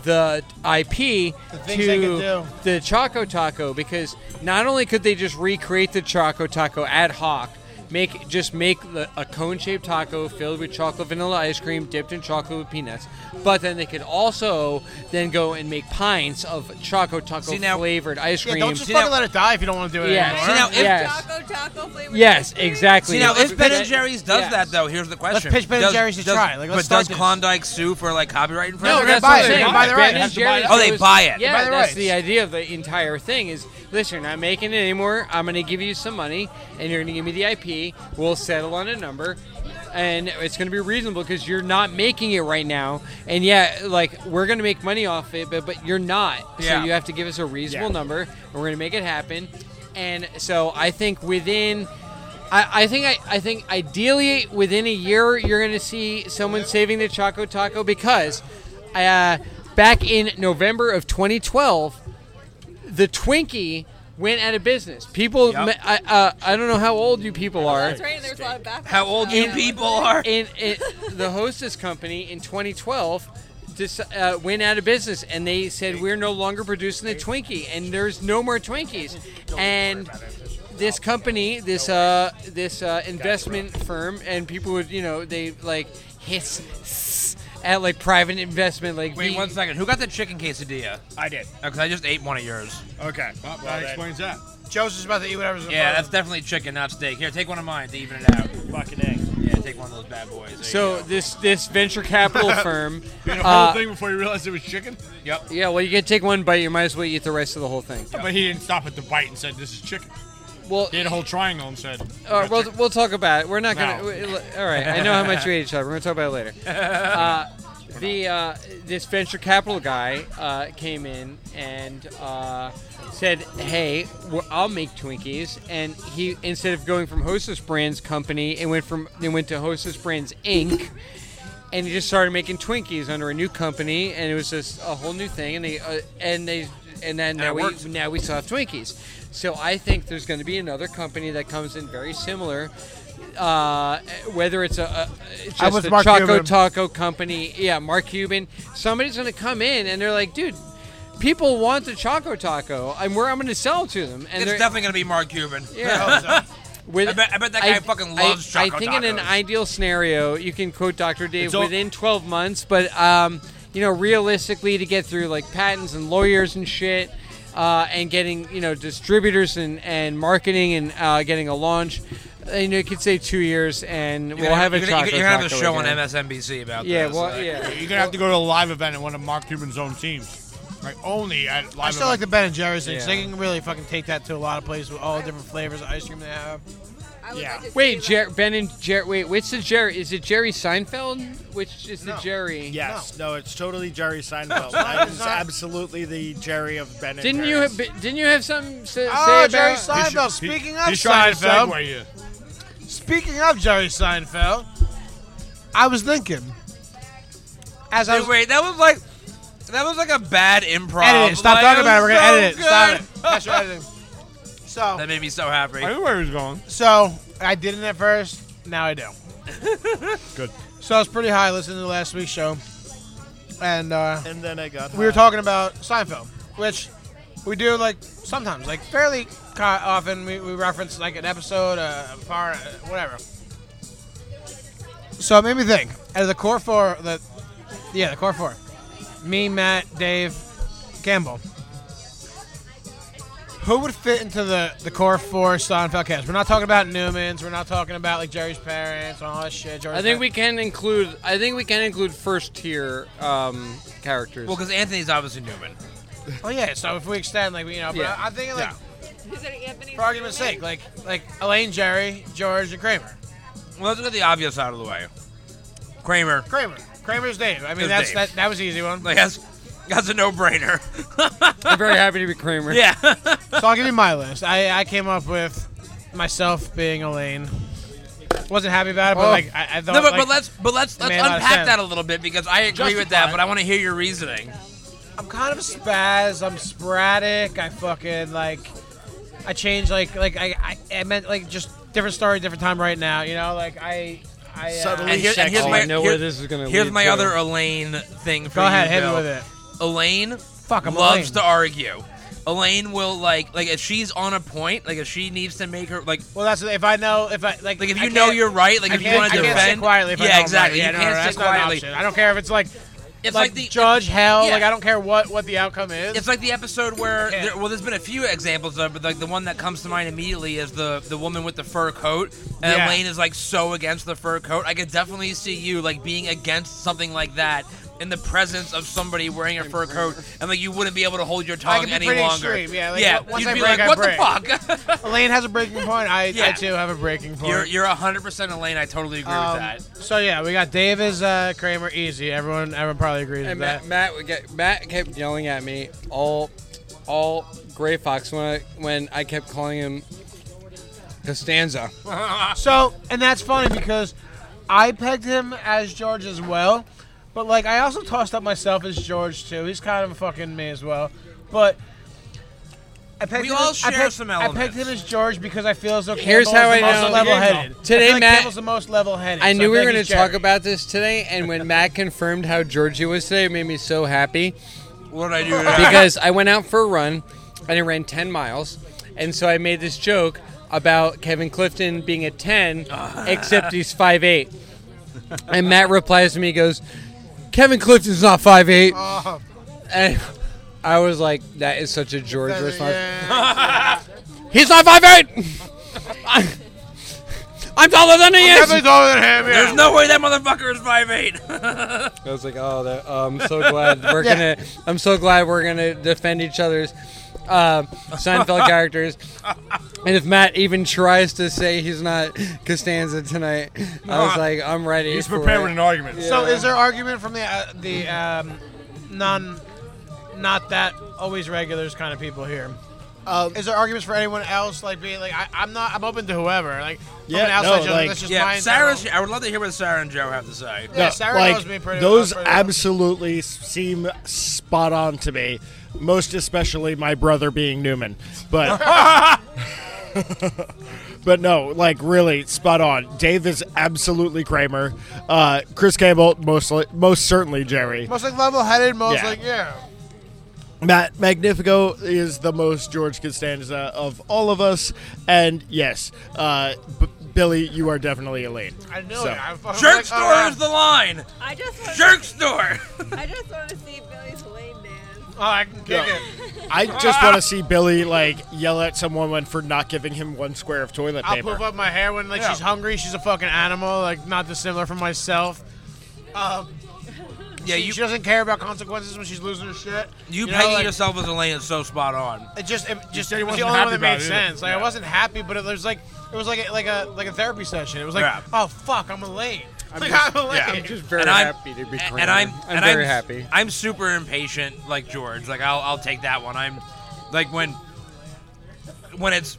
[SPEAKER 1] the IP
[SPEAKER 3] Oh. things they could
[SPEAKER 1] to
[SPEAKER 3] do.
[SPEAKER 1] the Choco Taco because not only could they just recreate the Choco Taco ad hoc, make just make the, a cone shaped taco filled with chocolate vanilla ice cream dipped in chocolate with peanuts, but then they could also then go and make pints of Choco Taco
[SPEAKER 4] See, now-
[SPEAKER 1] flavored ice
[SPEAKER 3] Yeah,
[SPEAKER 1] cream.
[SPEAKER 3] don't just
[SPEAKER 4] See,
[SPEAKER 3] fucking
[SPEAKER 4] now-
[SPEAKER 3] let it die if you don't want to do it
[SPEAKER 1] Yeah.
[SPEAKER 3] anymore.
[SPEAKER 4] See, now, if-
[SPEAKER 1] Yes.
[SPEAKER 2] Taco taco flavored.
[SPEAKER 1] Yes,
[SPEAKER 2] ice cream?
[SPEAKER 1] exactly.
[SPEAKER 4] See now, if Ben and
[SPEAKER 1] Because-
[SPEAKER 4] Jerry's does
[SPEAKER 1] yes.
[SPEAKER 4] that though, here's the question:
[SPEAKER 3] pitch Ben and
[SPEAKER 4] Does-
[SPEAKER 3] Jerry's to
[SPEAKER 4] does-
[SPEAKER 3] try. Like, let's
[SPEAKER 4] but
[SPEAKER 3] start
[SPEAKER 4] does
[SPEAKER 3] this.
[SPEAKER 4] Klondike sue for like copyright
[SPEAKER 1] No,
[SPEAKER 4] infringement?
[SPEAKER 3] they're
[SPEAKER 1] that's
[SPEAKER 3] gonna buy
[SPEAKER 1] what I'm
[SPEAKER 3] it.
[SPEAKER 1] saying.
[SPEAKER 3] Oh, They buy the
[SPEAKER 1] Ben
[SPEAKER 3] rights.
[SPEAKER 1] and
[SPEAKER 3] Have to buy
[SPEAKER 1] Jerry's
[SPEAKER 3] it.
[SPEAKER 4] Oh, they
[SPEAKER 1] goes-
[SPEAKER 4] buy it. They
[SPEAKER 1] Yeah,
[SPEAKER 3] buy the
[SPEAKER 1] that's
[SPEAKER 3] rights.
[SPEAKER 1] the idea of the entire thing. Is listen, you're not making it anymore. I'm going to give you some money, and you're going to give me the IP. We'll settle on a number, and it's going to be reasonable because you're not making it right now. And yeah, like we're going to make money off it, but but you're not.
[SPEAKER 4] Yeah.
[SPEAKER 1] So you have to give us a reasonable
[SPEAKER 5] Yeah.
[SPEAKER 1] number, and we're going to make it happen. And so I think within. I, I think I, I think ideally within a year you're going to see someone saving the Choco Taco because uh, back in November of 2012, the Twinkie went out of business. People,
[SPEAKER 4] Yep.
[SPEAKER 1] me- I, uh, I don't know how old you people are.
[SPEAKER 2] That's right. and There's a lot of back.
[SPEAKER 4] How old you
[SPEAKER 1] Yeah.
[SPEAKER 4] people are?
[SPEAKER 1] In, in the hostess company in 2012. dis- uh, went out of business and they said we're no longer producing the Twinkie and there's no more Twinkies and this company, this uh, this uh, investment firm, and people would, you know, they like hiss at like private investment, like
[SPEAKER 4] Wait
[SPEAKER 1] the-
[SPEAKER 4] one second. Who got the chicken quesadilla?
[SPEAKER 5] I did.
[SPEAKER 4] Because I just ate one of yours.
[SPEAKER 5] Okay.
[SPEAKER 6] Well, that
[SPEAKER 5] Well, then,
[SPEAKER 6] explains that.
[SPEAKER 3] Joseph's about to eat whatever's in
[SPEAKER 5] Um,
[SPEAKER 4] Yeah,
[SPEAKER 3] front
[SPEAKER 4] that's
[SPEAKER 3] of
[SPEAKER 4] definitely chicken, not steak. Here, take one of mine to even it out.
[SPEAKER 5] fucking egg.
[SPEAKER 4] Yeah, take one of those bad boys. There
[SPEAKER 1] So
[SPEAKER 4] you go.
[SPEAKER 1] this this venture capital firm,
[SPEAKER 6] You ate a whole
[SPEAKER 1] uh,
[SPEAKER 6] thing before you realized it was chicken?
[SPEAKER 4] yep.
[SPEAKER 1] yeah, well, you can take one bite, you might as well eat the rest of the whole thing.
[SPEAKER 6] But he didn't stop at the bite and said, this is chicken.
[SPEAKER 1] Well,
[SPEAKER 6] He ate a whole triangle and said,
[SPEAKER 1] uh,
[SPEAKER 6] "That's
[SPEAKER 1] we'll,
[SPEAKER 6] chicken."
[SPEAKER 1] we'll talk about it. We're not
[SPEAKER 6] No.
[SPEAKER 1] gonna. we- l- all right, I know how much you hate each other. We're gonna talk about it later. Uh, the uh, this venture capital guy uh, came in and uh, said, "Hey, well, I'll make Twinkies." And he instead of going from Hostess Brands company, it went from it went to Hostess Brands Inc. And he just started making Twinkies under a new company, and it was just a whole new thing. And they uh, and they and then now
[SPEAKER 4] it
[SPEAKER 1] we
[SPEAKER 4] worked.
[SPEAKER 1] now we still have Twinkies. So I think there's going to be another company that comes in very similar. Uh, whether it's a, a just
[SPEAKER 3] I'm with
[SPEAKER 1] a
[SPEAKER 3] Mark
[SPEAKER 1] Choco
[SPEAKER 3] Cuban.
[SPEAKER 1] Taco company, yeah, Mark Cuban, somebody's going to come in and they're like, dude, people want the Choco Taco, and where I'm going to sell it to them. And
[SPEAKER 4] It's
[SPEAKER 1] they're,
[SPEAKER 4] definitely gonna be Mark Cuban.
[SPEAKER 1] yeah.
[SPEAKER 3] Oh,
[SPEAKER 1] With-
[SPEAKER 4] I bet- I bet that guy fucking loves
[SPEAKER 1] I, I
[SPEAKER 4] Choco
[SPEAKER 1] think in an
[SPEAKER 4] Tacos.
[SPEAKER 1] ideal scenario, you can quote Dr. Dave
[SPEAKER 6] It's all-
[SPEAKER 1] within 12 months, but um, you know, realistically, to get through like patents and lawyers and shit, uh, and getting you know distributors and, and marketing and uh, getting a launch, uh, you know, you could say two years, and
[SPEAKER 4] You're
[SPEAKER 1] we'll
[SPEAKER 4] gonna-
[SPEAKER 1] have a
[SPEAKER 4] you're gonna-
[SPEAKER 1] Choco
[SPEAKER 4] You're gonna have a
[SPEAKER 1] Taco
[SPEAKER 4] show on
[SPEAKER 1] again.
[SPEAKER 4] MSNBC about
[SPEAKER 1] Yeah,
[SPEAKER 4] this.
[SPEAKER 1] well,
[SPEAKER 4] like-
[SPEAKER 1] yeah.
[SPEAKER 6] You're going to have to go to a live event at one of Mark Cuban's own teams. Like, only at live
[SPEAKER 3] I still like the
[SPEAKER 6] events.
[SPEAKER 3] Ben and Jerry's thing. 'cause
[SPEAKER 1] Yeah.
[SPEAKER 3] They can really fucking take that to a lot of places with all the different flavors of ice cream they have.
[SPEAKER 2] I would
[SPEAKER 6] Yeah.
[SPEAKER 2] like to see
[SPEAKER 1] Wait,
[SPEAKER 2] that.
[SPEAKER 1] Jer- Ben and Jerry. Wait, which the Jerry? Is it Jerry Seinfeld? Which is the
[SPEAKER 3] No.
[SPEAKER 1] Jerry?
[SPEAKER 5] Yes. No. it's totally Jerry Seinfeld. I
[SPEAKER 3] It's
[SPEAKER 5] was
[SPEAKER 3] not-
[SPEAKER 5] absolutely the Jerry of Ben. and
[SPEAKER 1] Didn't you
[SPEAKER 5] Jerry's.
[SPEAKER 1] have? Didn't you have something to say
[SPEAKER 3] Oh,
[SPEAKER 1] about?
[SPEAKER 3] Jerry
[SPEAKER 6] He
[SPEAKER 3] Seinfeld.
[SPEAKER 6] should- he-
[SPEAKER 3] Speaking of
[SPEAKER 6] he's trying to
[SPEAKER 3] Seinfeld,
[SPEAKER 6] segue you.
[SPEAKER 3] speaking of Jerry Seinfeld, I was thinking as I
[SPEAKER 4] Dude,
[SPEAKER 3] was
[SPEAKER 4] wait, that was like that was like a bad improv.
[SPEAKER 3] edit it. Stop
[SPEAKER 4] Like,
[SPEAKER 3] talking about it. We're
[SPEAKER 4] was
[SPEAKER 3] gonna
[SPEAKER 4] so
[SPEAKER 3] edit it. Stop
[SPEAKER 4] good.
[SPEAKER 3] it. That's your editing. So,
[SPEAKER 4] That made me so happy.
[SPEAKER 6] I knew where he was going.
[SPEAKER 3] so I didn't at first. Now I do.
[SPEAKER 6] Good.
[SPEAKER 3] So I was pretty high listening to last week's show, and uh,
[SPEAKER 5] And then I got.
[SPEAKER 3] we were
[SPEAKER 5] high.
[SPEAKER 3] talking about Seinfeld, which we do like sometimes, like fairly co- often. We, we reference like an episode, uh, a part, uh, whatever. So it made me think. As the core four, the yeah, the core four, me, Matt, Dave, Campbell. Who would fit into the, the core four Seinfeld cast? We're not talking about Newman's. We're not talking about like Jerry's parents and all that shit. George's
[SPEAKER 1] I think
[SPEAKER 3] parents.
[SPEAKER 1] we can include. I think we can include first tier um, characters.
[SPEAKER 4] Well, because Anthony's obviously Newman.
[SPEAKER 3] Oh yeah. So if we extend, like you know, but
[SPEAKER 1] Yeah.
[SPEAKER 3] I, I'm thinking like
[SPEAKER 2] Is it Anthony?
[SPEAKER 3] for argument's
[SPEAKER 2] Newman?
[SPEAKER 3] sake, like like Elaine, Jerry, George, and Kramer.
[SPEAKER 4] Well, let's get the obvious out of the way. Kramer,
[SPEAKER 3] Kramer. Kramer's Dave. I mean,
[SPEAKER 4] It's
[SPEAKER 3] that's
[SPEAKER 4] Dave.
[SPEAKER 3] that. That was the easy one.
[SPEAKER 4] like that's that's a no-brainer.
[SPEAKER 1] I'm very happy to be Kramer.
[SPEAKER 4] yeah.
[SPEAKER 3] so I'll give you my list. I I came up with myself being Elaine. Wasn't happy about it, but
[SPEAKER 1] Oh.
[SPEAKER 3] like I, I thought.
[SPEAKER 4] No, but,
[SPEAKER 3] like,
[SPEAKER 4] but let's but let's
[SPEAKER 3] It
[SPEAKER 4] let's
[SPEAKER 3] made a lot of
[SPEAKER 4] unpack
[SPEAKER 3] sense.
[SPEAKER 4] that a little bit because I agree with
[SPEAKER 3] Justify
[SPEAKER 4] that,
[SPEAKER 3] it.
[SPEAKER 4] but I want to hear your reasoning.
[SPEAKER 3] I'm kind of a spaz. I'm sporadic. I fucking like. I change like like I I, I meant like just different story, different time right now. You know, like I I. Uh,
[SPEAKER 5] Subtly
[SPEAKER 4] And, here- and here's
[SPEAKER 5] sexy.
[SPEAKER 1] Oh,
[SPEAKER 4] my
[SPEAKER 1] I know
[SPEAKER 4] here-
[SPEAKER 1] where this is gonna
[SPEAKER 4] Here's
[SPEAKER 1] lead
[SPEAKER 4] my
[SPEAKER 1] to.
[SPEAKER 4] other Elaine thing for
[SPEAKER 3] Go
[SPEAKER 4] you.
[SPEAKER 3] ahead, hit me
[SPEAKER 4] Bill.
[SPEAKER 3] with it.
[SPEAKER 4] Elaine
[SPEAKER 3] Fuck, I'm
[SPEAKER 4] loves
[SPEAKER 3] Elaine.
[SPEAKER 4] to argue. Elaine will like like if she's on a point, like if she needs to make her like
[SPEAKER 3] Well, that's if I know if I like
[SPEAKER 4] like if
[SPEAKER 3] I
[SPEAKER 4] you know
[SPEAKER 3] can't-
[SPEAKER 4] you're right, like
[SPEAKER 3] I
[SPEAKER 4] if you
[SPEAKER 3] can't-
[SPEAKER 4] want to
[SPEAKER 3] I
[SPEAKER 4] defend
[SPEAKER 3] can't sit quietly. If I
[SPEAKER 4] yeah,
[SPEAKER 3] know I'm
[SPEAKER 4] exactly.
[SPEAKER 3] Right.
[SPEAKER 4] you
[SPEAKER 3] yeah,
[SPEAKER 4] can't
[SPEAKER 3] no,
[SPEAKER 4] sit
[SPEAKER 3] that's not an
[SPEAKER 4] quietly.
[SPEAKER 3] option. I don't care if it's like like,
[SPEAKER 4] It's like, the
[SPEAKER 3] judge hell.
[SPEAKER 4] Yeah.
[SPEAKER 3] Like I don't care what what the outcome is.
[SPEAKER 4] it's like the episode where
[SPEAKER 3] Yeah.
[SPEAKER 4] there, well, there's been a few examples of, but like the one that comes to mind immediately is the the woman with the fur coat, and
[SPEAKER 3] Yeah.
[SPEAKER 4] Elaine is like so against the fur coat. I could definitely see you like being against something like that in the presence of somebody wearing a fur coat, and like you wouldn't be able to hold your tongue
[SPEAKER 3] could be
[SPEAKER 4] any
[SPEAKER 3] pretty
[SPEAKER 4] longer.
[SPEAKER 3] extreme, yeah, like,
[SPEAKER 4] yeah,
[SPEAKER 3] once
[SPEAKER 4] you'd
[SPEAKER 3] I
[SPEAKER 4] be
[SPEAKER 3] break,
[SPEAKER 4] like,
[SPEAKER 3] I
[SPEAKER 4] what the
[SPEAKER 3] break."
[SPEAKER 4] fuck?
[SPEAKER 3] Elaine has a breaking point. I, I
[SPEAKER 4] Yeah.
[SPEAKER 3] too have a breaking point.
[SPEAKER 4] you're you're 100 percent Elaine. I totally agree
[SPEAKER 3] Um,
[SPEAKER 4] with that.
[SPEAKER 3] So yeah, we got Davis, uh, Kramer, easy. Everyone, everyone probably agrees
[SPEAKER 1] And
[SPEAKER 3] with that.
[SPEAKER 1] Matt, Matt, would get, Matt kept yelling at me all, all Gray Fox when I, when I kept calling him Costanza.
[SPEAKER 3] So, and that's funny because I pegged him as George as well, but like I also tossed up myself as George too. He's kind of fucking me as well, but. I pegged
[SPEAKER 4] We
[SPEAKER 3] him
[SPEAKER 4] all
[SPEAKER 3] as, I
[SPEAKER 4] share
[SPEAKER 3] pegged,
[SPEAKER 4] some
[SPEAKER 3] I pegged
[SPEAKER 4] elements.
[SPEAKER 3] him as George because I feel as though
[SPEAKER 1] Here's
[SPEAKER 3] Campbell's
[SPEAKER 1] how
[SPEAKER 3] the
[SPEAKER 1] I
[SPEAKER 3] most
[SPEAKER 1] know-
[SPEAKER 3] level-headed.
[SPEAKER 1] Today,
[SPEAKER 3] I feel like
[SPEAKER 1] Matt-
[SPEAKER 3] Campbell's the most level-headed.
[SPEAKER 1] I
[SPEAKER 3] so
[SPEAKER 1] knew we
[SPEAKER 3] think
[SPEAKER 1] were going to
[SPEAKER 3] he's
[SPEAKER 1] talk
[SPEAKER 3] Jerry.
[SPEAKER 1] about this today, and when Matt confirmed how Georgie was today, it made me so happy
[SPEAKER 4] What did I do? today?
[SPEAKER 1] because I went out for a run and I ran 10 miles, and so I made this joke about Kevin Clifton being a 10, except he's 5'8. And Matt replies to me, he goes, Kevin Clifton's not 5'8. And I was like, that is such a George response. He's not 5'8! I'm- I'm taller than he is!
[SPEAKER 4] There's no way that motherfucker is 5'8.
[SPEAKER 1] I was like, oh, that, oh I'm so glad we're gonna. I'm so glad we're gonna defend each other's uh, Seinfeld characters. And if Matt even tries to say he's not Costanza tonight, I was like, I'm ready.
[SPEAKER 6] He's
[SPEAKER 1] for
[SPEAKER 6] prepared
[SPEAKER 1] it.
[SPEAKER 6] with an argument.
[SPEAKER 3] So, is there argument from the uh, the um, non, not that always regulars kind of people here?
[SPEAKER 5] Um,
[SPEAKER 3] Is there arguments for anyone else? Like being like, I, I'm not. I'm open to whoever. Like, from
[SPEAKER 5] Yeah,
[SPEAKER 3] an outside
[SPEAKER 5] no,
[SPEAKER 3] judgment,
[SPEAKER 5] like-
[SPEAKER 3] that's just
[SPEAKER 4] yeah,
[SPEAKER 3] my
[SPEAKER 4] Sarah.
[SPEAKER 3] internal-
[SPEAKER 4] I would love to hear what Sarah and Joe have to say.
[SPEAKER 3] Yeah,
[SPEAKER 5] No,
[SPEAKER 3] Sarah knows me pretty well,
[SPEAKER 5] those
[SPEAKER 3] pretty well.
[SPEAKER 5] absolutely seem spot on to me. Most especially my brother being Newman, but but no, like really spot on. Dave is absolutely Kramer. Uh, Chris Campbell, mostly, most certainly Jerry.
[SPEAKER 3] Most like level-headed. Most
[SPEAKER 5] Yeah.
[SPEAKER 3] like yeah.
[SPEAKER 5] Matt Magnifico is the most George Costanza of all of us, and yes, uh, B- Billy, you are definitely Elaine.
[SPEAKER 3] I knew
[SPEAKER 5] So-
[SPEAKER 3] it. I fucking
[SPEAKER 4] Jerk
[SPEAKER 3] like,
[SPEAKER 4] store
[SPEAKER 3] oh,
[SPEAKER 4] is the line.
[SPEAKER 8] I just want
[SPEAKER 4] Jerk store.
[SPEAKER 8] To, I just want to see Billy's lane dance.
[SPEAKER 3] Oh, I can kick
[SPEAKER 5] Yeah.
[SPEAKER 3] it.
[SPEAKER 5] I just want to see Billy like yell at someone when for not giving him one square of toilet
[SPEAKER 3] I'll
[SPEAKER 5] paper.
[SPEAKER 3] poof up my hair when like
[SPEAKER 4] Yeah.
[SPEAKER 3] she's hungry. She's a fucking animal. Like not dissimilar from myself.
[SPEAKER 4] yeah,
[SPEAKER 3] she,
[SPEAKER 4] you
[SPEAKER 3] she doesn't care about consequences when she's losing her shit.
[SPEAKER 4] you,
[SPEAKER 3] know,
[SPEAKER 4] pegging
[SPEAKER 3] like-
[SPEAKER 4] yourself as Elaine is so spot on.
[SPEAKER 3] It just, it just
[SPEAKER 6] said he
[SPEAKER 3] it was the
[SPEAKER 6] wasn't
[SPEAKER 3] only one
[SPEAKER 6] happy
[SPEAKER 3] that
[SPEAKER 6] about
[SPEAKER 3] made
[SPEAKER 6] it either.
[SPEAKER 3] sense. Like I wasn't happy, but it was like it was like a, like a like a therapy session. It was like,
[SPEAKER 4] Yeah.
[SPEAKER 3] oh fuck, I'm late. like
[SPEAKER 6] just-
[SPEAKER 3] I'm late.
[SPEAKER 6] yeah,
[SPEAKER 1] I'm just very
[SPEAKER 4] and I'm-
[SPEAKER 1] happy to be.
[SPEAKER 4] a-
[SPEAKER 1] Kramer.
[SPEAKER 4] And I'm,
[SPEAKER 1] I'm
[SPEAKER 4] and
[SPEAKER 1] very
[SPEAKER 4] I'm,
[SPEAKER 1] happy.
[SPEAKER 4] I'm super impatient, like George. Like I'll, I'll take that one. I'm like when when it's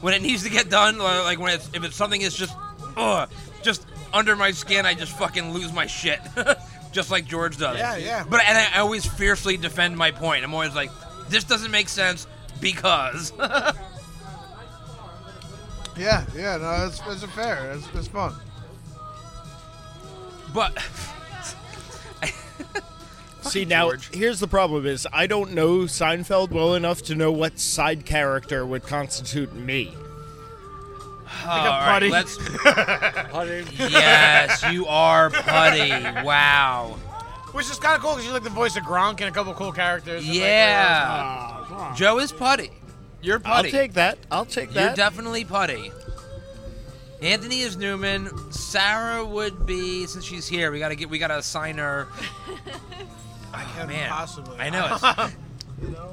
[SPEAKER 4] when it needs to get done. li- Like when it's if it's something that's just ugh, just under my skin, I just fucking lose my shit, just like George does.
[SPEAKER 3] Yeah, yeah.
[SPEAKER 4] But and I, I always fiercely defend my point. I'm always like, this doesn't make sense because.
[SPEAKER 3] yeah, yeah. No, it's it's fair. It's, it's fun.
[SPEAKER 4] but
[SPEAKER 5] See now,
[SPEAKER 4] George.
[SPEAKER 5] here's the problem: is I don't know Seinfeld well enough to know what side character would constitute me.
[SPEAKER 4] All right,
[SPEAKER 3] putty.
[SPEAKER 4] let's yes, you are putty. Wow.
[SPEAKER 3] Which is kind of cool because you're like the voice of Gronk and a couple cool characters. and, like,
[SPEAKER 4] Yeah.
[SPEAKER 3] Ah,
[SPEAKER 4] Joe is putty. You're
[SPEAKER 5] I'll
[SPEAKER 4] putty.
[SPEAKER 5] take that. I'll take
[SPEAKER 4] You're
[SPEAKER 5] that.
[SPEAKER 4] definitely putty. Anthony is Newman. Sarah would be since she's here. We gotta get. We gotta assign her.
[SPEAKER 3] I can't
[SPEAKER 4] Man,
[SPEAKER 3] possibly.
[SPEAKER 4] I know. It's,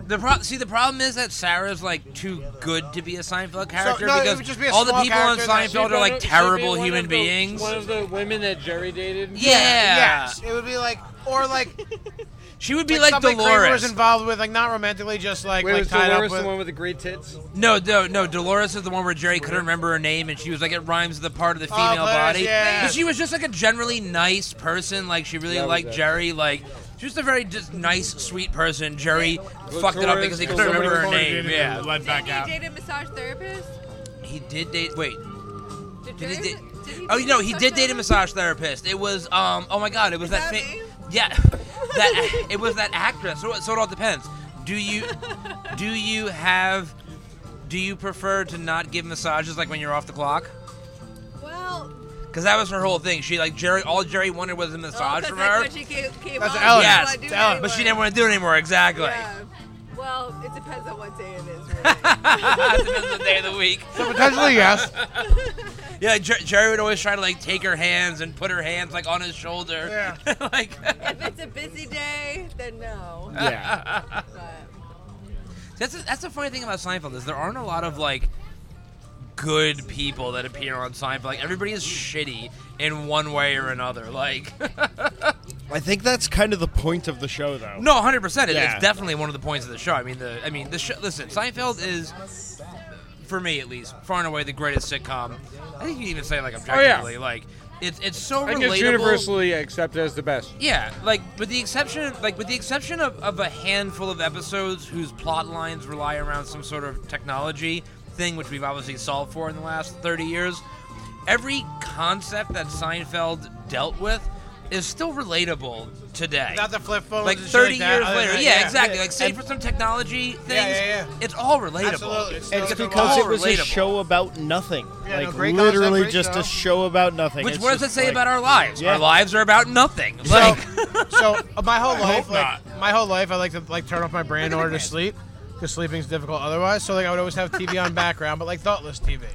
[SPEAKER 4] the pro- see the problem is that Sarah's like too good to be a Seinfeld character
[SPEAKER 3] no, it
[SPEAKER 4] because
[SPEAKER 3] would just be a
[SPEAKER 4] all the
[SPEAKER 3] small
[SPEAKER 4] people on
[SPEAKER 3] character that-
[SPEAKER 4] Seinfeld are like terrible human beings.
[SPEAKER 1] One of the women that Jerry dated.
[SPEAKER 4] yeah.
[SPEAKER 3] Yes, it would be like, or like,
[SPEAKER 4] she would be
[SPEAKER 3] like,
[SPEAKER 4] like,
[SPEAKER 3] something Kramer was
[SPEAKER 4] Dolores.
[SPEAKER 3] involved with, like not romantically, just like
[SPEAKER 1] Wait,
[SPEAKER 3] like
[SPEAKER 1] was
[SPEAKER 3] tied
[SPEAKER 1] Dolores
[SPEAKER 3] up with.
[SPEAKER 1] the one with the great tits?
[SPEAKER 4] No, no, no. Dolores is the one where Jerry couldn't remember her name, and she was like, it rhymes with the part of
[SPEAKER 2] Oh,
[SPEAKER 4] the female
[SPEAKER 3] Dolores,
[SPEAKER 4] body.
[SPEAKER 3] yeah.
[SPEAKER 4] But she was just like a generally nice person. Like she really
[SPEAKER 1] Yeah,
[SPEAKER 4] liked
[SPEAKER 1] exactly.
[SPEAKER 4] Jerry. Like she Just a very just nice, sweet person. Jerry fucked it up because he couldn't remember her name. Yeah,
[SPEAKER 6] Led back out.
[SPEAKER 2] Did he date a massage therapist?
[SPEAKER 4] he did date. Wait,
[SPEAKER 2] Did
[SPEAKER 4] Did he
[SPEAKER 2] Jerry-
[SPEAKER 4] da-
[SPEAKER 2] did he
[SPEAKER 4] Oh
[SPEAKER 2] date
[SPEAKER 4] no, he did date a
[SPEAKER 2] therapist?
[SPEAKER 4] massage therapist. It was um. Oh my god, it was
[SPEAKER 2] Is
[SPEAKER 4] that.
[SPEAKER 2] that
[SPEAKER 4] fa-
[SPEAKER 2] me?
[SPEAKER 4] yeah, that it was that actress. So, so it all depends. Do you do you have do you prefer to not give massages like when you're off the clock?
[SPEAKER 2] Well,
[SPEAKER 4] Because that was her whole thing. She like Jerry. All Jerry wanted was a massage
[SPEAKER 2] oh, 'cause
[SPEAKER 4] from
[SPEAKER 2] that's
[SPEAKER 4] her.
[SPEAKER 2] when she came, came
[SPEAKER 3] That's
[SPEAKER 2] on,
[SPEAKER 3] Ellen.
[SPEAKER 2] she
[SPEAKER 4] Yes,
[SPEAKER 2] was like, "Do
[SPEAKER 3] it's Ellen."
[SPEAKER 4] but she
[SPEAKER 2] anyway.
[SPEAKER 4] didn't want to do it anymore. Exactly.
[SPEAKER 2] Yeah. Well, it depends on what day it is. Really.
[SPEAKER 4] Depends on the day of the week.
[SPEAKER 3] Potentially, yes.
[SPEAKER 4] Yeah, Jer- Jerry would always try to like take her hands and put her hands like on his shoulder. Yeah. like.
[SPEAKER 2] if it's a busy day, then no.
[SPEAKER 5] Yeah.
[SPEAKER 2] But
[SPEAKER 4] That's that's the funny thing about Seinfeld is there aren't a lot of like good people that appear on Seinfeld. Like everybody is shitty in one way or another. Like
[SPEAKER 5] I think that's kind of the point of the show, though.
[SPEAKER 4] no, hundred percent.
[SPEAKER 5] Yeah.
[SPEAKER 4] It's definitely one of the points of the show. I mean the I mean the show. Listen, Seinfeld is for me at least far and away the greatest sitcom. I think you can even say like objectively like. It's, it's so
[SPEAKER 1] I think
[SPEAKER 4] relatable.
[SPEAKER 1] it's universally accepted as the best.
[SPEAKER 4] Yeah, like with the exception, like with the exception of, of a handful of episodes whose plot lines rely around some sort of technology thing, which we've obviously solved for in the last thirty years. Every concept that Seinfeld dealt with is still relatable today.
[SPEAKER 3] Not the flip phone.
[SPEAKER 4] like
[SPEAKER 3] and shit
[SPEAKER 4] 30
[SPEAKER 3] that.
[SPEAKER 4] years
[SPEAKER 3] Other
[SPEAKER 4] later,
[SPEAKER 3] than-
[SPEAKER 4] yeah, exactly. Like, save
[SPEAKER 3] And-
[SPEAKER 4] for some technology things,
[SPEAKER 3] yeah, yeah.
[SPEAKER 4] it's all relatable.
[SPEAKER 3] Absolutely. It's
[SPEAKER 5] It's
[SPEAKER 3] still
[SPEAKER 5] because
[SPEAKER 4] all
[SPEAKER 5] it was a
[SPEAKER 4] relatable.
[SPEAKER 5] show about nothing.
[SPEAKER 3] Yeah, no,
[SPEAKER 5] like
[SPEAKER 3] great concept,
[SPEAKER 5] literally
[SPEAKER 3] great
[SPEAKER 5] just
[SPEAKER 3] show.
[SPEAKER 5] a show about nothing.
[SPEAKER 4] Which
[SPEAKER 5] It's
[SPEAKER 4] what does it
[SPEAKER 5] just
[SPEAKER 4] say
[SPEAKER 5] like-
[SPEAKER 4] about our lives?
[SPEAKER 5] Yeah.
[SPEAKER 4] Our lives are about nothing.
[SPEAKER 3] So,
[SPEAKER 4] Like,
[SPEAKER 3] so uh, my whole life,
[SPEAKER 6] hope
[SPEAKER 3] like, my whole life, I like to like turn off my brain in order to sleep because sleeping's difficult otherwise. So like I would always have TV on background, but like thoughtless TV.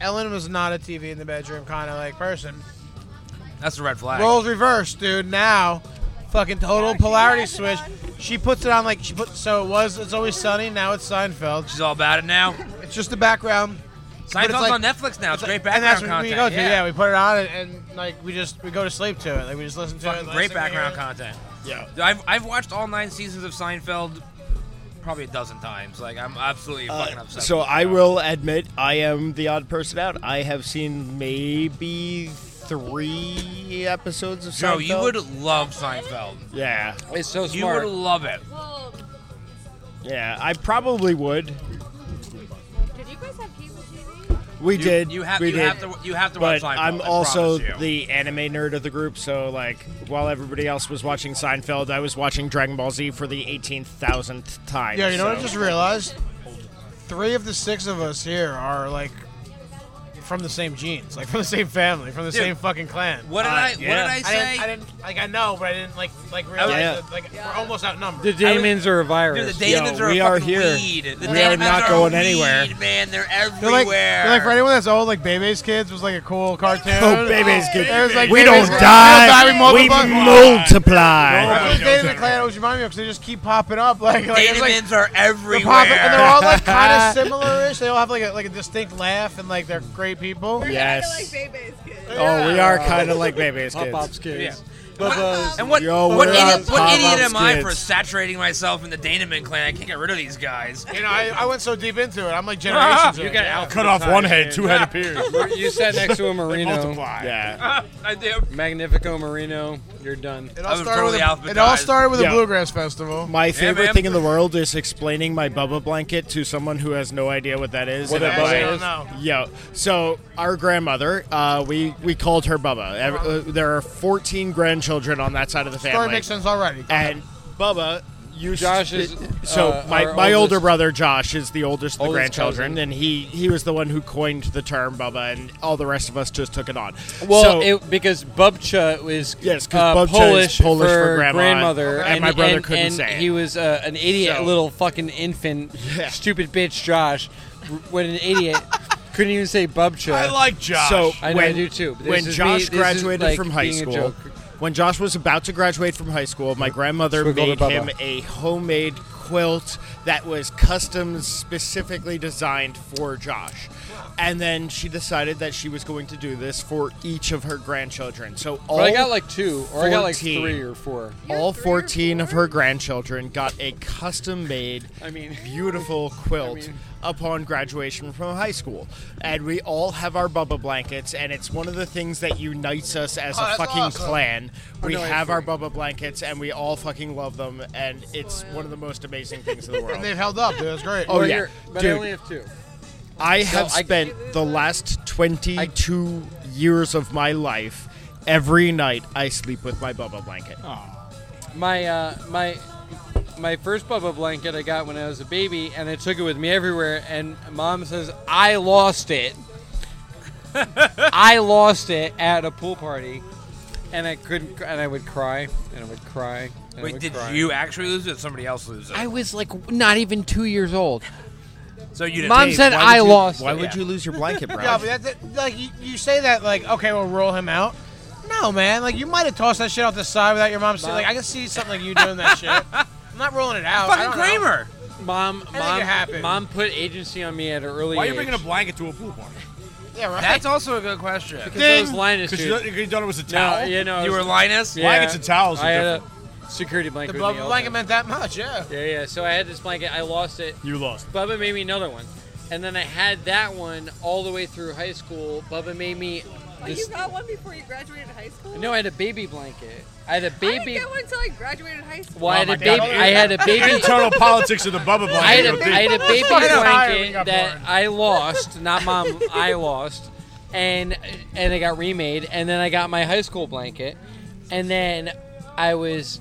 [SPEAKER 3] Ellen was not a TV in the bedroom kind of like person.
[SPEAKER 4] that's a red flag.
[SPEAKER 3] Roles reversed, dude. Now, fucking total polarity switch. She puts it on like she put. So it was. It's always sunny. Now it's Seinfeld.
[SPEAKER 4] She's all about it now.
[SPEAKER 3] It's just the background.
[SPEAKER 4] Seinfeld's
[SPEAKER 3] like-
[SPEAKER 4] on Netflix now. It's, great
[SPEAKER 3] and
[SPEAKER 4] background
[SPEAKER 3] that's what
[SPEAKER 4] content.
[SPEAKER 3] we go to. Yeah. we put it on and, and like we just we go to sleep to it. Like we just listen to
[SPEAKER 4] Fucking
[SPEAKER 3] it.
[SPEAKER 4] great
[SPEAKER 3] listen to
[SPEAKER 4] background
[SPEAKER 3] it.
[SPEAKER 4] content.
[SPEAKER 5] Yeah.
[SPEAKER 4] I've, I've watched all nine seasons of Seinfeld probably a dozen times. Like, I'm absolutely fucking
[SPEAKER 5] Uh,
[SPEAKER 4] upset.
[SPEAKER 5] so
[SPEAKER 4] with it.
[SPEAKER 5] I will admit I am the odd person out. I have seen maybe three episodes of Seinfeld.
[SPEAKER 4] Joe, you would love Seinfeld.
[SPEAKER 5] Yeah,
[SPEAKER 1] It's so
[SPEAKER 4] You would
[SPEAKER 1] smart.
[SPEAKER 4] love it.
[SPEAKER 8] Well,
[SPEAKER 5] yeah. I probably would.
[SPEAKER 2] did you guys have cable TV?
[SPEAKER 5] We
[SPEAKER 4] You,
[SPEAKER 5] did.
[SPEAKER 4] You have,
[SPEAKER 5] we
[SPEAKER 4] you
[SPEAKER 5] did.
[SPEAKER 4] have to. You have to watch
[SPEAKER 5] but
[SPEAKER 4] Seinfeld.
[SPEAKER 5] I'm
[SPEAKER 4] I
[SPEAKER 5] also
[SPEAKER 4] promise you.
[SPEAKER 5] the anime nerd of the group, so like while everybody else was watching Seinfeld, I was watching Dragon Ball Z for the 18,000th time.
[SPEAKER 3] Yeah, you know what I
[SPEAKER 5] so-
[SPEAKER 3] just realized? Three of the six of us here are like from the same genes, like from the same family, from the
[SPEAKER 4] Dude.
[SPEAKER 3] same fucking clan.
[SPEAKER 4] What did
[SPEAKER 5] Uh,
[SPEAKER 4] I?
[SPEAKER 5] yeah.
[SPEAKER 4] What did I
[SPEAKER 3] I
[SPEAKER 4] say?
[SPEAKER 3] didn't, I didn't, like I know, but I didn't like like realize
[SPEAKER 5] Yeah.
[SPEAKER 3] that, like we're almost outnumbered.
[SPEAKER 1] The Damons are a
[SPEAKER 4] Dude, the
[SPEAKER 1] virus.
[SPEAKER 4] Danimans
[SPEAKER 5] Yo,
[SPEAKER 4] are
[SPEAKER 5] we
[SPEAKER 4] a
[SPEAKER 5] are
[SPEAKER 4] fucking
[SPEAKER 5] here.
[SPEAKER 4] weed. The
[SPEAKER 5] We are
[SPEAKER 4] Danimans
[SPEAKER 5] not
[SPEAKER 4] a
[SPEAKER 5] going
[SPEAKER 4] weed,
[SPEAKER 5] anywhere.
[SPEAKER 4] man. They're
[SPEAKER 3] They're
[SPEAKER 4] everywhere.
[SPEAKER 3] like, they're like for anyone that's old, like Baby's Kids was like a cool cartoon.
[SPEAKER 5] Oh, babies, kid.
[SPEAKER 3] It was like
[SPEAKER 5] we
[SPEAKER 3] Baby's
[SPEAKER 5] don't
[SPEAKER 3] Kids, we
[SPEAKER 5] die.
[SPEAKER 3] we
[SPEAKER 5] We
[SPEAKER 3] multiply.
[SPEAKER 5] multiply.
[SPEAKER 3] It was David and Clan always remind me of because they just keep popping up. Like, like it's like
[SPEAKER 4] Danimans are
[SPEAKER 3] they're
[SPEAKER 4] everywhere.
[SPEAKER 3] popping, and they're all like kind of similar-ish. They all have like a, like a distinct laugh, and like they're great people.
[SPEAKER 5] Yes.
[SPEAKER 2] Like baby's kids.
[SPEAKER 5] Oh, we are kind of like babies,
[SPEAKER 1] Pop
[SPEAKER 5] kids.
[SPEAKER 1] Pop's kids.
[SPEAKER 6] uh,
[SPEAKER 4] And what,
[SPEAKER 5] Yo,
[SPEAKER 4] what,
[SPEAKER 5] we're
[SPEAKER 4] idiot,
[SPEAKER 5] on
[SPEAKER 4] what
[SPEAKER 5] top
[SPEAKER 4] idiot
[SPEAKER 5] of
[SPEAKER 4] am I
[SPEAKER 5] kids.
[SPEAKER 4] for saturating myself in the Daneman clan? I can't get rid of these guys.
[SPEAKER 3] You know, I, I went so deep into it. I'm like generations.
[SPEAKER 4] You
[SPEAKER 3] in.
[SPEAKER 4] got out.
[SPEAKER 6] Cut off one head, two head appears.
[SPEAKER 1] You sat next to a Marino,
[SPEAKER 6] Multiply.
[SPEAKER 5] Yeah.
[SPEAKER 4] I do.
[SPEAKER 1] Magnifico Marino. You're done.
[SPEAKER 3] It
[SPEAKER 4] I
[SPEAKER 3] all
[SPEAKER 4] was
[SPEAKER 3] started with
[SPEAKER 4] totally
[SPEAKER 3] a, it all
[SPEAKER 4] alphabetized.
[SPEAKER 3] started with
[SPEAKER 5] Yeah.
[SPEAKER 3] a bluegrass festival.
[SPEAKER 5] My favorite
[SPEAKER 4] man.
[SPEAKER 5] thing in the world is explaining my Bubba blanket to someone who has no idea what that is.
[SPEAKER 1] What
[SPEAKER 5] and
[SPEAKER 1] that
[SPEAKER 5] I'm
[SPEAKER 1] bubba
[SPEAKER 5] like,
[SPEAKER 1] is?
[SPEAKER 5] Yo, so our grandmother, uh, we we called her Bubba. Ev- uh, there are 14 grandchildren on that side of the
[SPEAKER 3] Story
[SPEAKER 5] family,
[SPEAKER 3] makes sense already.
[SPEAKER 5] and Bubba used.
[SPEAKER 1] Josh is,
[SPEAKER 5] so
[SPEAKER 1] uh,
[SPEAKER 5] my,
[SPEAKER 1] our
[SPEAKER 5] my older
[SPEAKER 1] oldest-
[SPEAKER 5] brother Josh is the oldest of the
[SPEAKER 1] Oldest
[SPEAKER 5] grandchildren,
[SPEAKER 1] cousin.
[SPEAKER 5] and he he was the one who coined the term Bubba, and all the rest of us just took it on.
[SPEAKER 1] Well,
[SPEAKER 5] so,
[SPEAKER 1] it, because bubcha is
[SPEAKER 5] Yes, 'cause
[SPEAKER 1] uh,
[SPEAKER 5] bubcha is
[SPEAKER 1] Polish,
[SPEAKER 5] Polish
[SPEAKER 1] for,
[SPEAKER 5] for grandma,
[SPEAKER 1] grandmother,
[SPEAKER 5] and my brother couldn't
[SPEAKER 1] and
[SPEAKER 5] say it.
[SPEAKER 1] He was uh, an idiot,
[SPEAKER 5] So-
[SPEAKER 1] little fucking infant,
[SPEAKER 5] Yeah.
[SPEAKER 1] stupid bitch, Josh. w- When an idiot couldn't even say bubcha.
[SPEAKER 6] I like Josh.
[SPEAKER 5] so
[SPEAKER 1] I know,
[SPEAKER 5] when,
[SPEAKER 1] I do too, but this
[SPEAKER 5] when
[SPEAKER 1] is me-
[SPEAKER 5] Josh
[SPEAKER 1] this is
[SPEAKER 5] graduated
[SPEAKER 1] like
[SPEAKER 5] from high
[SPEAKER 1] being a
[SPEAKER 5] school,
[SPEAKER 1] joke.
[SPEAKER 5] when Josh was about to graduate from high school, my grandmother
[SPEAKER 1] Swiggle the
[SPEAKER 5] made
[SPEAKER 1] Bubba.
[SPEAKER 5] him a homemade quilt that was custom specifically designed for Josh. And then she decided that she was going to do this for each of her grandchildren. So all
[SPEAKER 1] But I got like two, or I got like
[SPEAKER 5] 14.
[SPEAKER 1] three or four.
[SPEAKER 5] all
[SPEAKER 2] three or
[SPEAKER 5] 14 of
[SPEAKER 2] four?
[SPEAKER 5] her grandchildren got a custom made
[SPEAKER 1] I mean-
[SPEAKER 5] beautiful quilt upon graduation from high school. And we all have our Bubba blankets, and it's one of the things that unites us as
[SPEAKER 6] Oh,
[SPEAKER 5] a
[SPEAKER 6] that's
[SPEAKER 5] fucking
[SPEAKER 6] awesome. Oh,
[SPEAKER 5] clan. We
[SPEAKER 6] no, I
[SPEAKER 5] have our
[SPEAKER 6] agree.
[SPEAKER 5] Bubba blankets, and we all fucking love them, and it's
[SPEAKER 2] Oh,
[SPEAKER 5] one of the most amazing things in the world.
[SPEAKER 3] And they've held up, dude. That's great.
[SPEAKER 5] Oh,
[SPEAKER 1] Or
[SPEAKER 5] yeah.
[SPEAKER 1] you're- But I
[SPEAKER 5] Dude.
[SPEAKER 1] only have two.
[SPEAKER 5] I have
[SPEAKER 1] I-
[SPEAKER 5] spent the last 22 years of my life. Every night I sleep with my Bubba blanket.
[SPEAKER 1] My uh, my my first Bubba blanket I got when I was a baby, and I took it with me everywhere. And mom says I lost it. I lost it at a pool party, and I couldn't. And I would cry, and I would cry. And I
[SPEAKER 4] Wait,
[SPEAKER 1] would
[SPEAKER 4] did
[SPEAKER 1] cry.
[SPEAKER 4] you actually lose it? or Somebody else lose it?
[SPEAKER 1] I was like not even two years old.
[SPEAKER 4] so you didn't.
[SPEAKER 1] Mom
[SPEAKER 5] Dave,
[SPEAKER 1] said
[SPEAKER 5] why
[SPEAKER 1] I
[SPEAKER 5] would you-
[SPEAKER 1] lost.
[SPEAKER 5] Why
[SPEAKER 1] it.
[SPEAKER 5] would you lose your blanket, bro?
[SPEAKER 3] Yeah, but that's it. like you, you say that like okay, we'll roll him out. No, man, like you might have tossed that shit off the side without your mom seeing. Like I can see something like you doing that shit. I'm not rolling it out. I
[SPEAKER 4] fucking
[SPEAKER 3] don't know.
[SPEAKER 4] Kramer.
[SPEAKER 1] Mom,
[SPEAKER 3] think it
[SPEAKER 1] mom,
[SPEAKER 3] happened.
[SPEAKER 1] mom put agency on me at an early
[SPEAKER 6] Why are
[SPEAKER 1] age.
[SPEAKER 6] you bringing a blanket to a pool party?
[SPEAKER 3] Yeah, right.
[SPEAKER 4] That's also a good question.
[SPEAKER 1] Because those Linus
[SPEAKER 6] Because you,
[SPEAKER 1] dudes.
[SPEAKER 6] you thought it was a
[SPEAKER 1] No,
[SPEAKER 6] towel.
[SPEAKER 1] you know,
[SPEAKER 4] You were Linus.
[SPEAKER 1] yeah,
[SPEAKER 6] Blankets and towels are
[SPEAKER 1] I had a security
[SPEAKER 3] the
[SPEAKER 1] blanket. with me
[SPEAKER 3] bubble
[SPEAKER 1] all
[SPEAKER 3] blanket
[SPEAKER 1] the time.
[SPEAKER 3] meant that much. Yeah.
[SPEAKER 1] Yeah, yeah. So I had this blanket. I lost it.
[SPEAKER 5] you lost.
[SPEAKER 1] Bubba made me another one, and then I had that one all the way through high school. Bubba made me.
[SPEAKER 2] But you
[SPEAKER 1] This,
[SPEAKER 2] got one before you graduated high school?
[SPEAKER 1] no, I had a baby blanket. I had a
[SPEAKER 2] I didn't
[SPEAKER 1] baby.
[SPEAKER 2] get one until I graduated high school.
[SPEAKER 1] Well, I had
[SPEAKER 6] Oh my
[SPEAKER 1] a baby.
[SPEAKER 6] God.
[SPEAKER 1] I had a baby.
[SPEAKER 6] Internal politics of the Bubba blanket.
[SPEAKER 1] I had
[SPEAKER 6] you'll
[SPEAKER 1] a, I
[SPEAKER 6] think.
[SPEAKER 1] had a baby
[SPEAKER 3] fucking tired when
[SPEAKER 1] blanket
[SPEAKER 3] you got
[SPEAKER 1] that
[SPEAKER 3] born.
[SPEAKER 1] I lost, not mom. I lost, and and it got remade, and then I got my high school blanket, and then I was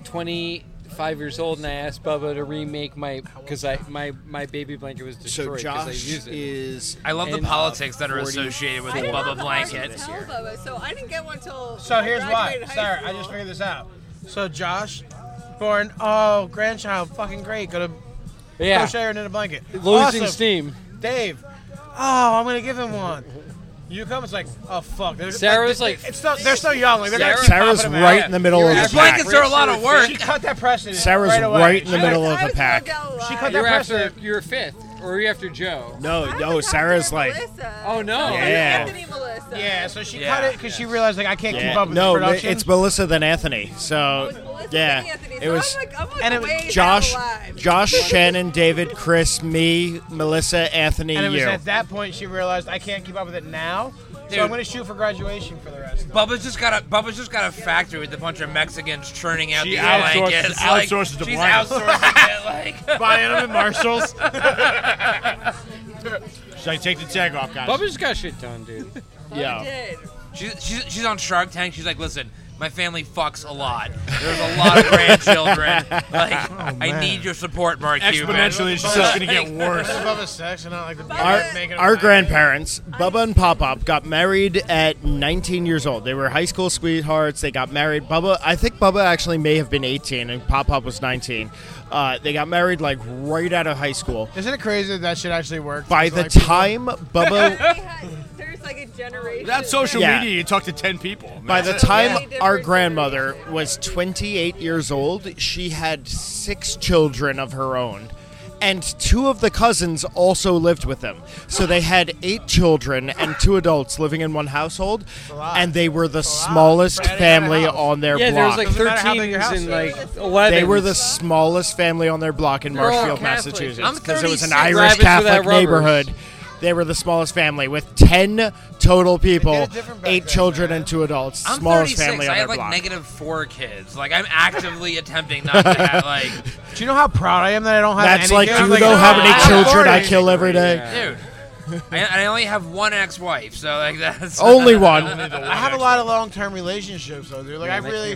[SPEAKER 1] 25 years old, and I asked Bubba to remake my because I my my baby blanket was
[SPEAKER 5] So
[SPEAKER 1] destroyed because I
[SPEAKER 5] Josh
[SPEAKER 1] used it.
[SPEAKER 5] is
[SPEAKER 4] I love the
[SPEAKER 1] And, uh,
[SPEAKER 4] politics that are
[SPEAKER 5] 40.
[SPEAKER 4] associated with
[SPEAKER 2] I didn't
[SPEAKER 4] Bubba
[SPEAKER 2] have the heart to
[SPEAKER 4] Blanket.
[SPEAKER 2] tell Bubba, so I didn't get one till
[SPEAKER 3] So
[SPEAKER 2] I
[SPEAKER 3] here's why,
[SPEAKER 2] graduated high
[SPEAKER 3] Sarah. I
[SPEAKER 2] school.
[SPEAKER 3] just figured this out. So Josh, born oh grandchild, fucking great. Go to
[SPEAKER 1] yeah,
[SPEAKER 3] crochet her in a blanket.
[SPEAKER 1] losing
[SPEAKER 3] Awesome.
[SPEAKER 1] steam.
[SPEAKER 3] Dave. Oh, I'm gonna give him one. You come, it's like, oh fuck. They're-
[SPEAKER 1] Sarah's
[SPEAKER 3] they-
[SPEAKER 1] like-
[SPEAKER 3] it's still, they're so young. Like, they're gonna
[SPEAKER 1] Sarah-
[SPEAKER 3] keep
[SPEAKER 5] Sarah's
[SPEAKER 3] popping them out.
[SPEAKER 5] right in the middle of
[SPEAKER 1] You're
[SPEAKER 5] the
[SPEAKER 1] actually-
[SPEAKER 5] pack.
[SPEAKER 4] Blankets are a lot of work.
[SPEAKER 3] She cut that precedent.
[SPEAKER 5] Sarah's
[SPEAKER 3] right, away.
[SPEAKER 5] right in the
[SPEAKER 3] She-
[SPEAKER 5] middle of
[SPEAKER 2] I
[SPEAKER 5] the
[SPEAKER 2] was uh,
[SPEAKER 5] pack.
[SPEAKER 2] yelled at
[SPEAKER 3] She
[SPEAKER 2] a
[SPEAKER 3] cut
[SPEAKER 2] lot.
[SPEAKER 1] You're
[SPEAKER 3] that
[SPEAKER 1] after
[SPEAKER 3] precedent.
[SPEAKER 1] you're fifth, or you're after Joe.
[SPEAKER 5] No,
[SPEAKER 2] I
[SPEAKER 5] no,
[SPEAKER 2] was
[SPEAKER 5] Sarah's
[SPEAKER 2] after
[SPEAKER 5] like
[SPEAKER 2] Melissa.
[SPEAKER 1] Oh, no.
[SPEAKER 2] I was
[SPEAKER 5] Yeah.
[SPEAKER 2] Anthony Melissa.
[SPEAKER 3] Yeah, so she
[SPEAKER 4] Yeah.
[SPEAKER 3] cut it because she realized like I can't
[SPEAKER 5] Yeah.
[SPEAKER 3] keep up with
[SPEAKER 5] no,
[SPEAKER 3] the
[SPEAKER 5] ma-
[SPEAKER 3] production.
[SPEAKER 5] it's Melissa than Anthony.
[SPEAKER 2] It
[SPEAKER 5] So
[SPEAKER 2] was Melissa and
[SPEAKER 5] yeah,
[SPEAKER 2] Anthony,
[SPEAKER 5] it
[SPEAKER 2] so
[SPEAKER 5] was
[SPEAKER 2] I'm like, I'm like
[SPEAKER 3] and it was
[SPEAKER 2] way down
[SPEAKER 5] Josh,
[SPEAKER 2] the line.
[SPEAKER 5] Josh, Shannon, David, Chris, me, Melissa, Anthony,
[SPEAKER 3] and it was
[SPEAKER 5] you.
[SPEAKER 3] at that point she realized I can't keep up with it now.
[SPEAKER 4] Dude.
[SPEAKER 3] So I'm gonna shoot for graduation for the rest.
[SPEAKER 4] Bubba's just got a Bubba's just got a factory with a bunch of Mexicans churning out
[SPEAKER 6] She
[SPEAKER 4] the
[SPEAKER 6] outsources-
[SPEAKER 4] blankets. Like,
[SPEAKER 6] outsources the
[SPEAKER 4] she's
[SPEAKER 6] blankets.
[SPEAKER 4] outsourcing it. Like
[SPEAKER 6] Buying them at Marshalls. Should I take the tag off, guys?
[SPEAKER 1] Bubba's got shit done, dude.
[SPEAKER 2] I
[SPEAKER 5] Yeah.
[SPEAKER 2] did.
[SPEAKER 4] she's, she's she's on Shark Tank. She's like, listen, my family fucks a lot. There's a lot of grandchildren. Like
[SPEAKER 5] Oh,
[SPEAKER 4] I need your support, Mark Cuban.
[SPEAKER 6] Exponentially, it's just going to get worse.
[SPEAKER 3] Above sex and not like the
[SPEAKER 5] Our,
[SPEAKER 3] making
[SPEAKER 5] our
[SPEAKER 3] up-
[SPEAKER 5] grandparents, Bubba and Pop Pop, got married at 19 years old. They were high school sweethearts. They got married. Bubba, I think Bubba actually may have been 18 and Pop Pop was 19. Uh, they got married like right out of high school.
[SPEAKER 3] Isn't it crazy that that shit actually worked?
[SPEAKER 5] By
[SPEAKER 3] It's
[SPEAKER 5] the
[SPEAKER 3] like people-
[SPEAKER 5] time Bubba
[SPEAKER 2] They had- There's like a generation.
[SPEAKER 6] That's social
[SPEAKER 5] Yeah.
[SPEAKER 6] media. You talk to 10 people.
[SPEAKER 5] By the
[SPEAKER 6] That's it.
[SPEAKER 5] time
[SPEAKER 2] Yeah.
[SPEAKER 5] our grandmother was 28 years old, she had six children of her own. And two of the cousins also lived with them. So they had eight children and two adults living in one household.
[SPEAKER 3] lot.
[SPEAKER 5] And they were the
[SPEAKER 3] lot.
[SPEAKER 5] smallest
[SPEAKER 3] Right out of
[SPEAKER 5] family
[SPEAKER 3] the house.
[SPEAKER 5] on their
[SPEAKER 1] Yeah, there was
[SPEAKER 5] block.
[SPEAKER 1] like
[SPEAKER 3] Doesn't matter how big your
[SPEAKER 1] 13s
[SPEAKER 3] house
[SPEAKER 1] and
[SPEAKER 3] is.
[SPEAKER 1] like 11s.
[SPEAKER 5] they were the smallest family on their block in
[SPEAKER 1] They're all
[SPEAKER 5] Marshfield,
[SPEAKER 1] Catholic.
[SPEAKER 5] Massachusetts.
[SPEAKER 4] I'm
[SPEAKER 5] Because it was an
[SPEAKER 4] 36
[SPEAKER 5] Irish
[SPEAKER 1] rabbits without
[SPEAKER 5] Catholic
[SPEAKER 1] rubbers.
[SPEAKER 5] neighborhood. They were the smallest family with 10 total people,
[SPEAKER 3] different back
[SPEAKER 5] eight
[SPEAKER 3] then,
[SPEAKER 5] children
[SPEAKER 3] man.
[SPEAKER 5] and two adults.
[SPEAKER 4] I'm
[SPEAKER 5] smallest
[SPEAKER 4] 36.
[SPEAKER 5] family on
[SPEAKER 4] I
[SPEAKER 5] their
[SPEAKER 4] have like
[SPEAKER 5] block.
[SPEAKER 4] negative four kids. Like I'm actively attempting not to have like,
[SPEAKER 3] Do you know how proud I am that I don't have
[SPEAKER 5] That's
[SPEAKER 3] any
[SPEAKER 5] like,
[SPEAKER 3] kids?
[SPEAKER 5] do
[SPEAKER 3] I'm
[SPEAKER 5] you know how
[SPEAKER 3] "No,
[SPEAKER 5] many
[SPEAKER 3] I'm
[SPEAKER 5] children I
[SPEAKER 3] recording."
[SPEAKER 5] kill every day?
[SPEAKER 4] dude. I, I only have one ex-wife, so like that's
[SPEAKER 5] Only one.
[SPEAKER 3] I have a lot of long-term relationships though, dude. Like I really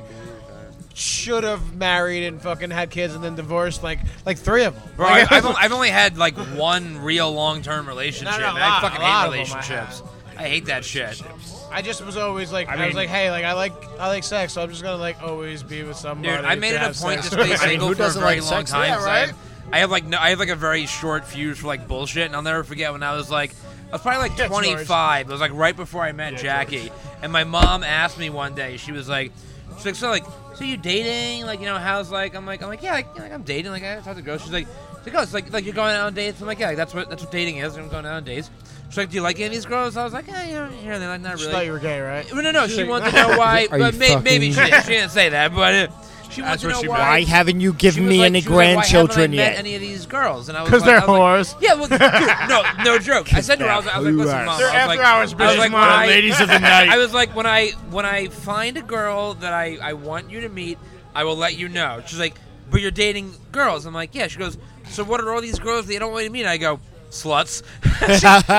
[SPEAKER 3] should have married and fucking had kids and then divorced. Like like three of them.
[SPEAKER 4] Bro, I,
[SPEAKER 3] Like,
[SPEAKER 4] I've, only, I've only had like one real long term relationship.
[SPEAKER 3] No, no, a
[SPEAKER 4] and I
[SPEAKER 3] lot-
[SPEAKER 4] fucking
[SPEAKER 3] a lot
[SPEAKER 4] hate
[SPEAKER 3] of 'em I
[SPEAKER 4] relationships. I, hate that shit.
[SPEAKER 3] I just was always like, I, was
[SPEAKER 6] mean-
[SPEAKER 3] like, hey, like I like I like sex, so I'm just gonna like always be with somebody.
[SPEAKER 4] Dude, I made
[SPEAKER 3] to
[SPEAKER 4] it a
[SPEAKER 3] have
[SPEAKER 4] point
[SPEAKER 3] sex
[SPEAKER 4] to stay
[SPEAKER 3] with.
[SPEAKER 5] mean,
[SPEAKER 4] single
[SPEAKER 5] who
[SPEAKER 4] for a
[SPEAKER 5] doesn't
[SPEAKER 4] very
[SPEAKER 5] like
[SPEAKER 4] long
[SPEAKER 5] sex?
[SPEAKER 4] time.
[SPEAKER 3] Yeah,
[SPEAKER 4] so
[SPEAKER 3] right?
[SPEAKER 4] I, I have like no, I have like a very short fuse for like bullshit, and I'll never forget when I was like, I was probably like
[SPEAKER 3] Yeah, George.
[SPEAKER 4] 25. It was like right before I met Jackie, and my mom asked me one day. She was like, she's like, so like, so you dating? Like, you know, how's like? I'm like, I'm like, yeah, like, you know, like, I'm dating. Like, I talk to girls. She's like, she's like, oh, it's like like you're going out on dates. I'm like, yeah, like, that's what that's what dating is. I'm going out on dates. She's like, do you like any of these girls? I was like, yeah, you know, yeah, they're like not
[SPEAKER 3] She
[SPEAKER 4] really.
[SPEAKER 3] thought you were gay, right?
[SPEAKER 4] Well, no, no, she wanted to know why.
[SPEAKER 1] Are
[SPEAKER 4] but
[SPEAKER 1] you
[SPEAKER 4] may, maybe she,
[SPEAKER 1] fucking-
[SPEAKER 4] didn't, she didn't say that, but uh, She
[SPEAKER 6] That's
[SPEAKER 4] wants to
[SPEAKER 6] where
[SPEAKER 4] know
[SPEAKER 6] she
[SPEAKER 4] why.
[SPEAKER 5] Why haven't you
[SPEAKER 4] she
[SPEAKER 5] given
[SPEAKER 4] was
[SPEAKER 5] me
[SPEAKER 4] like-
[SPEAKER 5] any
[SPEAKER 4] she was like, "Why haven't I
[SPEAKER 5] grandchildren
[SPEAKER 4] met
[SPEAKER 5] yet?
[SPEAKER 4] Any of these girls? And I was
[SPEAKER 3] Because
[SPEAKER 4] like-
[SPEAKER 3] they're
[SPEAKER 4] I was
[SPEAKER 3] whores.
[SPEAKER 4] like, Yeah, well, dude, no, no joke. I said to her, I was, I was like, listen, mom,
[SPEAKER 3] They're
[SPEAKER 4] I was
[SPEAKER 3] after
[SPEAKER 4] like,
[SPEAKER 3] hours,
[SPEAKER 4] I was
[SPEAKER 3] bitches,
[SPEAKER 4] like,
[SPEAKER 3] mom.
[SPEAKER 4] when I-
[SPEAKER 6] Ladies of the night.
[SPEAKER 4] I was like, when I when I find a girl that I I want you to meet, I will let you know. She's like, but you're dating girls. I'm like, yeah. She goes, so what are all these girls that you don't want me to meet? I go, sluts.
[SPEAKER 3] It's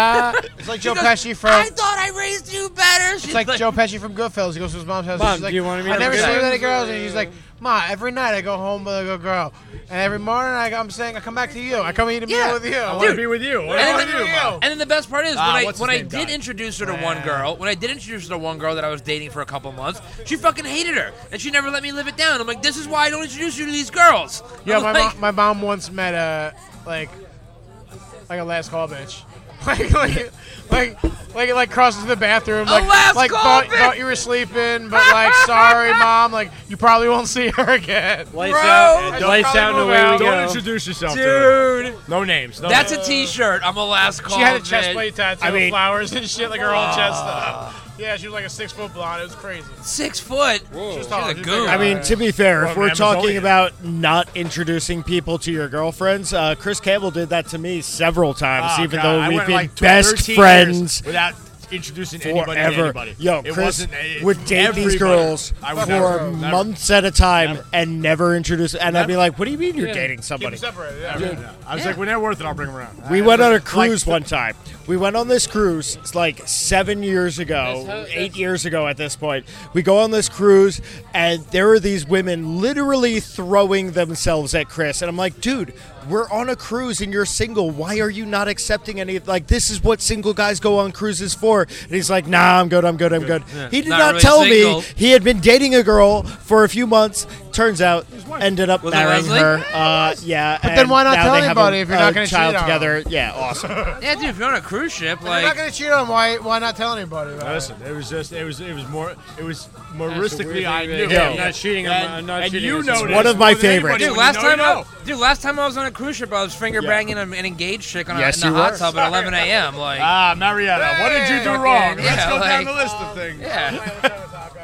[SPEAKER 3] like
[SPEAKER 4] She
[SPEAKER 3] Joe
[SPEAKER 4] goes,
[SPEAKER 3] Pesci
[SPEAKER 4] I
[SPEAKER 3] from.
[SPEAKER 4] thought I raised you better. She's
[SPEAKER 3] It's like Joe Pesci from Goodfellas. He goes to his mom's house.
[SPEAKER 1] Mom,
[SPEAKER 3] and she's like,
[SPEAKER 1] do you want to meet
[SPEAKER 3] I
[SPEAKER 1] up
[SPEAKER 3] never
[SPEAKER 1] with
[SPEAKER 3] see
[SPEAKER 1] guys?"
[SPEAKER 3] any girls. And he's like, Ma, every night I go home with a good girl, and every morning I, I'm saying I come back to you. I come here to meet
[SPEAKER 4] Yeah.
[SPEAKER 3] with you. I
[SPEAKER 4] wanna be
[SPEAKER 3] with you.
[SPEAKER 4] And
[SPEAKER 3] I
[SPEAKER 4] then,
[SPEAKER 3] want to be with you.
[SPEAKER 4] and then the best part is
[SPEAKER 6] Ah,
[SPEAKER 4] when I
[SPEAKER 6] what's his
[SPEAKER 4] when I
[SPEAKER 6] name
[SPEAKER 4] did
[SPEAKER 6] died.
[SPEAKER 4] introduce her to one girl, when I did introduce her to one girl that I was dating for a couple months, she fucking hated her and she never let me live it down. I'm like, this is why I don't introduce you to these girls.
[SPEAKER 3] Yeah,
[SPEAKER 4] I'm
[SPEAKER 3] my,
[SPEAKER 4] like,
[SPEAKER 3] mom, my mom once met a like like a last call bitch. like, like, like, like, like crosses the bathroom.
[SPEAKER 4] A
[SPEAKER 3] Like,
[SPEAKER 4] last
[SPEAKER 3] like
[SPEAKER 4] call
[SPEAKER 3] thought,
[SPEAKER 4] bitch!
[SPEAKER 3] thought you were sleeping, but like, sorry, mom. Like, you probably won't see her again.
[SPEAKER 5] Lights
[SPEAKER 4] Bro. out,
[SPEAKER 3] Don't lights probably out, and move away we out. go.
[SPEAKER 5] Don't introduce yourself to her.
[SPEAKER 4] dude,
[SPEAKER 5] No names. No
[SPEAKER 4] that's
[SPEAKER 5] names.
[SPEAKER 4] a T-shirt. I'm a last call.
[SPEAKER 3] She had a
[SPEAKER 4] bitch.
[SPEAKER 3] chest plate tattoo
[SPEAKER 5] I
[SPEAKER 3] with
[SPEAKER 5] mean-
[SPEAKER 3] flowers and shit, like her whole chest. Up. Yeah, she was like a six foot blonde. It was crazy.
[SPEAKER 4] Six foot.
[SPEAKER 3] She was
[SPEAKER 4] She's a
[SPEAKER 3] tall. She's
[SPEAKER 4] goon.
[SPEAKER 3] big.
[SPEAKER 5] I mean, to be fair, if
[SPEAKER 6] Well,
[SPEAKER 5] we're
[SPEAKER 6] Amazonian.
[SPEAKER 5] talking about not introducing people to your girlfriends, uh, Chris Campbell did that to me several times,
[SPEAKER 6] Oh,
[SPEAKER 5] even
[SPEAKER 6] God, I
[SPEAKER 5] though we've
[SPEAKER 6] went,
[SPEAKER 5] been
[SPEAKER 6] like, tw-
[SPEAKER 5] best
[SPEAKER 6] 13 years
[SPEAKER 5] friends
[SPEAKER 6] without introducing anybody to
[SPEAKER 5] forever.
[SPEAKER 6] anybody.
[SPEAKER 5] Yo,
[SPEAKER 6] it
[SPEAKER 5] Chris
[SPEAKER 6] wasn't, it-
[SPEAKER 5] would date these
[SPEAKER 6] everybody.
[SPEAKER 5] girls
[SPEAKER 6] I
[SPEAKER 5] for
[SPEAKER 6] would never, never.
[SPEAKER 5] months at a time and never introduce. And I'd be
[SPEAKER 6] Never.
[SPEAKER 5] like, "What do you mean you're
[SPEAKER 1] Yeah.
[SPEAKER 5] dating
[SPEAKER 3] Keep them
[SPEAKER 5] somebody?"
[SPEAKER 3] separated. Yeah.
[SPEAKER 6] Yeah. I was like, when they're worth it, I'll bring them around.
[SPEAKER 5] We
[SPEAKER 6] I-
[SPEAKER 5] went on a
[SPEAKER 6] like,
[SPEAKER 5] cruise one time. We went on this cruise it's like seven years ago,
[SPEAKER 1] how-
[SPEAKER 5] eight
[SPEAKER 1] that's-
[SPEAKER 5] years ago at this point. We go on this cruise, and there are these women literally throwing themselves at Chris. And I'm like, dude, we're on a cruise and you're single. Why are you not accepting any? Like, this is what single guys go on cruises for. And he's like, nah, I'm good, I'm good, I'm good. He did
[SPEAKER 4] Not
[SPEAKER 5] not,
[SPEAKER 4] really
[SPEAKER 5] tell
[SPEAKER 4] single.
[SPEAKER 5] me he had been dating a girl for a few months. Turns out, ended up
[SPEAKER 4] Was it
[SPEAKER 5] marrying
[SPEAKER 4] Leslie?
[SPEAKER 5] her. Uh, yeah.
[SPEAKER 3] But then
[SPEAKER 5] and
[SPEAKER 3] why not
[SPEAKER 5] now
[SPEAKER 3] tell
[SPEAKER 5] they have
[SPEAKER 3] anybody
[SPEAKER 5] a,
[SPEAKER 3] if you're not
[SPEAKER 5] a
[SPEAKER 3] gonna cheat
[SPEAKER 5] child
[SPEAKER 3] on 'em?
[SPEAKER 5] together? Yeah, awesome.
[SPEAKER 4] yeah, dude, if you're on a cruise ship,
[SPEAKER 3] You're not
[SPEAKER 4] like
[SPEAKER 3] gonna cheat on him. Why? Why not tell anybody? About it?
[SPEAKER 6] Listen, it was just, it was, it was more, it was
[SPEAKER 1] weird
[SPEAKER 6] moristically,
[SPEAKER 1] thing
[SPEAKER 6] I
[SPEAKER 1] to
[SPEAKER 6] knew.
[SPEAKER 1] do. Yeah,
[SPEAKER 6] it.
[SPEAKER 1] I'm not cheating, I'm
[SPEAKER 6] And,
[SPEAKER 1] not- I'm not
[SPEAKER 6] and
[SPEAKER 1] cheating,
[SPEAKER 6] you
[SPEAKER 1] it's
[SPEAKER 6] know
[SPEAKER 1] just-
[SPEAKER 6] this
[SPEAKER 5] One of my
[SPEAKER 6] more than anybody.
[SPEAKER 5] favorites.
[SPEAKER 4] dude.
[SPEAKER 6] When
[SPEAKER 4] Last
[SPEAKER 6] you know,
[SPEAKER 4] time,
[SPEAKER 6] you
[SPEAKER 4] I,
[SPEAKER 6] know.
[SPEAKER 4] dude, last time I was on a cruise ship, I was finger banging an an engaged chick on a,
[SPEAKER 5] Yes,
[SPEAKER 4] in the
[SPEAKER 5] you
[SPEAKER 4] hot
[SPEAKER 5] were.
[SPEAKER 4] tub at 11 a.m. Like,
[SPEAKER 6] Ah, Marietta, what did you do
[SPEAKER 4] Fucking-
[SPEAKER 6] wrong?
[SPEAKER 4] yeah,
[SPEAKER 6] Let's go down
[SPEAKER 4] like-
[SPEAKER 6] the list of things.
[SPEAKER 4] yeah.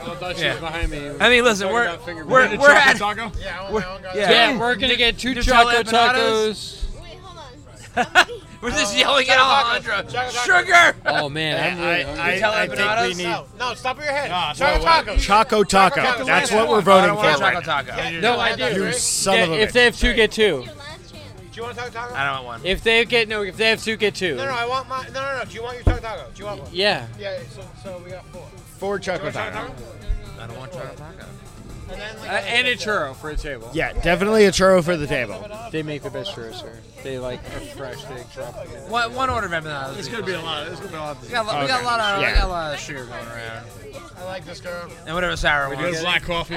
[SPEAKER 1] I thought she
[SPEAKER 4] Yeah.
[SPEAKER 1] was behind me.
[SPEAKER 4] I mean, listen,
[SPEAKER 1] Talking
[SPEAKER 4] we're
[SPEAKER 1] about finger
[SPEAKER 4] we're,
[SPEAKER 1] banging.
[SPEAKER 4] we're
[SPEAKER 6] Choco
[SPEAKER 4] at
[SPEAKER 6] taco?
[SPEAKER 3] Yeah, I want my own guy.
[SPEAKER 4] yeah.
[SPEAKER 1] yeah, we're gonna get two choco
[SPEAKER 4] chocolate
[SPEAKER 1] tacos.
[SPEAKER 8] Wait, hold on. How many?
[SPEAKER 4] We're just yelling at Alejandro.
[SPEAKER 3] Choco taco.
[SPEAKER 4] Sugar.
[SPEAKER 1] Oh man, I'm really hungry.
[SPEAKER 5] I,
[SPEAKER 4] Tell
[SPEAKER 5] I think
[SPEAKER 4] empanadas?
[SPEAKER 5] we need
[SPEAKER 3] No, no, stop with your head.
[SPEAKER 6] Nah,
[SPEAKER 3] Choco
[SPEAKER 6] no, what?
[SPEAKER 3] taco.
[SPEAKER 5] Choco Taco.
[SPEAKER 3] Choco
[SPEAKER 5] That's
[SPEAKER 3] Taco.
[SPEAKER 5] what we're
[SPEAKER 6] I
[SPEAKER 5] voting
[SPEAKER 6] don't
[SPEAKER 5] for
[SPEAKER 6] want
[SPEAKER 4] Choco
[SPEAKER 5] right
[SPEAKER 6] chocolate
[SPEAKER 4] taco.
[SPEAKER 1] No, I do.
[SPEAKER 5] now. You son
[SPEAKER 1] Yeah,
[SPEAKER 5] of a
[SPEAKER 1] if
[SPEAKER 5] bitch.
[SPEAKER 1] they have two, get two.
[SPEAKER 8] Your last chance.
[SPEAKER 3] Do you want a taco taco?
[SPEAKER 4] I don't want one.
[SPEAKER 1] If they get no, if they have two, get two.
[SPEAKER 3] No, no, I want my. No, no, no. Do you want your taco taco? Do you want one?
[SPEAKER 1] Yeah.
[SPEAKER 3] Yeah. So, so we got four.
[SPEAKER 5] Four Choco Taco.
[SPEAKER 3] Taco?
[SPEAKER 4] I don't want chocolate taco.
[SPEAKER 3] And then
[SPEAKER 1] Uh,
[SPEAKER 4] eh.
[SPEAKER 1] and a churro for a table.
[SPEAKER 5] Yeah, definitely a churro for the table.
[SPEAKER 1] They make the best churros here. They like are fresh. They drop them in.
[SPEAKER 4] One, one order of empanadas. It's
[SPEAKER 6] be a lot. It's gonna be a lot.
[SPEAKER 4] We got, a lot- we got a lot of we
[SPEAKER 5] Yeah.
[SPEAKER 4] got a lot of sugar going around.
[SPEAKER 3] I like this girl.
[SPEAKER 4] And whatever sour one.
[SPEAKER 6] Good
[SPEAKER 4] Well,
[SPEAKER 6] black coffee.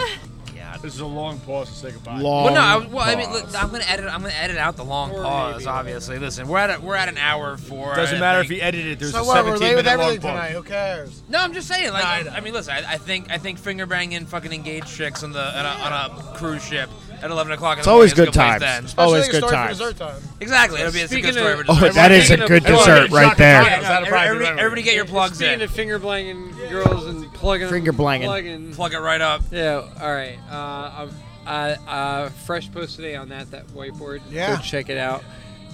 [SPEAKER 6] This is a long pause to say goodbye.
[SPEAKER 5] Long.
[SPEAKER 4] no, I, was- well, I mean,
[SPEAKER 5] pause.
[SPEAKER 4] look, I'm gonna edit. I'm gonna edit out the long
[SPEAKER 1] Or
[SPEAKER 4] pause.
[SPEAKER 1] maybe.
[SPEAKER 4] Obviously, listen, we're at a, we're at an hour for.
[SPEAKER 6] Doesn't matter if you edit it. There's
[SPEAKER 3] So
[SPEAKER 6] a
[SPEAKER 3] what? We're late
[SPEAKER 6] 17 minute
[SPEAKER 3] with
[SPEAKER 6] long
[SPEAKER 3] everything
[SPEAKER 6] pause.
[SPEAKER 3] tonight. Who cares?
[SPEAKER 4] No, I'm just saying. Like,
[SPEAKER 3] Nah, I
[SPEAKER 4] I,
[SPEAKER 3] know.
[SPEAKER 4] mean, listen, I, I think I think finger banging fucking engaged chicks on the on a, on a cruise ship at 11 o'clock. in
[SPEAKER 5] It's
[SPEAKER 4] the
[SPEAKER 5] always
[SPEAKER 4] morning
[SPEAKER 5] good
[SPEAKER 4] is a place to
[SPEAKER 5] times.
[SPEAKER 4] end.
[SPEAKER 5] Always
[SPEAKER 3] Especially a
[SPEAKER 5] good
[SPEAKER 3] story for
[SPEAKER 5] times.
[SPEAKER 3] dessert time.
[SPEAKER 4] Exactly. It'll be a
[SPEAKER 1] Speaking
[SPEAKER 4] good story.
[SPEAKER 1] of-
[SPEAKER 4] for dessert.
[SPEAKER 5] Oh, that is a
[SPEAKER 1] Speaking of-
[SPEAKER 5] good dessert right there.
[SPEAKER 6] Is that a
[SPEAKER 4] Every-
[SPEAKER 6] private
[SPEAKER 4] every-
[SPEAKER 6] memory?
[SPEAKER 4] everybody get your plugs
[SPEAKER 1] Speaking
[SPEAKER 4] in.
[SPEAKER 1] of finger blanging girls and plugging,
[SPEAKER 5] Finger blanging.
[SPEAKER 1] plugging.
[SPEAKER 4] Plug it right up.
[SPEAKER 1] Yeah. All right. Uh, I, uh, fresh post today on that that whiteboard.
[SPEAKER 3] Yeah.
[SPEAKER 1] Go check it out.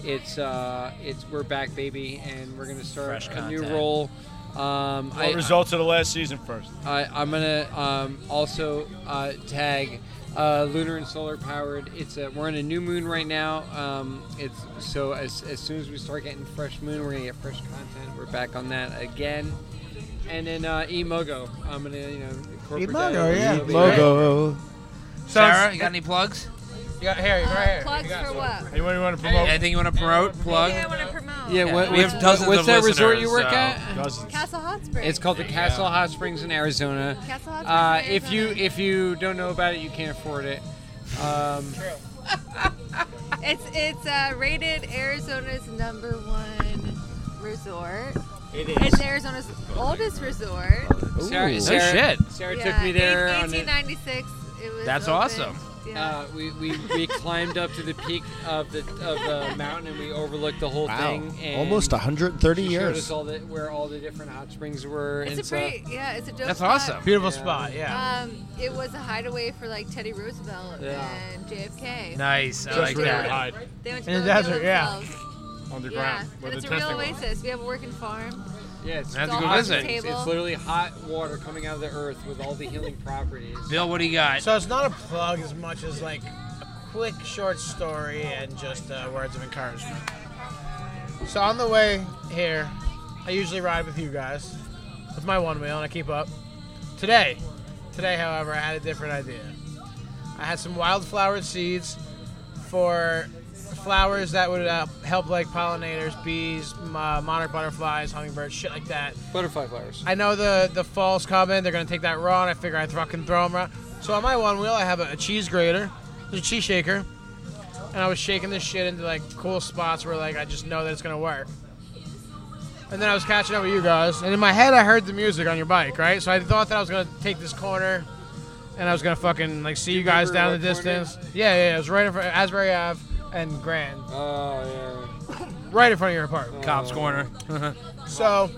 [SPEAKER 1] It's uh, it's we're back, baby, and we're gonna start
[SPEAKER 4] Fresh
[SPEAKER 1] a new
[SPEAKER 4] content.
[SPEAKER 1] role. Um, I,
[SPEAKER 6] Well, results of the last season first.
[SPEAKER 1] I, I'm gonna um, also uh, tag uh, lunar and solar powered. It's a, we're on a new moon right now. Um, it's so as, as soon as we start getting fresh moon, we're gonna get fresh content. We're back on that again. And then uh, Emogo, I'm gonna you know incorporate that.
[SPEAKER 3] Emogo, yeah.
[SPEAKER 1] It'll be
[SPEAKER 3] Emogo.
[SPEAKER 1] great.
[SPEAKER 4] Sarah, you got any plugs?
[SPEAKER 3] You got Harry right here.
[SPEAKER 2] Plugs
[SPEAKER 3] You got
[SPEAKER 2] for
[SPEAKER 3] some.
[SPEAKER 2] what?
[SPEAKER 6] Anyone you want to promote?
[SPEAKER 4] Anything you want to promote? Plug.
[SPEAKER 2] Maybe I want to promote.
[SPEAKER 1] Yeah, what,
[SPEAKER 4] we have
[SPEAKER 1] what's-
[SPEAKER 4] dozens
[SPEAKER 1] what's
[SPEAKER 4] of
[SPEAKER 1] that resort you
[SPEAKER 4] listeners,
[SPEAKER 1] work
[SPEAKER 4] so-
[SPEAKER 1] at?
[SPEAKER 6] Dozens.
[SPEAKER 2] Castle Hot Springs.
[SPEAKER 1] It's called the Castle Hot Springs in Arizona.
[SPEAKER 2] Castle Hot Springs
[SPEAKER 1] Uh,
[SPEAKER 2] in
[SPEAKER 1] if you
[SPEAKER 2] Arizona.
[SPEAKER 1] if you don't know about it, you can't afford it. Um,
[SPEAKER 2] It's it's uh, rated Arizona's number one resort. It is. It's Arizona's oldest resort.
[SPEAKER 1] Sarah,
[SPEAKER 4] No
[SPEAKER 1] Sarah,
[SPEAKER 4] shit.
[SPEAKER 1] Sarah
[SPEAKER 2] yeah,
[SPEAKER 1] took me there.
[SPEAKER 2] In
[SPEAKER 1] on a-
[SPEAKER 2] 1896, it was.
[SPEAKER 4] That's
[SPEAKER 2] opened.
[SPEAKER 4] awesome.
[SPEAKER 2] Yeah.
[SPEAKER 1] Uh, we, we, we climbed up to the peak of the of the mountain and we overlooked the whole thing. And
[SPEAKER 5] Almost 130
[SPEAKER 1] she Showed us
[SPEAKER 5] years.
[SPEAKER 1] all the, where all the different hot springs were. and
[SPEAKER 2] it's a
[SPEAKER 1] stuff.
[SPEAKER 2] pretty, yeah, it's a dope
[SPEAKER 4] That's
[SPEAKER 2] spot.
[SPEAKER 4] awesome.
[SPEAKER 3] Beautiful
[SPEAKER 1] Yeah.
[SPEAKER 3] spot, yeah.
[SPEAKER 2] Um, it was a hideaway for like Teddy Roosevelt
[SPEAKER 1] Yeah.
[SPEAKER 2] and JFK.
[SPEAKER 4] Nice. I
[SPEAKER 2] Just
[SPEAKER 4] like
[SPEAKER 2] where
[SPEAKER 4] that.
[SPEAKER 2] we
[SPEAKER 6] Hide
[SPEAKER 2] They went to
[SPEAKER 3] In
[SPEAKER 2] go
[SPEAKER 3] the
[SPEAKER 2] kill
[SPEAKER 3] desert, yeah.
[SPEAKER 2] themselves.
[SPEAKER 6] on the
[SPEAKER 2] Yeah,
[SPEAKER 6] ground where
[SPEAKER 2] but
[SPEAKER 6] the
[SPEAKER 2] it's a real
[SPEAKER 6] testing was.
[SPEAKER 2] oasis. We have a working farm.
[SPEAKER 1] Yeah, it's,
[SPEAKER 4] That's
[SPEAKER 1] it's
[SPEAKER 4] a good
[SPEAKER 1] hot
[SPEAKER 4] visit.
[SPEAKER 1] springs. It's
[SPEAKER 2] Table.
[SPEAKER 1] literally hot water coming out of the earth with all the healing properties.
[SPEAKER 4] Bill, what do you got?
[SPEAKER 3] So it's not a plug as much as like a quick short story and just uh, words of encouragement. So on the way here, I usually ride with you guys with my one wheel and I keep up. Today, today, however, I had a different idea. I had some wildflower seeds for flowers that would uh, help like pollinators, bees, m- uh, monarch butterflies, hummingbirds, shit like that.
[SPEAKER 1] Butterfly flowers.
[SPEAKER 3] I know the the fall's coming. They're gonna take that raw, and I figure I fucking throw them raw. So on my one wheel, I have a, a cheese grater, there's a cheese shaker, and I was shaking this shit into like cool spots where like I just know that it's gonna work. And then I was catching up with you guys, and in my head I heard the music on your bike, right? So I thought that I was gonna take this corner, and I was gonna fucking like see you, guys
[SPEAKER 1] remember
[SPEAKER 3] down in the
[SPEAKER 1] what corner?
[SPEAKER 3] distance. Yeah, yeah, yeah, it was right in front of Asbury Ave and Grand,
[SPEAKER 1] Oh
[SPEAKER 3] right in front of your apartment.
[SPEAKER 4] Cops corner.
[SPEAKER 3] So,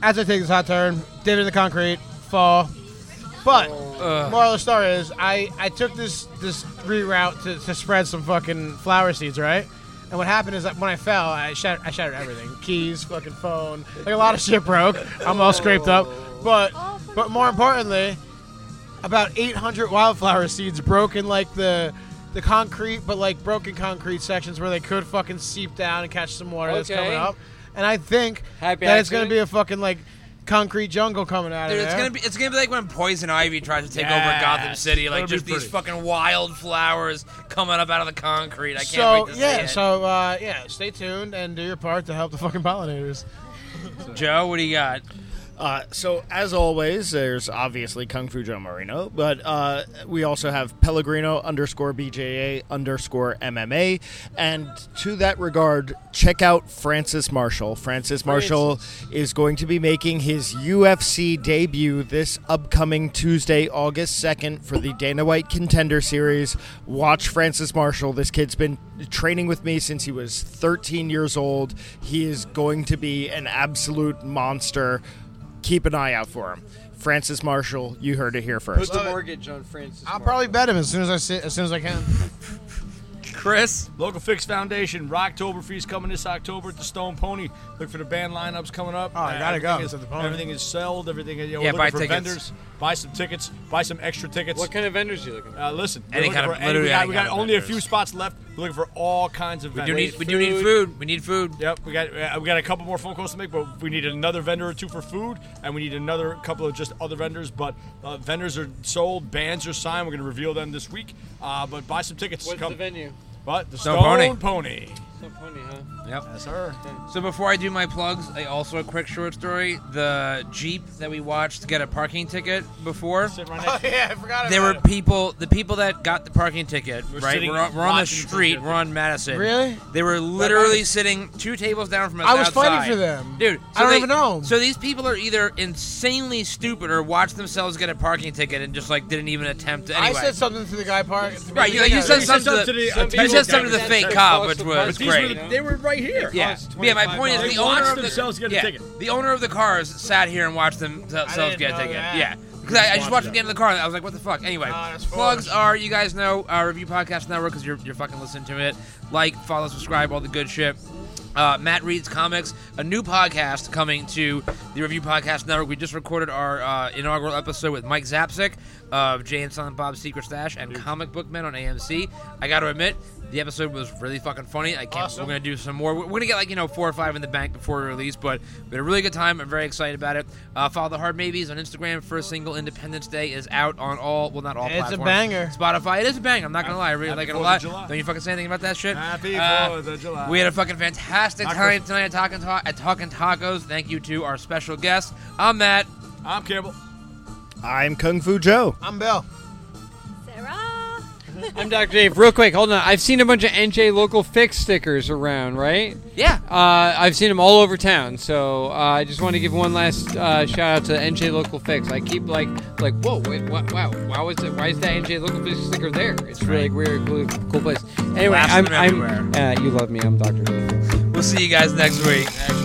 [SPEAKER 3] as I take this hot turn, dip it in the concrete, fall. But moral of the story is, I, I took this this reroute to, to spread some fucking flower seeds, right? And what happened is that when I fell, I shattered, I shattered everything: keys, fucking phone, like a lot of shit broke. I'm all scraped up, but but more importantly, about 800 wildflower seeds broke in like the the concrete, but like broken concrete sections where they could fucking seep down and catch some water that's
[SPEAKER 1] Okay.
[SPEAKER 3] coming up. And I think
[SPEAKER 1] Happy
[SPEAKER 3] that it's gonna
[SPEAKER 1] accident?
[SPEAKER 3] be a fucking like concrete jungle coming out
[SPEAKER 4] Dude,
[SPEAKER 3] of
[SPEAKER 4] it's
[SPEAKER 3] there.
[SPEAKER 4] gonna be it's gonna be like when Poison Ivy tries to take over Gotham City, like
[SPEAKER 6] That'll be
[SPEAKER 4] just these
[SPEAKER 6] pretty.
[SPEAKER 4] fucking wild flowers coming up out of the concrete. I can't
[SPEAKER 3] so
[SPEAKER 4] wait to
[SPEAKER 3] yeah,
[SPEAKER 4] see it.
[SPEAKER 3] so uh, yeah, stay tuned and do your part to help the fucking pollinators.
[SPEAKER 4] Joe, what do you got?
[SPEAKER 5] Uh, so, as always, there's obviously Kung Fu Joe Marino, but uh, we also have Pellegrino underscore BJA underscore MMA. And to that regard, check out Francis Marshall. Francis Marshall is going to be making his UFC debut this upcoming Tuesday, August 2nd, for the Dana White Contender Series. Watch Francis Marshall. This kid's been training with me since he was 13 years old. He is going to be an absolute monster keep an eye out for him. Francis Marshall, you heard it here
[SPEAKER 1] yeah. Put
[SPEAKER 5] first.
[SPEAKER 1] the mortgage on Francis.
[SPEAKER 3] I'll
[SPEAKER 1] Marshall.
[SPEAKER 3] probably bet him as soon as I see, as soon as I can.
[SPEAKER 4] Chris,
[SPEAKER 6] Local Fix Foundation, Rocktoberfeast coming this October at the Stone Pony. Look for the band lineups coming
[SPEAKER 4] Oh,
[SPEAKER 6] up.
[SPEAKER 3] I gotta
[SPEAKER 6] everything
[SPEAKER 3] go.
[SPEAKER 6] Is,
[SPEAKER 3] It's at the Pony.
[SPEAKER 6] Everything is sold. Everything is, you know,
[SPEAKER 4] Yeah,
[SPEAKER 6] we're
[SPEAKER 4] buy
[SPEAKER 6] looking for
[SPEAKER 4] tickets.
[SPEAKER 6] vendors. Buy some tickets. Buy some extra tickets.
[SPEAKER 1] What kind of vendors are you looking for?
[SPEAKER 6] uh, listen, we're
[SPEAKER 4] Any
[SPEAKER 6] looking
[SPEAKER 4] kind of-
[SPEAKER 6] for any-
[SPEAKER 4] literally
[SPEAKER 6] we got,
[SPEAKER 4] any
[SPEAKER 6] we
[SPEAKER 4] kind
[SPEAKER 6] got
[SPEAKER 4] of
[SPEAKER 6] only a
[SPEAKER 4] vendors.
[SPEAKER 6] few spots left. We're looking for all kinds of
[SPEAKER 4] we do
[SPEAKER 6] vendors.
[SPEAKER 4] need we do need food. We need food.
[SPEAKER 6] Yep, we got uh, we got a couple more phone calls to make, but we need another vendor or two for food, and we need another couple of just other vendors. But uh, vendors are sold, bands are signed. We're going to reveal them this week. Uh, but buy some tickets.
[SPEAKER 1] What's
[SPEAKER 6] Come-
[SPEAKER 1] the venue?
[SPEAKER 6] But the
[SPEAKER 4] Stone
[SPEAKER 6] Stone,
[SPEAKER 4] Pony.
[SPEAKER 6] Pony.
[SPEAKER 1] Some pony, huh?
[SPEAKER 4] Yep.
[SPEAKER 6] Yes, sir.
[SPEAKER 4] So before I do my plugs, I also a quick short story. The Jeep that we watched get a parking ticket before.
[SPEAKER 3] oh yeah, I forgot.
[SPEAKER 4] There were
[SPEAKER 3] about
[SPEAKER 4] people, the people that got the parking ticket,
[SPEAKER 6] We're
[SPEAKER 4] right?
[SPEAKER 6] sitting
[SPEAKER 4] We're on, we're on the
[SPEAKER 6] watching people
[SPEAKER 4] street.
[SPEAKER 6] get
[SPEAKER 4] We're on Madison.
[SPEAKER 3] Really?
[SPEAKER 4] They were literally sitting two tables down from us.
[SPEAKER 3] I was
[SPEAKER 4] outside.
[SPEAKER 3] fighting for them.
[SPEAKER 4] dude.
[SPEAKER 3] I
[SPEAKER 4] so
[SPEAKER 3] don't
[SPEAKER 4] they-
[SPEAKER 3] even know 'em.
[SPEAKER 4] So these people are either insanely stupid or watched themselves get a parking ticket and just like didn't even attempt. To,
[SPEAKER 3] it.
[SPEAKER 4] anyway,
[SPEAKER 3] I said something to the guy park.
[SPEAKER 4] right? You, you said
[SPEAKER 6] said
[SPEAKER 4] something. To
[SPEAKER 6] something
[SPEAKER 4] the,
[SPEAKER 6] to the-
[SPEAKER 4] you said something to the
[SPEAKER 1] That-
[SPEAKER 4] fake
[SPEAKER 1] that
[SPEAKER 4] cop,
[SPEAKER 1] cost
[SPEAKER 4] which
[SPEAKER 1] the
[SPEAKER 4] was
[SPEAKER 1] price.
[SPEAKER 6] These
[SPEAKER 4] great.
[SPEAKER 6] were the, they were right here.
[SPEAKER 4] Yeah.
[SPEAKER 1] Cost
[SPEAKER 4] Yeah, my point is
[SPEAKER 1] $25.
[SPEAKER 4] the
[SPEAKER 6] They watched
[SPEAKER 4] owner of the,
[SPEAKER 6] themselves get a
[SPEAKER 4] yeah,
[SPEAKER 6] ticket.
[SPEAKER 4] The owner of the cars sat here and watched themselves
[SPEAKER 3] didn't
[SPEAKER 4] get a
[SPEAKER 3] know
[SPEAKER 4] ticket.
[SPEAKER 3] that.
[SPEAKER 4] Yeah. Because I, I just watched them get in the car, and I was like, "What the fuck?" Anyway,
[SPEAKER 3] Ah, that's
[SPEAKER 4] plugs
[SPEAKER 3] foolish.
[SPEAKER 4] are you guys know our review podcast network because you're, you're fucking listening to it. Like, follow, subscribe, all the good shit. Uh, Matt reads comics, a new podcast coming to the Review Podcast Network. We just recorded our uh, inaugural episode with Mike Zapsik of Jay and Silent Bob's Secret Stash and Comic Book Men on AMC. I got to admit, the episode was really fucking funny. I can't. We're gonna do some more. We're we're gonna get like you know four or five in the bank before we release, but we had a really good time. I'm very excited about it. Uh, follow the Hard Maybes on Instagram. First single Independence Day is out on all well not all
[SPEAKER 3] It's a
[SPEAKER 4] platforms.
[SPEAKER 3] banger.
[SPEAKER 4] Spotify. It is a banger. I'm not gonna lie. I really
[SPEAKER 6] Happy
[SPEAKER 4] like it a
[SPEAKER 6] Fourth of
[SPEAKER 4] lot.
[SPEAKER 6] July.
[SPEAKER 4] Don't you fucking say anything about that shit.
[SPEAKER 6] Happy
[SPEAKER 4] Uh,
[SPEAKER 6] Fourth of July.
[SPEAKER 4] We had a fucking fantastic
[SPEAKER 6] Not
[SPEAKER 4] time
[SPEAKER 6] Christmas.
[SPEAKER 4] tonight at Talking Ta- at Talking Tacos. Thank you to our special guest. I'm Matt.
[SPEAKER 6] I'm Campbell.
[SPEAKER 5] I'm Kung Fu Joe.
[SPEAKER 3] I'm Bill.
[SPEAKER 8] Sarah.
[SPEAKER 1] I'm Dr. Dave. Real quick, hold on. I've seen a bunch of NJ local fix stickers around, right?
[SPEAKER 4] Yeah.
[SPEAKER 1] Uh, I've seen them all over town, so uh, I just want to give one last uh, shout out to NJ Local Fix. I keep like, like, whoa, wait, wha- wow, wow, is it? Why is that NJ Local Fix sticker there? It's really like, weird, cool, cool place. Anyway,
[SPEAKER 4] Laughs
[SPEAKER 1] I'm,
[SPEAKER 4] from
[SPEAKER 1] I'm uh, you love me. I'm Dr. Dave.
[SPEAKER 4] We'll see you guys next week.